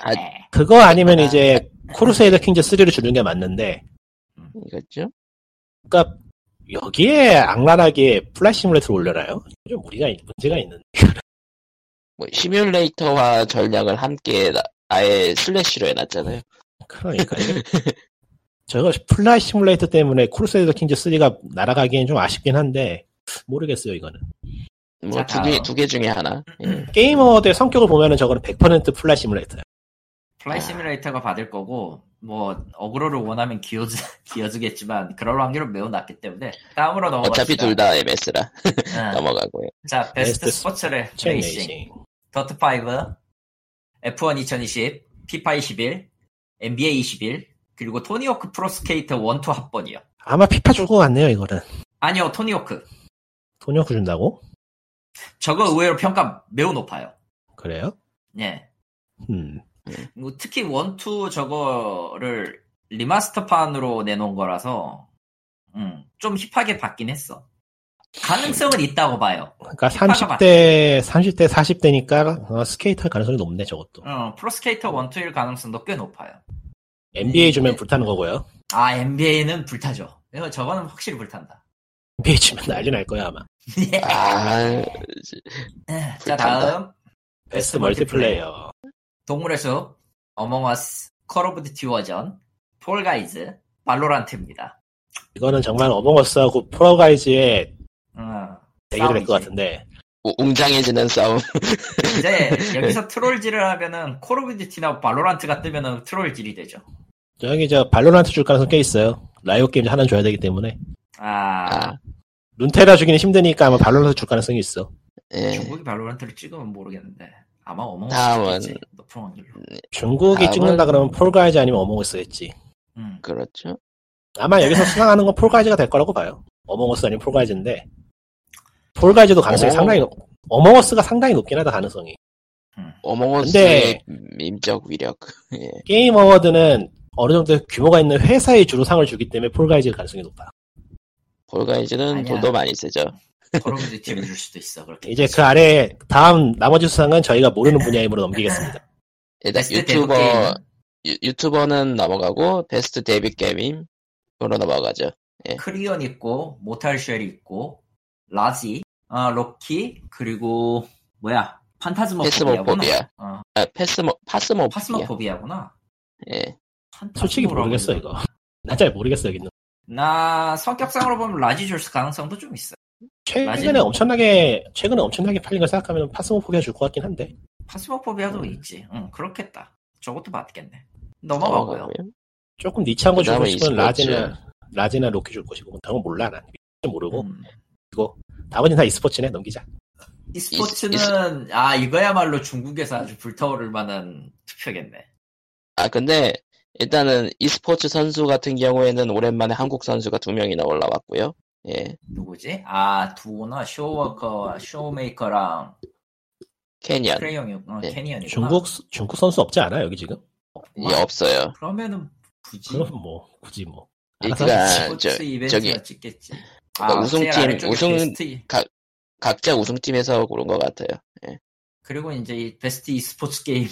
[SPEAKER 1] 아,
[SPEAKER 3] 그거 아니면 이제 크루세이더 킹즈 3를 주는 게 맞는데
[SPEAKER 1] 이거죠?
[SPEAKER 3] 그러니까 여기에 악랄하게 플라이 시뮬레이터를 올려놔요? 좀 우리가 문제가 있는.
[SPEAKER 1] 뭐, 시뮬레이터와 전략을 함께 나- 아예 슬래시로 해놨잖아요.
[SPEAKER 3] 그러니까 저거 플라이 시뮬레이터 때문에 크루세이더 킹즈 3가 날아가기엔 좀 아쉽긴 한데 모르겠어요 이거는.
[SPEAKER 1] 뭐,
[SPEAKER 2] 자, 어.
[SPEAKER 1] 두 개,
[SPEAKER 2] 다음.
[SPEAKER 1] 두 개 중에 하나. 예.
[SPEAKER 3] 게임 어워드의 성격을 보면은 저거는 100% 플라이 시뮬레이터예요.
[SPEAKER 2] 플라이 시뮬레이터가 받을 거고 뭐 어그로를 원하면 기어즈 기어즈겠지만 그럴 확률은 매우 낮기 때문에 다음으로 넘어갑시다.
[SPEAKER 1] 어차피 둘 다 MS라
[SPEAKER 2] 응.
[SPEAKER 1] 넘어가고요.
[SPEAKER 2] 자 네, 베스트
[SPEAKER 3] 베스트
[SPEAKER 2] 스포츠 레-
[SPEAKER 3] 체인
[SPEAKER 2] 레이싱.
[SPEAKER 3] 레이싱.
[SPEAKER 2] 더트5, F1 2020, 피파 21, NBA 21, 그리고 토니호크 프로스케이터 1, 2 합본이요.
[SPEAKER 3] 아마 피파 줄 것 같네요 이거는.
[SPEAKER 2] 아니요, 토니호크.
[SPEAKER 3] 돈이 없고 준다고?
[SPEAKER 2] 저거 의외로 평가 매우 높아요.
[SPEAKER 3] 그래요?
[SPEAKER 2] 예.
[SPEAKER 3] 음.
[SPEAKER 2] 뭐 특히 1, 2 저거를 리마스터판으로 내놓은 거라서, 음, 좀 힙하게 받긴 했어. 가능성은 있다고 봐요.
[SPEAKER 3] 그러니까
[SPEAKER 2] 피파가
[SPEAKER 3] 30대 30대 40대니까 어, 스케이트 할 가능성이 높네 저것도.
[SPEAKER 2] 어, 프로스케이터 1, 2일 가능성도 꽤 높아요. 네.
[SPEAKER 3] NBA 주면 불타는 거고요.
[SPEAKER 2] 아, NBA는 불타죠. 이거 저거는 확실히 불탄다. 예.
[SPEAKER 3] NBA 주면 난리 날 거야 아마.
[SPEAKER 1] 아,
[SPEAKER 2] 자,
[SPEAKER 1] 그 불탄다.
[SPEAKER 2] 다음.
[SPEAKER 3] 베스트 멀티플레이어.
[SPEAKER 2] 동물의 숲, 어몽어스, 컬 오브 듀티 워전, 폴가이즈, 발로란트입니다.
[SPEAKER 3] 이거는 정말 어몽어스하고 프로가이즈의
[SPEAKER 2] 음,
[SPEAKER 3] 대결이
[SPEAKER 2] 싸움이지.
[SPEAKER 3] 될것 같은데.
[SPEAKER 1] 우- 웅장해지는 싸움.
[SPEAKER 2] 이제 여기서 트롤질을 하면은 콜 오브 듀티나 발로란트가 뜨면은 트롤질이 되죠.
[SPEAKER 3] 여기 저 발로란트 줄 가능성 꽤 있어요. 라이오 게임 하나 는 줘야 되기 때문에.
[SPEAKER 2] 아,
[SPEAKER 1] 아,
[SPEAKER 3] 룬테라 주기는 힘드니까 아마 발로란트 줄 가능성이 있어.
[SPEAKER 1] 예.
[SPEAKER 2] 중국이 발로란트를 찍으면 모르겠는데 아마
[SPEAKER 1] 다음은-
[SPEAKER 2] 어몽어스겠지 높은 확률로. 아,
[SPEAKER 3] 중국이
[SPEAKER 1] 다음은-
[SPEAKER 3] 찍는다 그러면 폴가이즈 아니면 어몽어스겠지.
[SPEAKER 2] 음,
[SPEAKER 1] 그렇죠.
[SPEAKER 3] 아마 여기서 수상하는 건 폴가이즈가 될 거라고 봐요. 어몽어스 아니면 폴가이즈인데 폴가이즈도 가능성이
[SPEAKER 1] 어머.
[SPEAKER 3] 상당히 높, 어몽어스가 상당히 높긴 하다 가능성이.
[SPEAKER 1] 어몽어스의 밈적 위력. 예.
[SPEAKER 3] 게임 어워드는 어느 정도 규모가 있는 회사에 주로 상을 주기 때문에 폴가이즈의 가능성이 높아.
[SPEAKER 1] 볼가이즈는
[SPEAKER 2] 아니야.
[SPEAKER 1] 돈도 많이 쓰죠.
[SPEAKER 2] 더러운지 팁을 줄 수도 있어. 그렇게
[SPEAKER 3] 이제 그 아래 다음 나머지 수상은 저희가 모르는 분야임으로 넘기겠습니다.
[SPEAKER 1] 일단
[SPEAKER 2] 베스트 데뷔
[SPEAKER 1] 유튜버
[SPEAKER 2] 게임은
[SPEAKER 1] 유, 유튜버는 넘어가고 베스트 데뷔 게임인 으로 넘어가죠.
[SPEAKER 2] 크리언 있고 모탈 쉘이 있고 라지, 아 로키 그리고 뭐야 판타즈모포비아구나.
[SPEAKER 1] 패스모포비아.
[SPEAKER 2] 어,
[SPEAKER 1] 아, 패스모 파스모포비아.
[SPEAKER 2] 파스모포비아구나.
[SPEAKER 1] 예.
[SPEAKER 3] 솔직히
[SPEAKER 2] 판타지모라고
[SPEAKER 3] 모르겠어
[SPEAKER 2] 있나?
[SPEAKER 3] 이거. 나 잘 모르겠어 여기는.
[SPEAKER 2] 나 성격상으로 보면 라지 줄 가능성도 좀 있어.
[SPEAKER 3] 최근에
[SPEAKER 2] 맞아요.
[SPEAKER 3] 엄청나게 최근에 엄청나게 팔린 걸 생각하면 파스모포기가 줄 것 같긴 한데
[SPEAKER 1] 음.
[SPEAKER 2] 파스모포비아도 있지. 응 그렇겠다. 저것도 맞겠네. 넘어가고요.
[SPEAKER 1] 넘어가고요.
[SPEAKER 3] 조금 니치한 거 주고
[SPEAKER 1] 그다음에
[SPEAKER 3] 싶으면
[SPEAKER 1] e스포츠.
[SPEAKER 3] 라지나 라지나 로키 줄 것이고 다른 건 몰라 난
[SPEAKER 1] 어?
[SPEAKER 3] 모르고
[SPEAKER 2] 음.
[SPEAKER 3] 나머지는 다 e스포츠네 넘기자.
[SPEAKER 2] e스포츠는 아 이거야말로 중국에서 아주 불타오를 만한 투표겠네.
[SPEAKER 1] 아 근데 일단은 e스포츠 선수 같은 경우에는 오랜만에 한국 선수가 두 명이나 올라왔고요. 예.
[SPEAKER 2] 누구지? 아 두오나 쇼워커, 쇼메이커랑
[SPEAKER 1] 캐니언
[SPEAKER 2] 크레용이 어,
[SPEAKER 1] 네.
[SPEAKER 2] 캐니언이
[SPEAKER 3] 중국 수- 중국 선수 없지 않아 여기 지금?
[SPEAKER 1] 이
[SPEAKER 2] 아,
[SPEAKER 1] 없어요.
[SPEAKER 2] 그러면은 굳이
[SPEAKER 3] 그럼 뭐 굳이 뭐 알아서 하겠지.
[SPEAKER 1] 그러니까
[SPEAKER 2] 스포츠
[SPEAKER 1] 저-
[SPEAKER 2] 이벤트가
[SPEAKER 1] 저기
[SPEAKER 2] 찍겠지.
[SPEAKER 1] 그러니까 우승팀,
[SPEAKER 2] 제일 아래쪽에
[SPEAKER 1] 우승-
[SPEAKER 2] 베스트,
[SPEAKER 1] 각자 우승팀에서 고른 것 같아요.
[SPEAKER 2] 그리고 이제 이 베스트 e스포츠 게임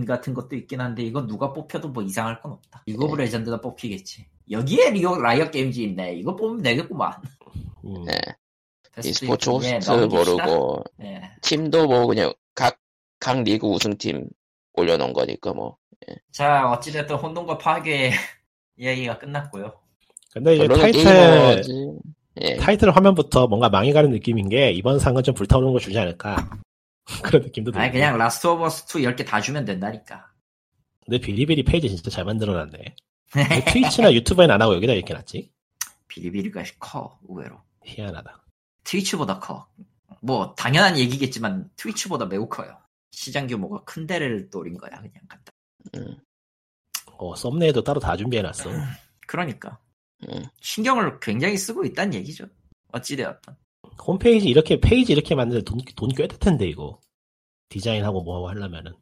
[SPEAKER 2] 같은 것도 있긴 한데 이건 누가 뽑혀도 뭐 이상할 건 없다. 리그
[SPEAKER 1] 네.
[SPEAKER 2] 오브 레전드가 뽑히겠지. 여기에 리오 라이엇 게임즈 있네. 이거 뽑으면 되겠구만.
[SPEAKER 3] 음.
[SPEAKER 1] 네.
[SPEAKER 2] 베스트
[SPEAKER 1] e스포츠
[SPEAKER 2] 이벤트, 예,
[SPEAKER 1] 호스트
[SPEAKER 2] 넘깁시다.
[SPEAKER 1] 모르고
[SPEAKER 2] 예.
[SPEAKER 1] 팀도 뭐 그냥 각, 각 리그 우승팀 올려놓은 거니까 뭐.
[SPEAKER 2] 자 어찌됐든 혼돈과 파괴 이야기가 끝났고요.
[SPEAKER 3] 근데 이제
[SPEAKER 1] 결론은
[SPEAKER 3] 타이틀
[SPEAKER 1] 게이머지. 예.
[SPEAKER 3] 타이틀 화면부터 뭔가 망해가는 느낌인 게 이번 상은 좀 불타오르는 걸 주지 않을까 그런 느낌도 들고
[SPEAKER 2] 아니 그냥 라스트 오브 어스 2 10개 다 주면 된다니까.
[SPEAKER 3] 근데 빌리빌이 페이지 진짜 잘 만들어놨네 왜 트위치나 유튜브엔 안 하고 여기다 이렇게 놨지?
[SPEAKER 2] 비리비리가 커 의외로.
[SPEAKER 3] 희한하다
[SPEAKER 2] 트위치보다 커. 뭐 당연한 얘기겠지만 트위치보다 매우 커요. 시장 규모가 큰 데를 노린 거야 그냥 간다.
[SPEAKER 1] 음,
[SPEAKER 3] 어, 썸네일도 따로 다 준비해놨어
[SPEAKER 2] 그러니까
[SPEAKER 1] 음.
[SPEAKER 2] 신경을 굉장히 쓰고 있다는 얘기죠. 어찌되었든
[SPEAKER 3] 홈페이지 이렇게 페이지 이렇게 만드는 돈돈꽤될 텐데 이거 디자인하고 뭐하고 하려면은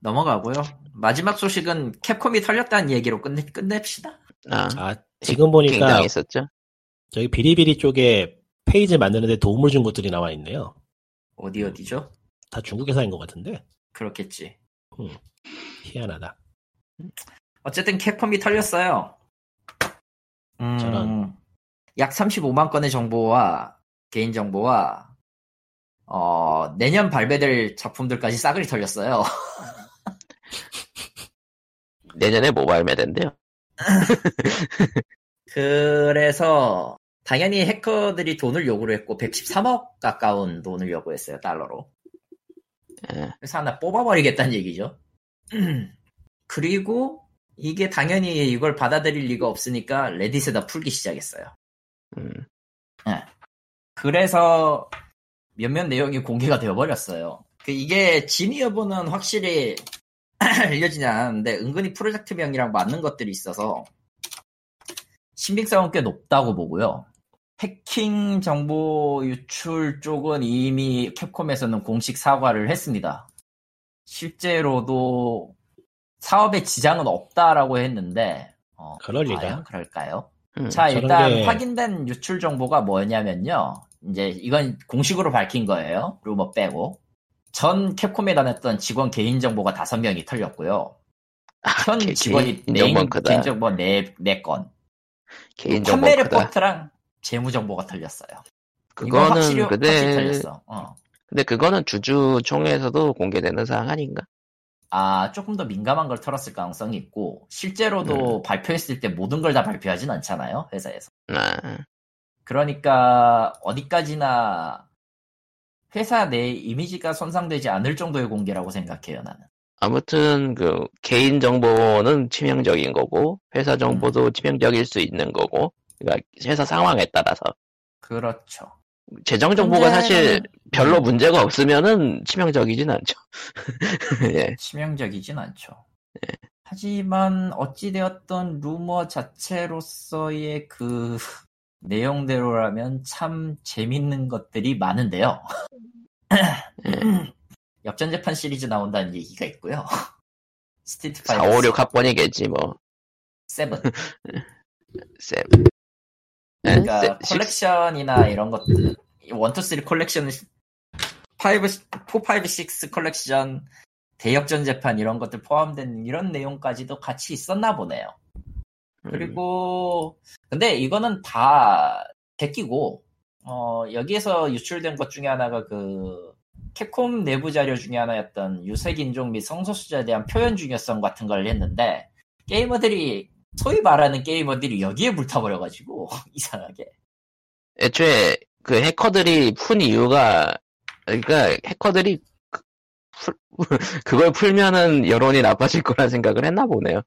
[SPEAKER 2] 넘어가고요. 마지막 소식은 캡콤이 털렸다는 얘기로 끝내 끝냅시다.
[SPEAKER 1] 아,
[SPEAKER 3] 아 지금 보니까
[SPEAKER 1] 당했었죠.
[SPEAKER 3] 저기 비리비리 쪽에 페이지 만드는데 도움을 준 것들이 나와 있네요
[SPEAKER 2] 어디 어디죠?
[SPEAKER 3] 다 중국 회사인 것 같은데
[SPEAKER 2] 그렇겠지.
[SPEAKER 3] 희한하다
[SPEAKER 2] 어쨌든 캡콤이 털렸어요. 음,
[SPEAKER 3] 저런.
[SPEAKER 2] 약 35만 건의 정보와 개인 정보와 어, 내년 발매될 작품들까지 싸그리 털렸어요.
[SPEAKER 1] 내년에 뭐 발매된대요.
[SPEAKER 2] 그래서 당연히 해커들이 돈을 요구를 했고 113억 가까운 돈을 요구했어요 달러로
[SPEAKER 1] 예.
[SPEAKER 2] 그래서 하나 뽑아버리겠다는 얘기죠 그리고 이게 당연히 이걸 받아들일 리가 없으니까 레딧에다 풀기 시작했어요
[SPEAKER 1] 음,
[SPEAKER 2] 그래서 몇몇 내용이 공개가 되어버렸어요 그 이게 진위 여부는 확실히 알려지지 않았는데 은근히 프로젝트명이랑 맞는 것들이 있어서 신빙성은 꽤 높다고 보고요. 해킹 정보 유출 쪽은 이미 캡콤에서는 공식 사과를 했습니다. 실제로도 사업에 지장은 없다라고 했는데 어,
[SPEAKER 3] 그럴 리가.
[SPEAKER 2] 과연 그럴까요?
[SPEAKER 1] 음.
[SPEAKER 2] 자
[SPEAKER 3] 저런
[SPEAKER 2] 일단
[SPEAKER 3] 게-
[SPEAKER 2] 확인된 유출 정보가 뭐냐면요. 이제 이건 공식으로 밝힌 거예요. 루머 빼고 전 캡콤에 다녔던 직원 개인 정보가 다섯 명이 털렸고요. 현
[SPEAKER 1] 아, 개-
[SPEAKER 2] 직원이
[SPEAKER 1] 개인
[SPEAKER 2] 네 메인
[SPEAKER 1] 정보크다.
[SPEAKER 2] 개인 정보 네네 건. 그
[SPEAKER 1] 개인
[SPEAKER 2] 판매
[SPEAKER 1] 정보다.
[SPEAKER 2] 레포트랑 재무 정보가 털렸어요. 이건
[SPEAKER 1] 그거는
[SPEAKER 2] 확실히 확실히
[SPEAKER 1] 근데
[SPEAKER 2] 털렸어. 어.
[SPEAKER 1] 근데 그거는 주주 총회에서도 공개되는 사항 아닌가?
[SPEAKER 2] 아 조금 더 민감한 걸 털었을 가능성이 있고
[SPEAKER 1] 음.
[SPEAKER 2] 실제로도 발표했을 때 모든 걸 다 발표하진 않잖아요 회사에서.
[SPEAKER 1] 아,
[SPEAKER 2] 그러니까 어디까지나 회사 내 이미지가 손상되지 않을 정도의 공개라고 생각해요 나는.
[SPEAKER 1] 아무튼 그 개인 정보는 치명적인 거고 회사
[SPEAKER 2] 음.
[SPEAKER 1] 정보도 치명적일 수 있는 거고 그러니까 회사 상황에 따라서
[SPEAKER 2] 그렇죠.
[SPEAKER 1] 재정 정보가 사실
[SPEAKER 2] 문제는 음.
[SPEAKER 1] 별로 문제가 없으면은 치명적이진 않죠. 예.
[SPEAKER 2] 치명적이진 않죠.
[SPEAKER 1] 네.
[SPEAKER 2] 하지만 어찌되었던 루머 자체로서의 그 내용대로라면 참 재밌는 것들이 많은데요.
[SPEAKER 1] 네.
[SPEAKER 2] 역전재판 시리즈 나온다는 얘기가 있고요. 스티트
[SPEAKER 1] 4, 5, 6 학번이겠지 뭐.
[SPEAKER 2] 세븐.
[SPEAKER 1] 세. 네.
[SPEAKER 2] 그러니까 컬렉션이나 이런 것들 1-2-3 컬렉션 5, 4, 5, 6 컬렉션 대역전 재판 이런 것들 포함된 이런 내용까지도 같이 있었나 보네요.
[SPEAKER 1] 음.
[SPEAKER 2] 그리고 근데 이거는 다 제끼고 어, 여기에서 유출된 것 중에 하나가 그 캡콤 내부 자료 중에 하나였던 유색 인종 및 성소수자에 대한 표현 중요성 같은 걸 했는데 게이머들이 소위 말하는 게이머들이 여기에 불타버려가지고 이상하게
[SPEAKER 1] 애초에 그 해커들이 푼 이유가 그러니까 해커들이 그- 풀- 그걸 풀면은 여론이 나빠질 거란 생각을 했나 보네요.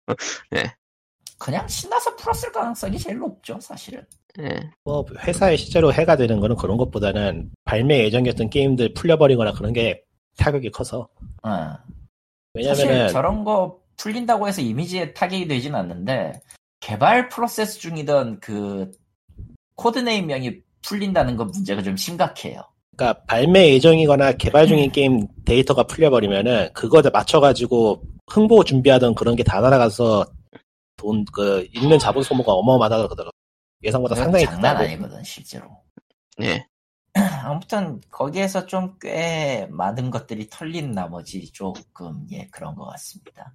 [SPEAKER 2] 그냥 신나서 풀었을 가능성이 제일 높죠 사실은.
[SPEAKER 1] 예.
[SPEAKER 3] 뭐 회사에 실제로 해가 되는 거는 그런 것보다는 발매 예정이었던 게임들 풀려버리거나 그런 게 타격이 커서
[SPEAKER 2] 어. 사실
[SPEAKER 3] 왜냐면은
[SPEAKER 2] 저런 거 풀린다고 해서 이미지에 타격이 되진 않는데 개발 프로세스 중이던 그 코드네임명이 풀린다는 건 문제가 좀 심각해요.
[SPEAKER 3] 그러니까 발매 예정이거나 개발 중인 게임 데이터가 풀려버리면은 그거에 맞춰가지고 흥보 준비하던 그런 게 다 날아가서 돈 그 있는 자본 소모가 어마어마하다고 그러더라고 예상보다 상당히
[SPEAKER 2] 네, 장난
[SPEAKER 3] 크다고
[SPEAKER 2] 아니거든 실제로.
[SPEAKER 1] 예.
[SPEAKER 2] 아무튼 거기에서 좀 꽤 많은 것들이 털린 나머지 조금 예 그런 것 같습니다.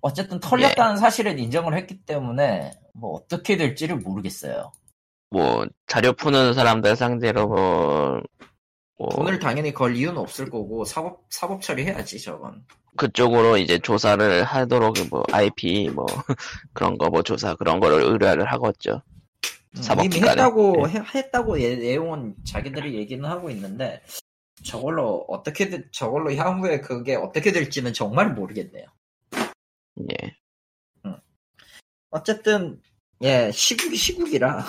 [SPEAKER 2] 어쨌든 털렸다는
[SPEAKER 3] 네.
[SPEAKER 2] 사실은 인정을 했기 때문에 뭐 어떻게 될지를 모르겠어요.
[SPEAKER 1] 뭐 자료 푸는 사람들 상대로 뭐, 뭐
[SPEAKER 2] 돈을 당연히 걸 이유는 없을 거고 사법 사법 처리해야지 저건.
[SPEAKER 1] 그쪽으로 이제 조사를 하도록 뭐 IP 뭐 그런 거 뭐 조사 그런 거를 의뢰를 하겠죠. 사법
[SPEAKER 2] 음, 이미
[SPEAKER 1] 기관에.
[SPEAKER 2] 했다고 해- 했다고 예- 내용은 자기들이 얘기는 하고 있는데 저걸로 어떻게 되- 저걸로 향후에 그게 어떻게 될지는 정말 모르겠네요.
[SPEAKER 1] 예.
[SPEAKER 2] 어쨌든 예 시국이 시국이라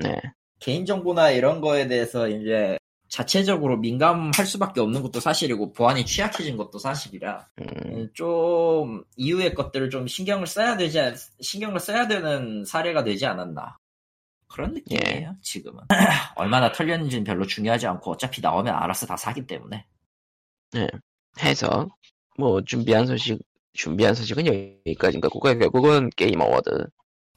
[SPEAKER 1] 네.
[SPEAKER 2] 개인정보나 이런 거에 대해서 이제 자체적으로 민감할 수밖에 없는 것도 사실이고 보안이 취약해진 것도 사실이라
[SPEAKER 1] 음,
[SPEAKER 2] 음, 좀 이후의 것들을 좀 신경을 써야 되지 않- 신경을 써야 되는 사례가 되지 않았나 그런
[SPEAKER 1] 예.
[SPEAKER 2] 느낌이에요 지금은 얼마나 털렸는지는 별로 중요하지 않고 어차피 나오면 알아서 다 사기 때문에
[SPEAKER 1] 해서 뭐 준비한 소식 준비한 소식은 여기까지인 것 같고 결국은 게임 어워드.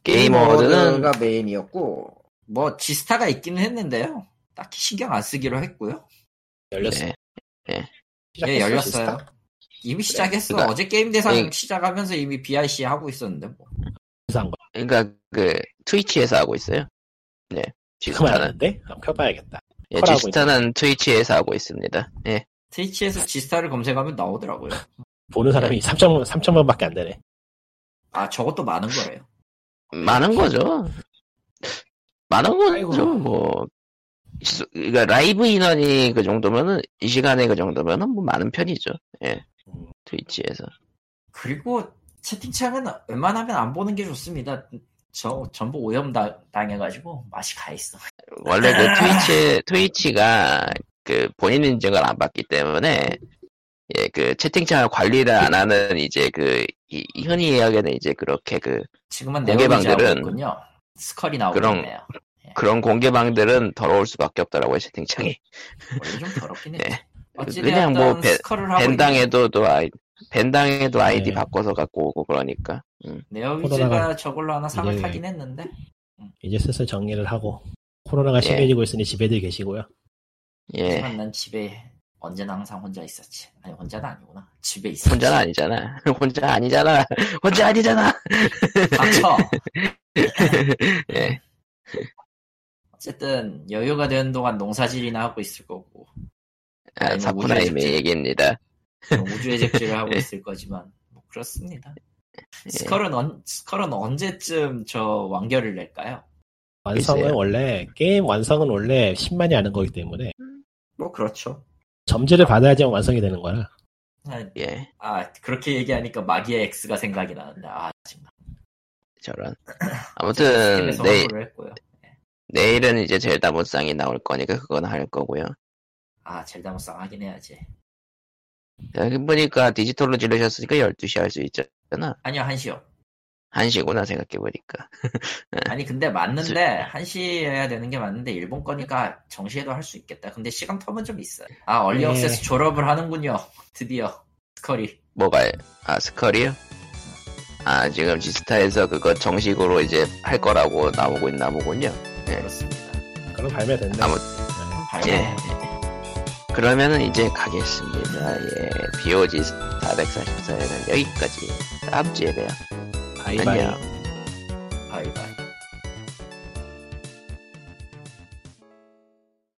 [SPEAKER 1] 게임 어워드는
[SPEAKER 2] 가 메인이었고 뭐 지스타가 있기는 했는데요 딱히 신경 안 쓰기로 했고요
[SPEAKER 3] 열렸어
[SPEAKER 1] 네.
[SPEAKER 3] 시작했어,
[SPEAKER 2] 예 열렸어요
[SPEAKER 3] 시스타?
[SPEAKER 2] 이미 시작했어
[SPEAKER 1] 그러니까-
[SPEAKER 2] 어제 게임 대상
[SPEAKER 1] 네.
[SPEAKER 2] 시작하면서 이미 BIC 하고 있었는데 뭐
[SPEAKER 3] 시사한 거
[SPEAKER 1] 그러니까 그 트위치에서 하고 있어요. 네.
[SPEAKER 3] 그만
[SPEAKER 1] 지스타는
[SPEAKER 3] 안 돼? 한번 켜봐야겠다
[SPEAKER 1] 예,
[SPEAKER 3] 컬하고
[SPEAKER 1] 지스타는 트위치에서 하고 있습니다. 예.
[SPEAKER 2] 트위치에서 지스타를 검색하면 나오더라고요
[SPEAKER 3] 보는 사람이 3천 3천 명밖에 안 되네
[SPEAKER 2] 아 저것도 많은 거래요
[SPEAKER 1] 많은 거죠. 많은 거죠.
[SPEAKER 3] 아이고.
[SPEAKER 1] 뭐 시- 그러니까 라이브 인원이 그 정도면은 이 시간에 그 정도면은 뭐 많은 편이죠. 예. 트위치에서.
[SPEAKER 2] 그리고 채팅창은 웬만하면 안 보는 게 좋습니다. 저 전부 오염 다, 당해가지고 맛이 가 있어.
[SPEAKER 1] 원래 그 트위치 트위치가 그 본인 인증을 안 받기 때문에 예 그 채팅창 관리를 안 하는 이제 그 이- 이 흔히 이야기하는 이제 그렇게 그
[SPEAKER 2] 지금은
[SPEAKER 1] 공개 방들은
[SPEAKER 2] 군요 스컬이 나오고
[SPEAKER 1] 그런-
[SPEAKER 2] 있네요.
[SPEAKER 1] 그런 공개방들은 더러울 수밖에 없더라고요 채팅창이
[SPEAKER 2] 원래 좀 더럽긴 해.
[SPEAKER 1] 네.
[SPEAKER 2] 어찌되었든
[SPEAKER 1] 그냥 뭐 벤-
[SPEAKER 2] 스컬을 하고 있는
[SPEAKER 1] 벤당에도 또 아이 벤당에도 아이디
[SPEAKER 3] 네.
[SPEAKER 1] 바꿔서 갖고 오고 그러니까 음.
[SPEAKER 2] 네오위즈가 저걸로 하나 상을
[SPEAKER 3] 이제-
[SPEAKER 2] 타긴 했는데
[SPEAKER 3] 이제 슬슬 정리를 하고 코로나가
[SPEAKER 1] 예.
[SPEAKER 3] 심해지고 있으니 집에들 계시고요
[SPEAKER 1] 예
[SPEAKER 2] 하지만 난 집에 언제나 항상 혼자 있었지. 아니 혼자는 아니구나. 집에 있었지.
[SPEAKER 1] 혼자는 아니잖아 혼자 아니잖아 혼자 아니잖아
[SPEAKER 2] 닥쳐.
[SPEAKER 1] 예
[SPEAKER 2] 어쨌든 여유가 되는 동안 농사질이나 하고 있을 거고
[SPEAKER 1] 아,
[SPEAKER 2] 아니면 뭐
[SPEAKER 1] 사쿠나임의
[SPEAKER 2] 우주의
[SPEAKER 1] 얘기입니다
[SPEAKER 2] 뭐 우주의 잭질을 하고 있을 거지만 뭐 그렇습니다. 스컬은, 언, 스컬은 언제쯤 저 완결을 낼까요?
[SPEAKER 3] 완성은
[SPEAKER 1] 글쎄요.
[SPEAKER 3] 원래 게임 완성은 원래 10만이 아는 거기 때문에
[SPEAKER 2] 뭐 그렇죠.
[SPEAKER 3] 점지를 받아야지만 완성이 되는 거야
[SPEAKER 2] 아,
[SPEAKER 1] 예
[SPEAKER 2] 아, 그렇게 얘기하니까 마기의 X가 생각이 나는데 아 정말
[SPEAKER 1] 저런 네, 아무튼
[SPEAKER 2] 스팀에서
[SPEAKER 1] 내
[SPEAKER 2] 홍보를 했고요.
[SPEAKER 1] 내일은 이제 젤다 무쌍이 나올 거니까 그건 할 거고요.
[SPEAKER 2] 아 젤다 무쌍 하긴 해야지.
[SPEAKER 1] 야, 보니까 디지털로 지르셨으니까 12시 할 수 있잖아.
[SPEAKER 2] 아니요 한시요.
[SPEAKER 1] 1시구나 생각해보니까.
[SPEAKER 2] 아니 근데 맞는데 한시여야 되는 게 맞는데 일본 거니까 정시에도 할 수 있겠다. 근데 시간 텀은 좀 있어요. 아 얼리
[SPEAKER 3] 예.
[SPEAKER 2] 억세스 졸업을 하는군요. 드디어 스컬이
[SPEAKER 1] 뭐가, 아, 스컬이요? 아, 지금 지스타에서 그거 정식으로 이제 할 거라고 나오고 있나 보군요.
[SPEAKER 2] 그렇습니다.
[SPEAKER 3] 그럼 발매됐네
[SPEAKER 1] 아무-
[SPEAKER 3] 네.
[SPEAKER 1] 예. 그러면은 이제 가겠습니다. 예. BOG 444에는 여기까지. 다음 주에 봬요.
[SPEAKER 3] 바이바이.
[SPEAKER 1] 안녕.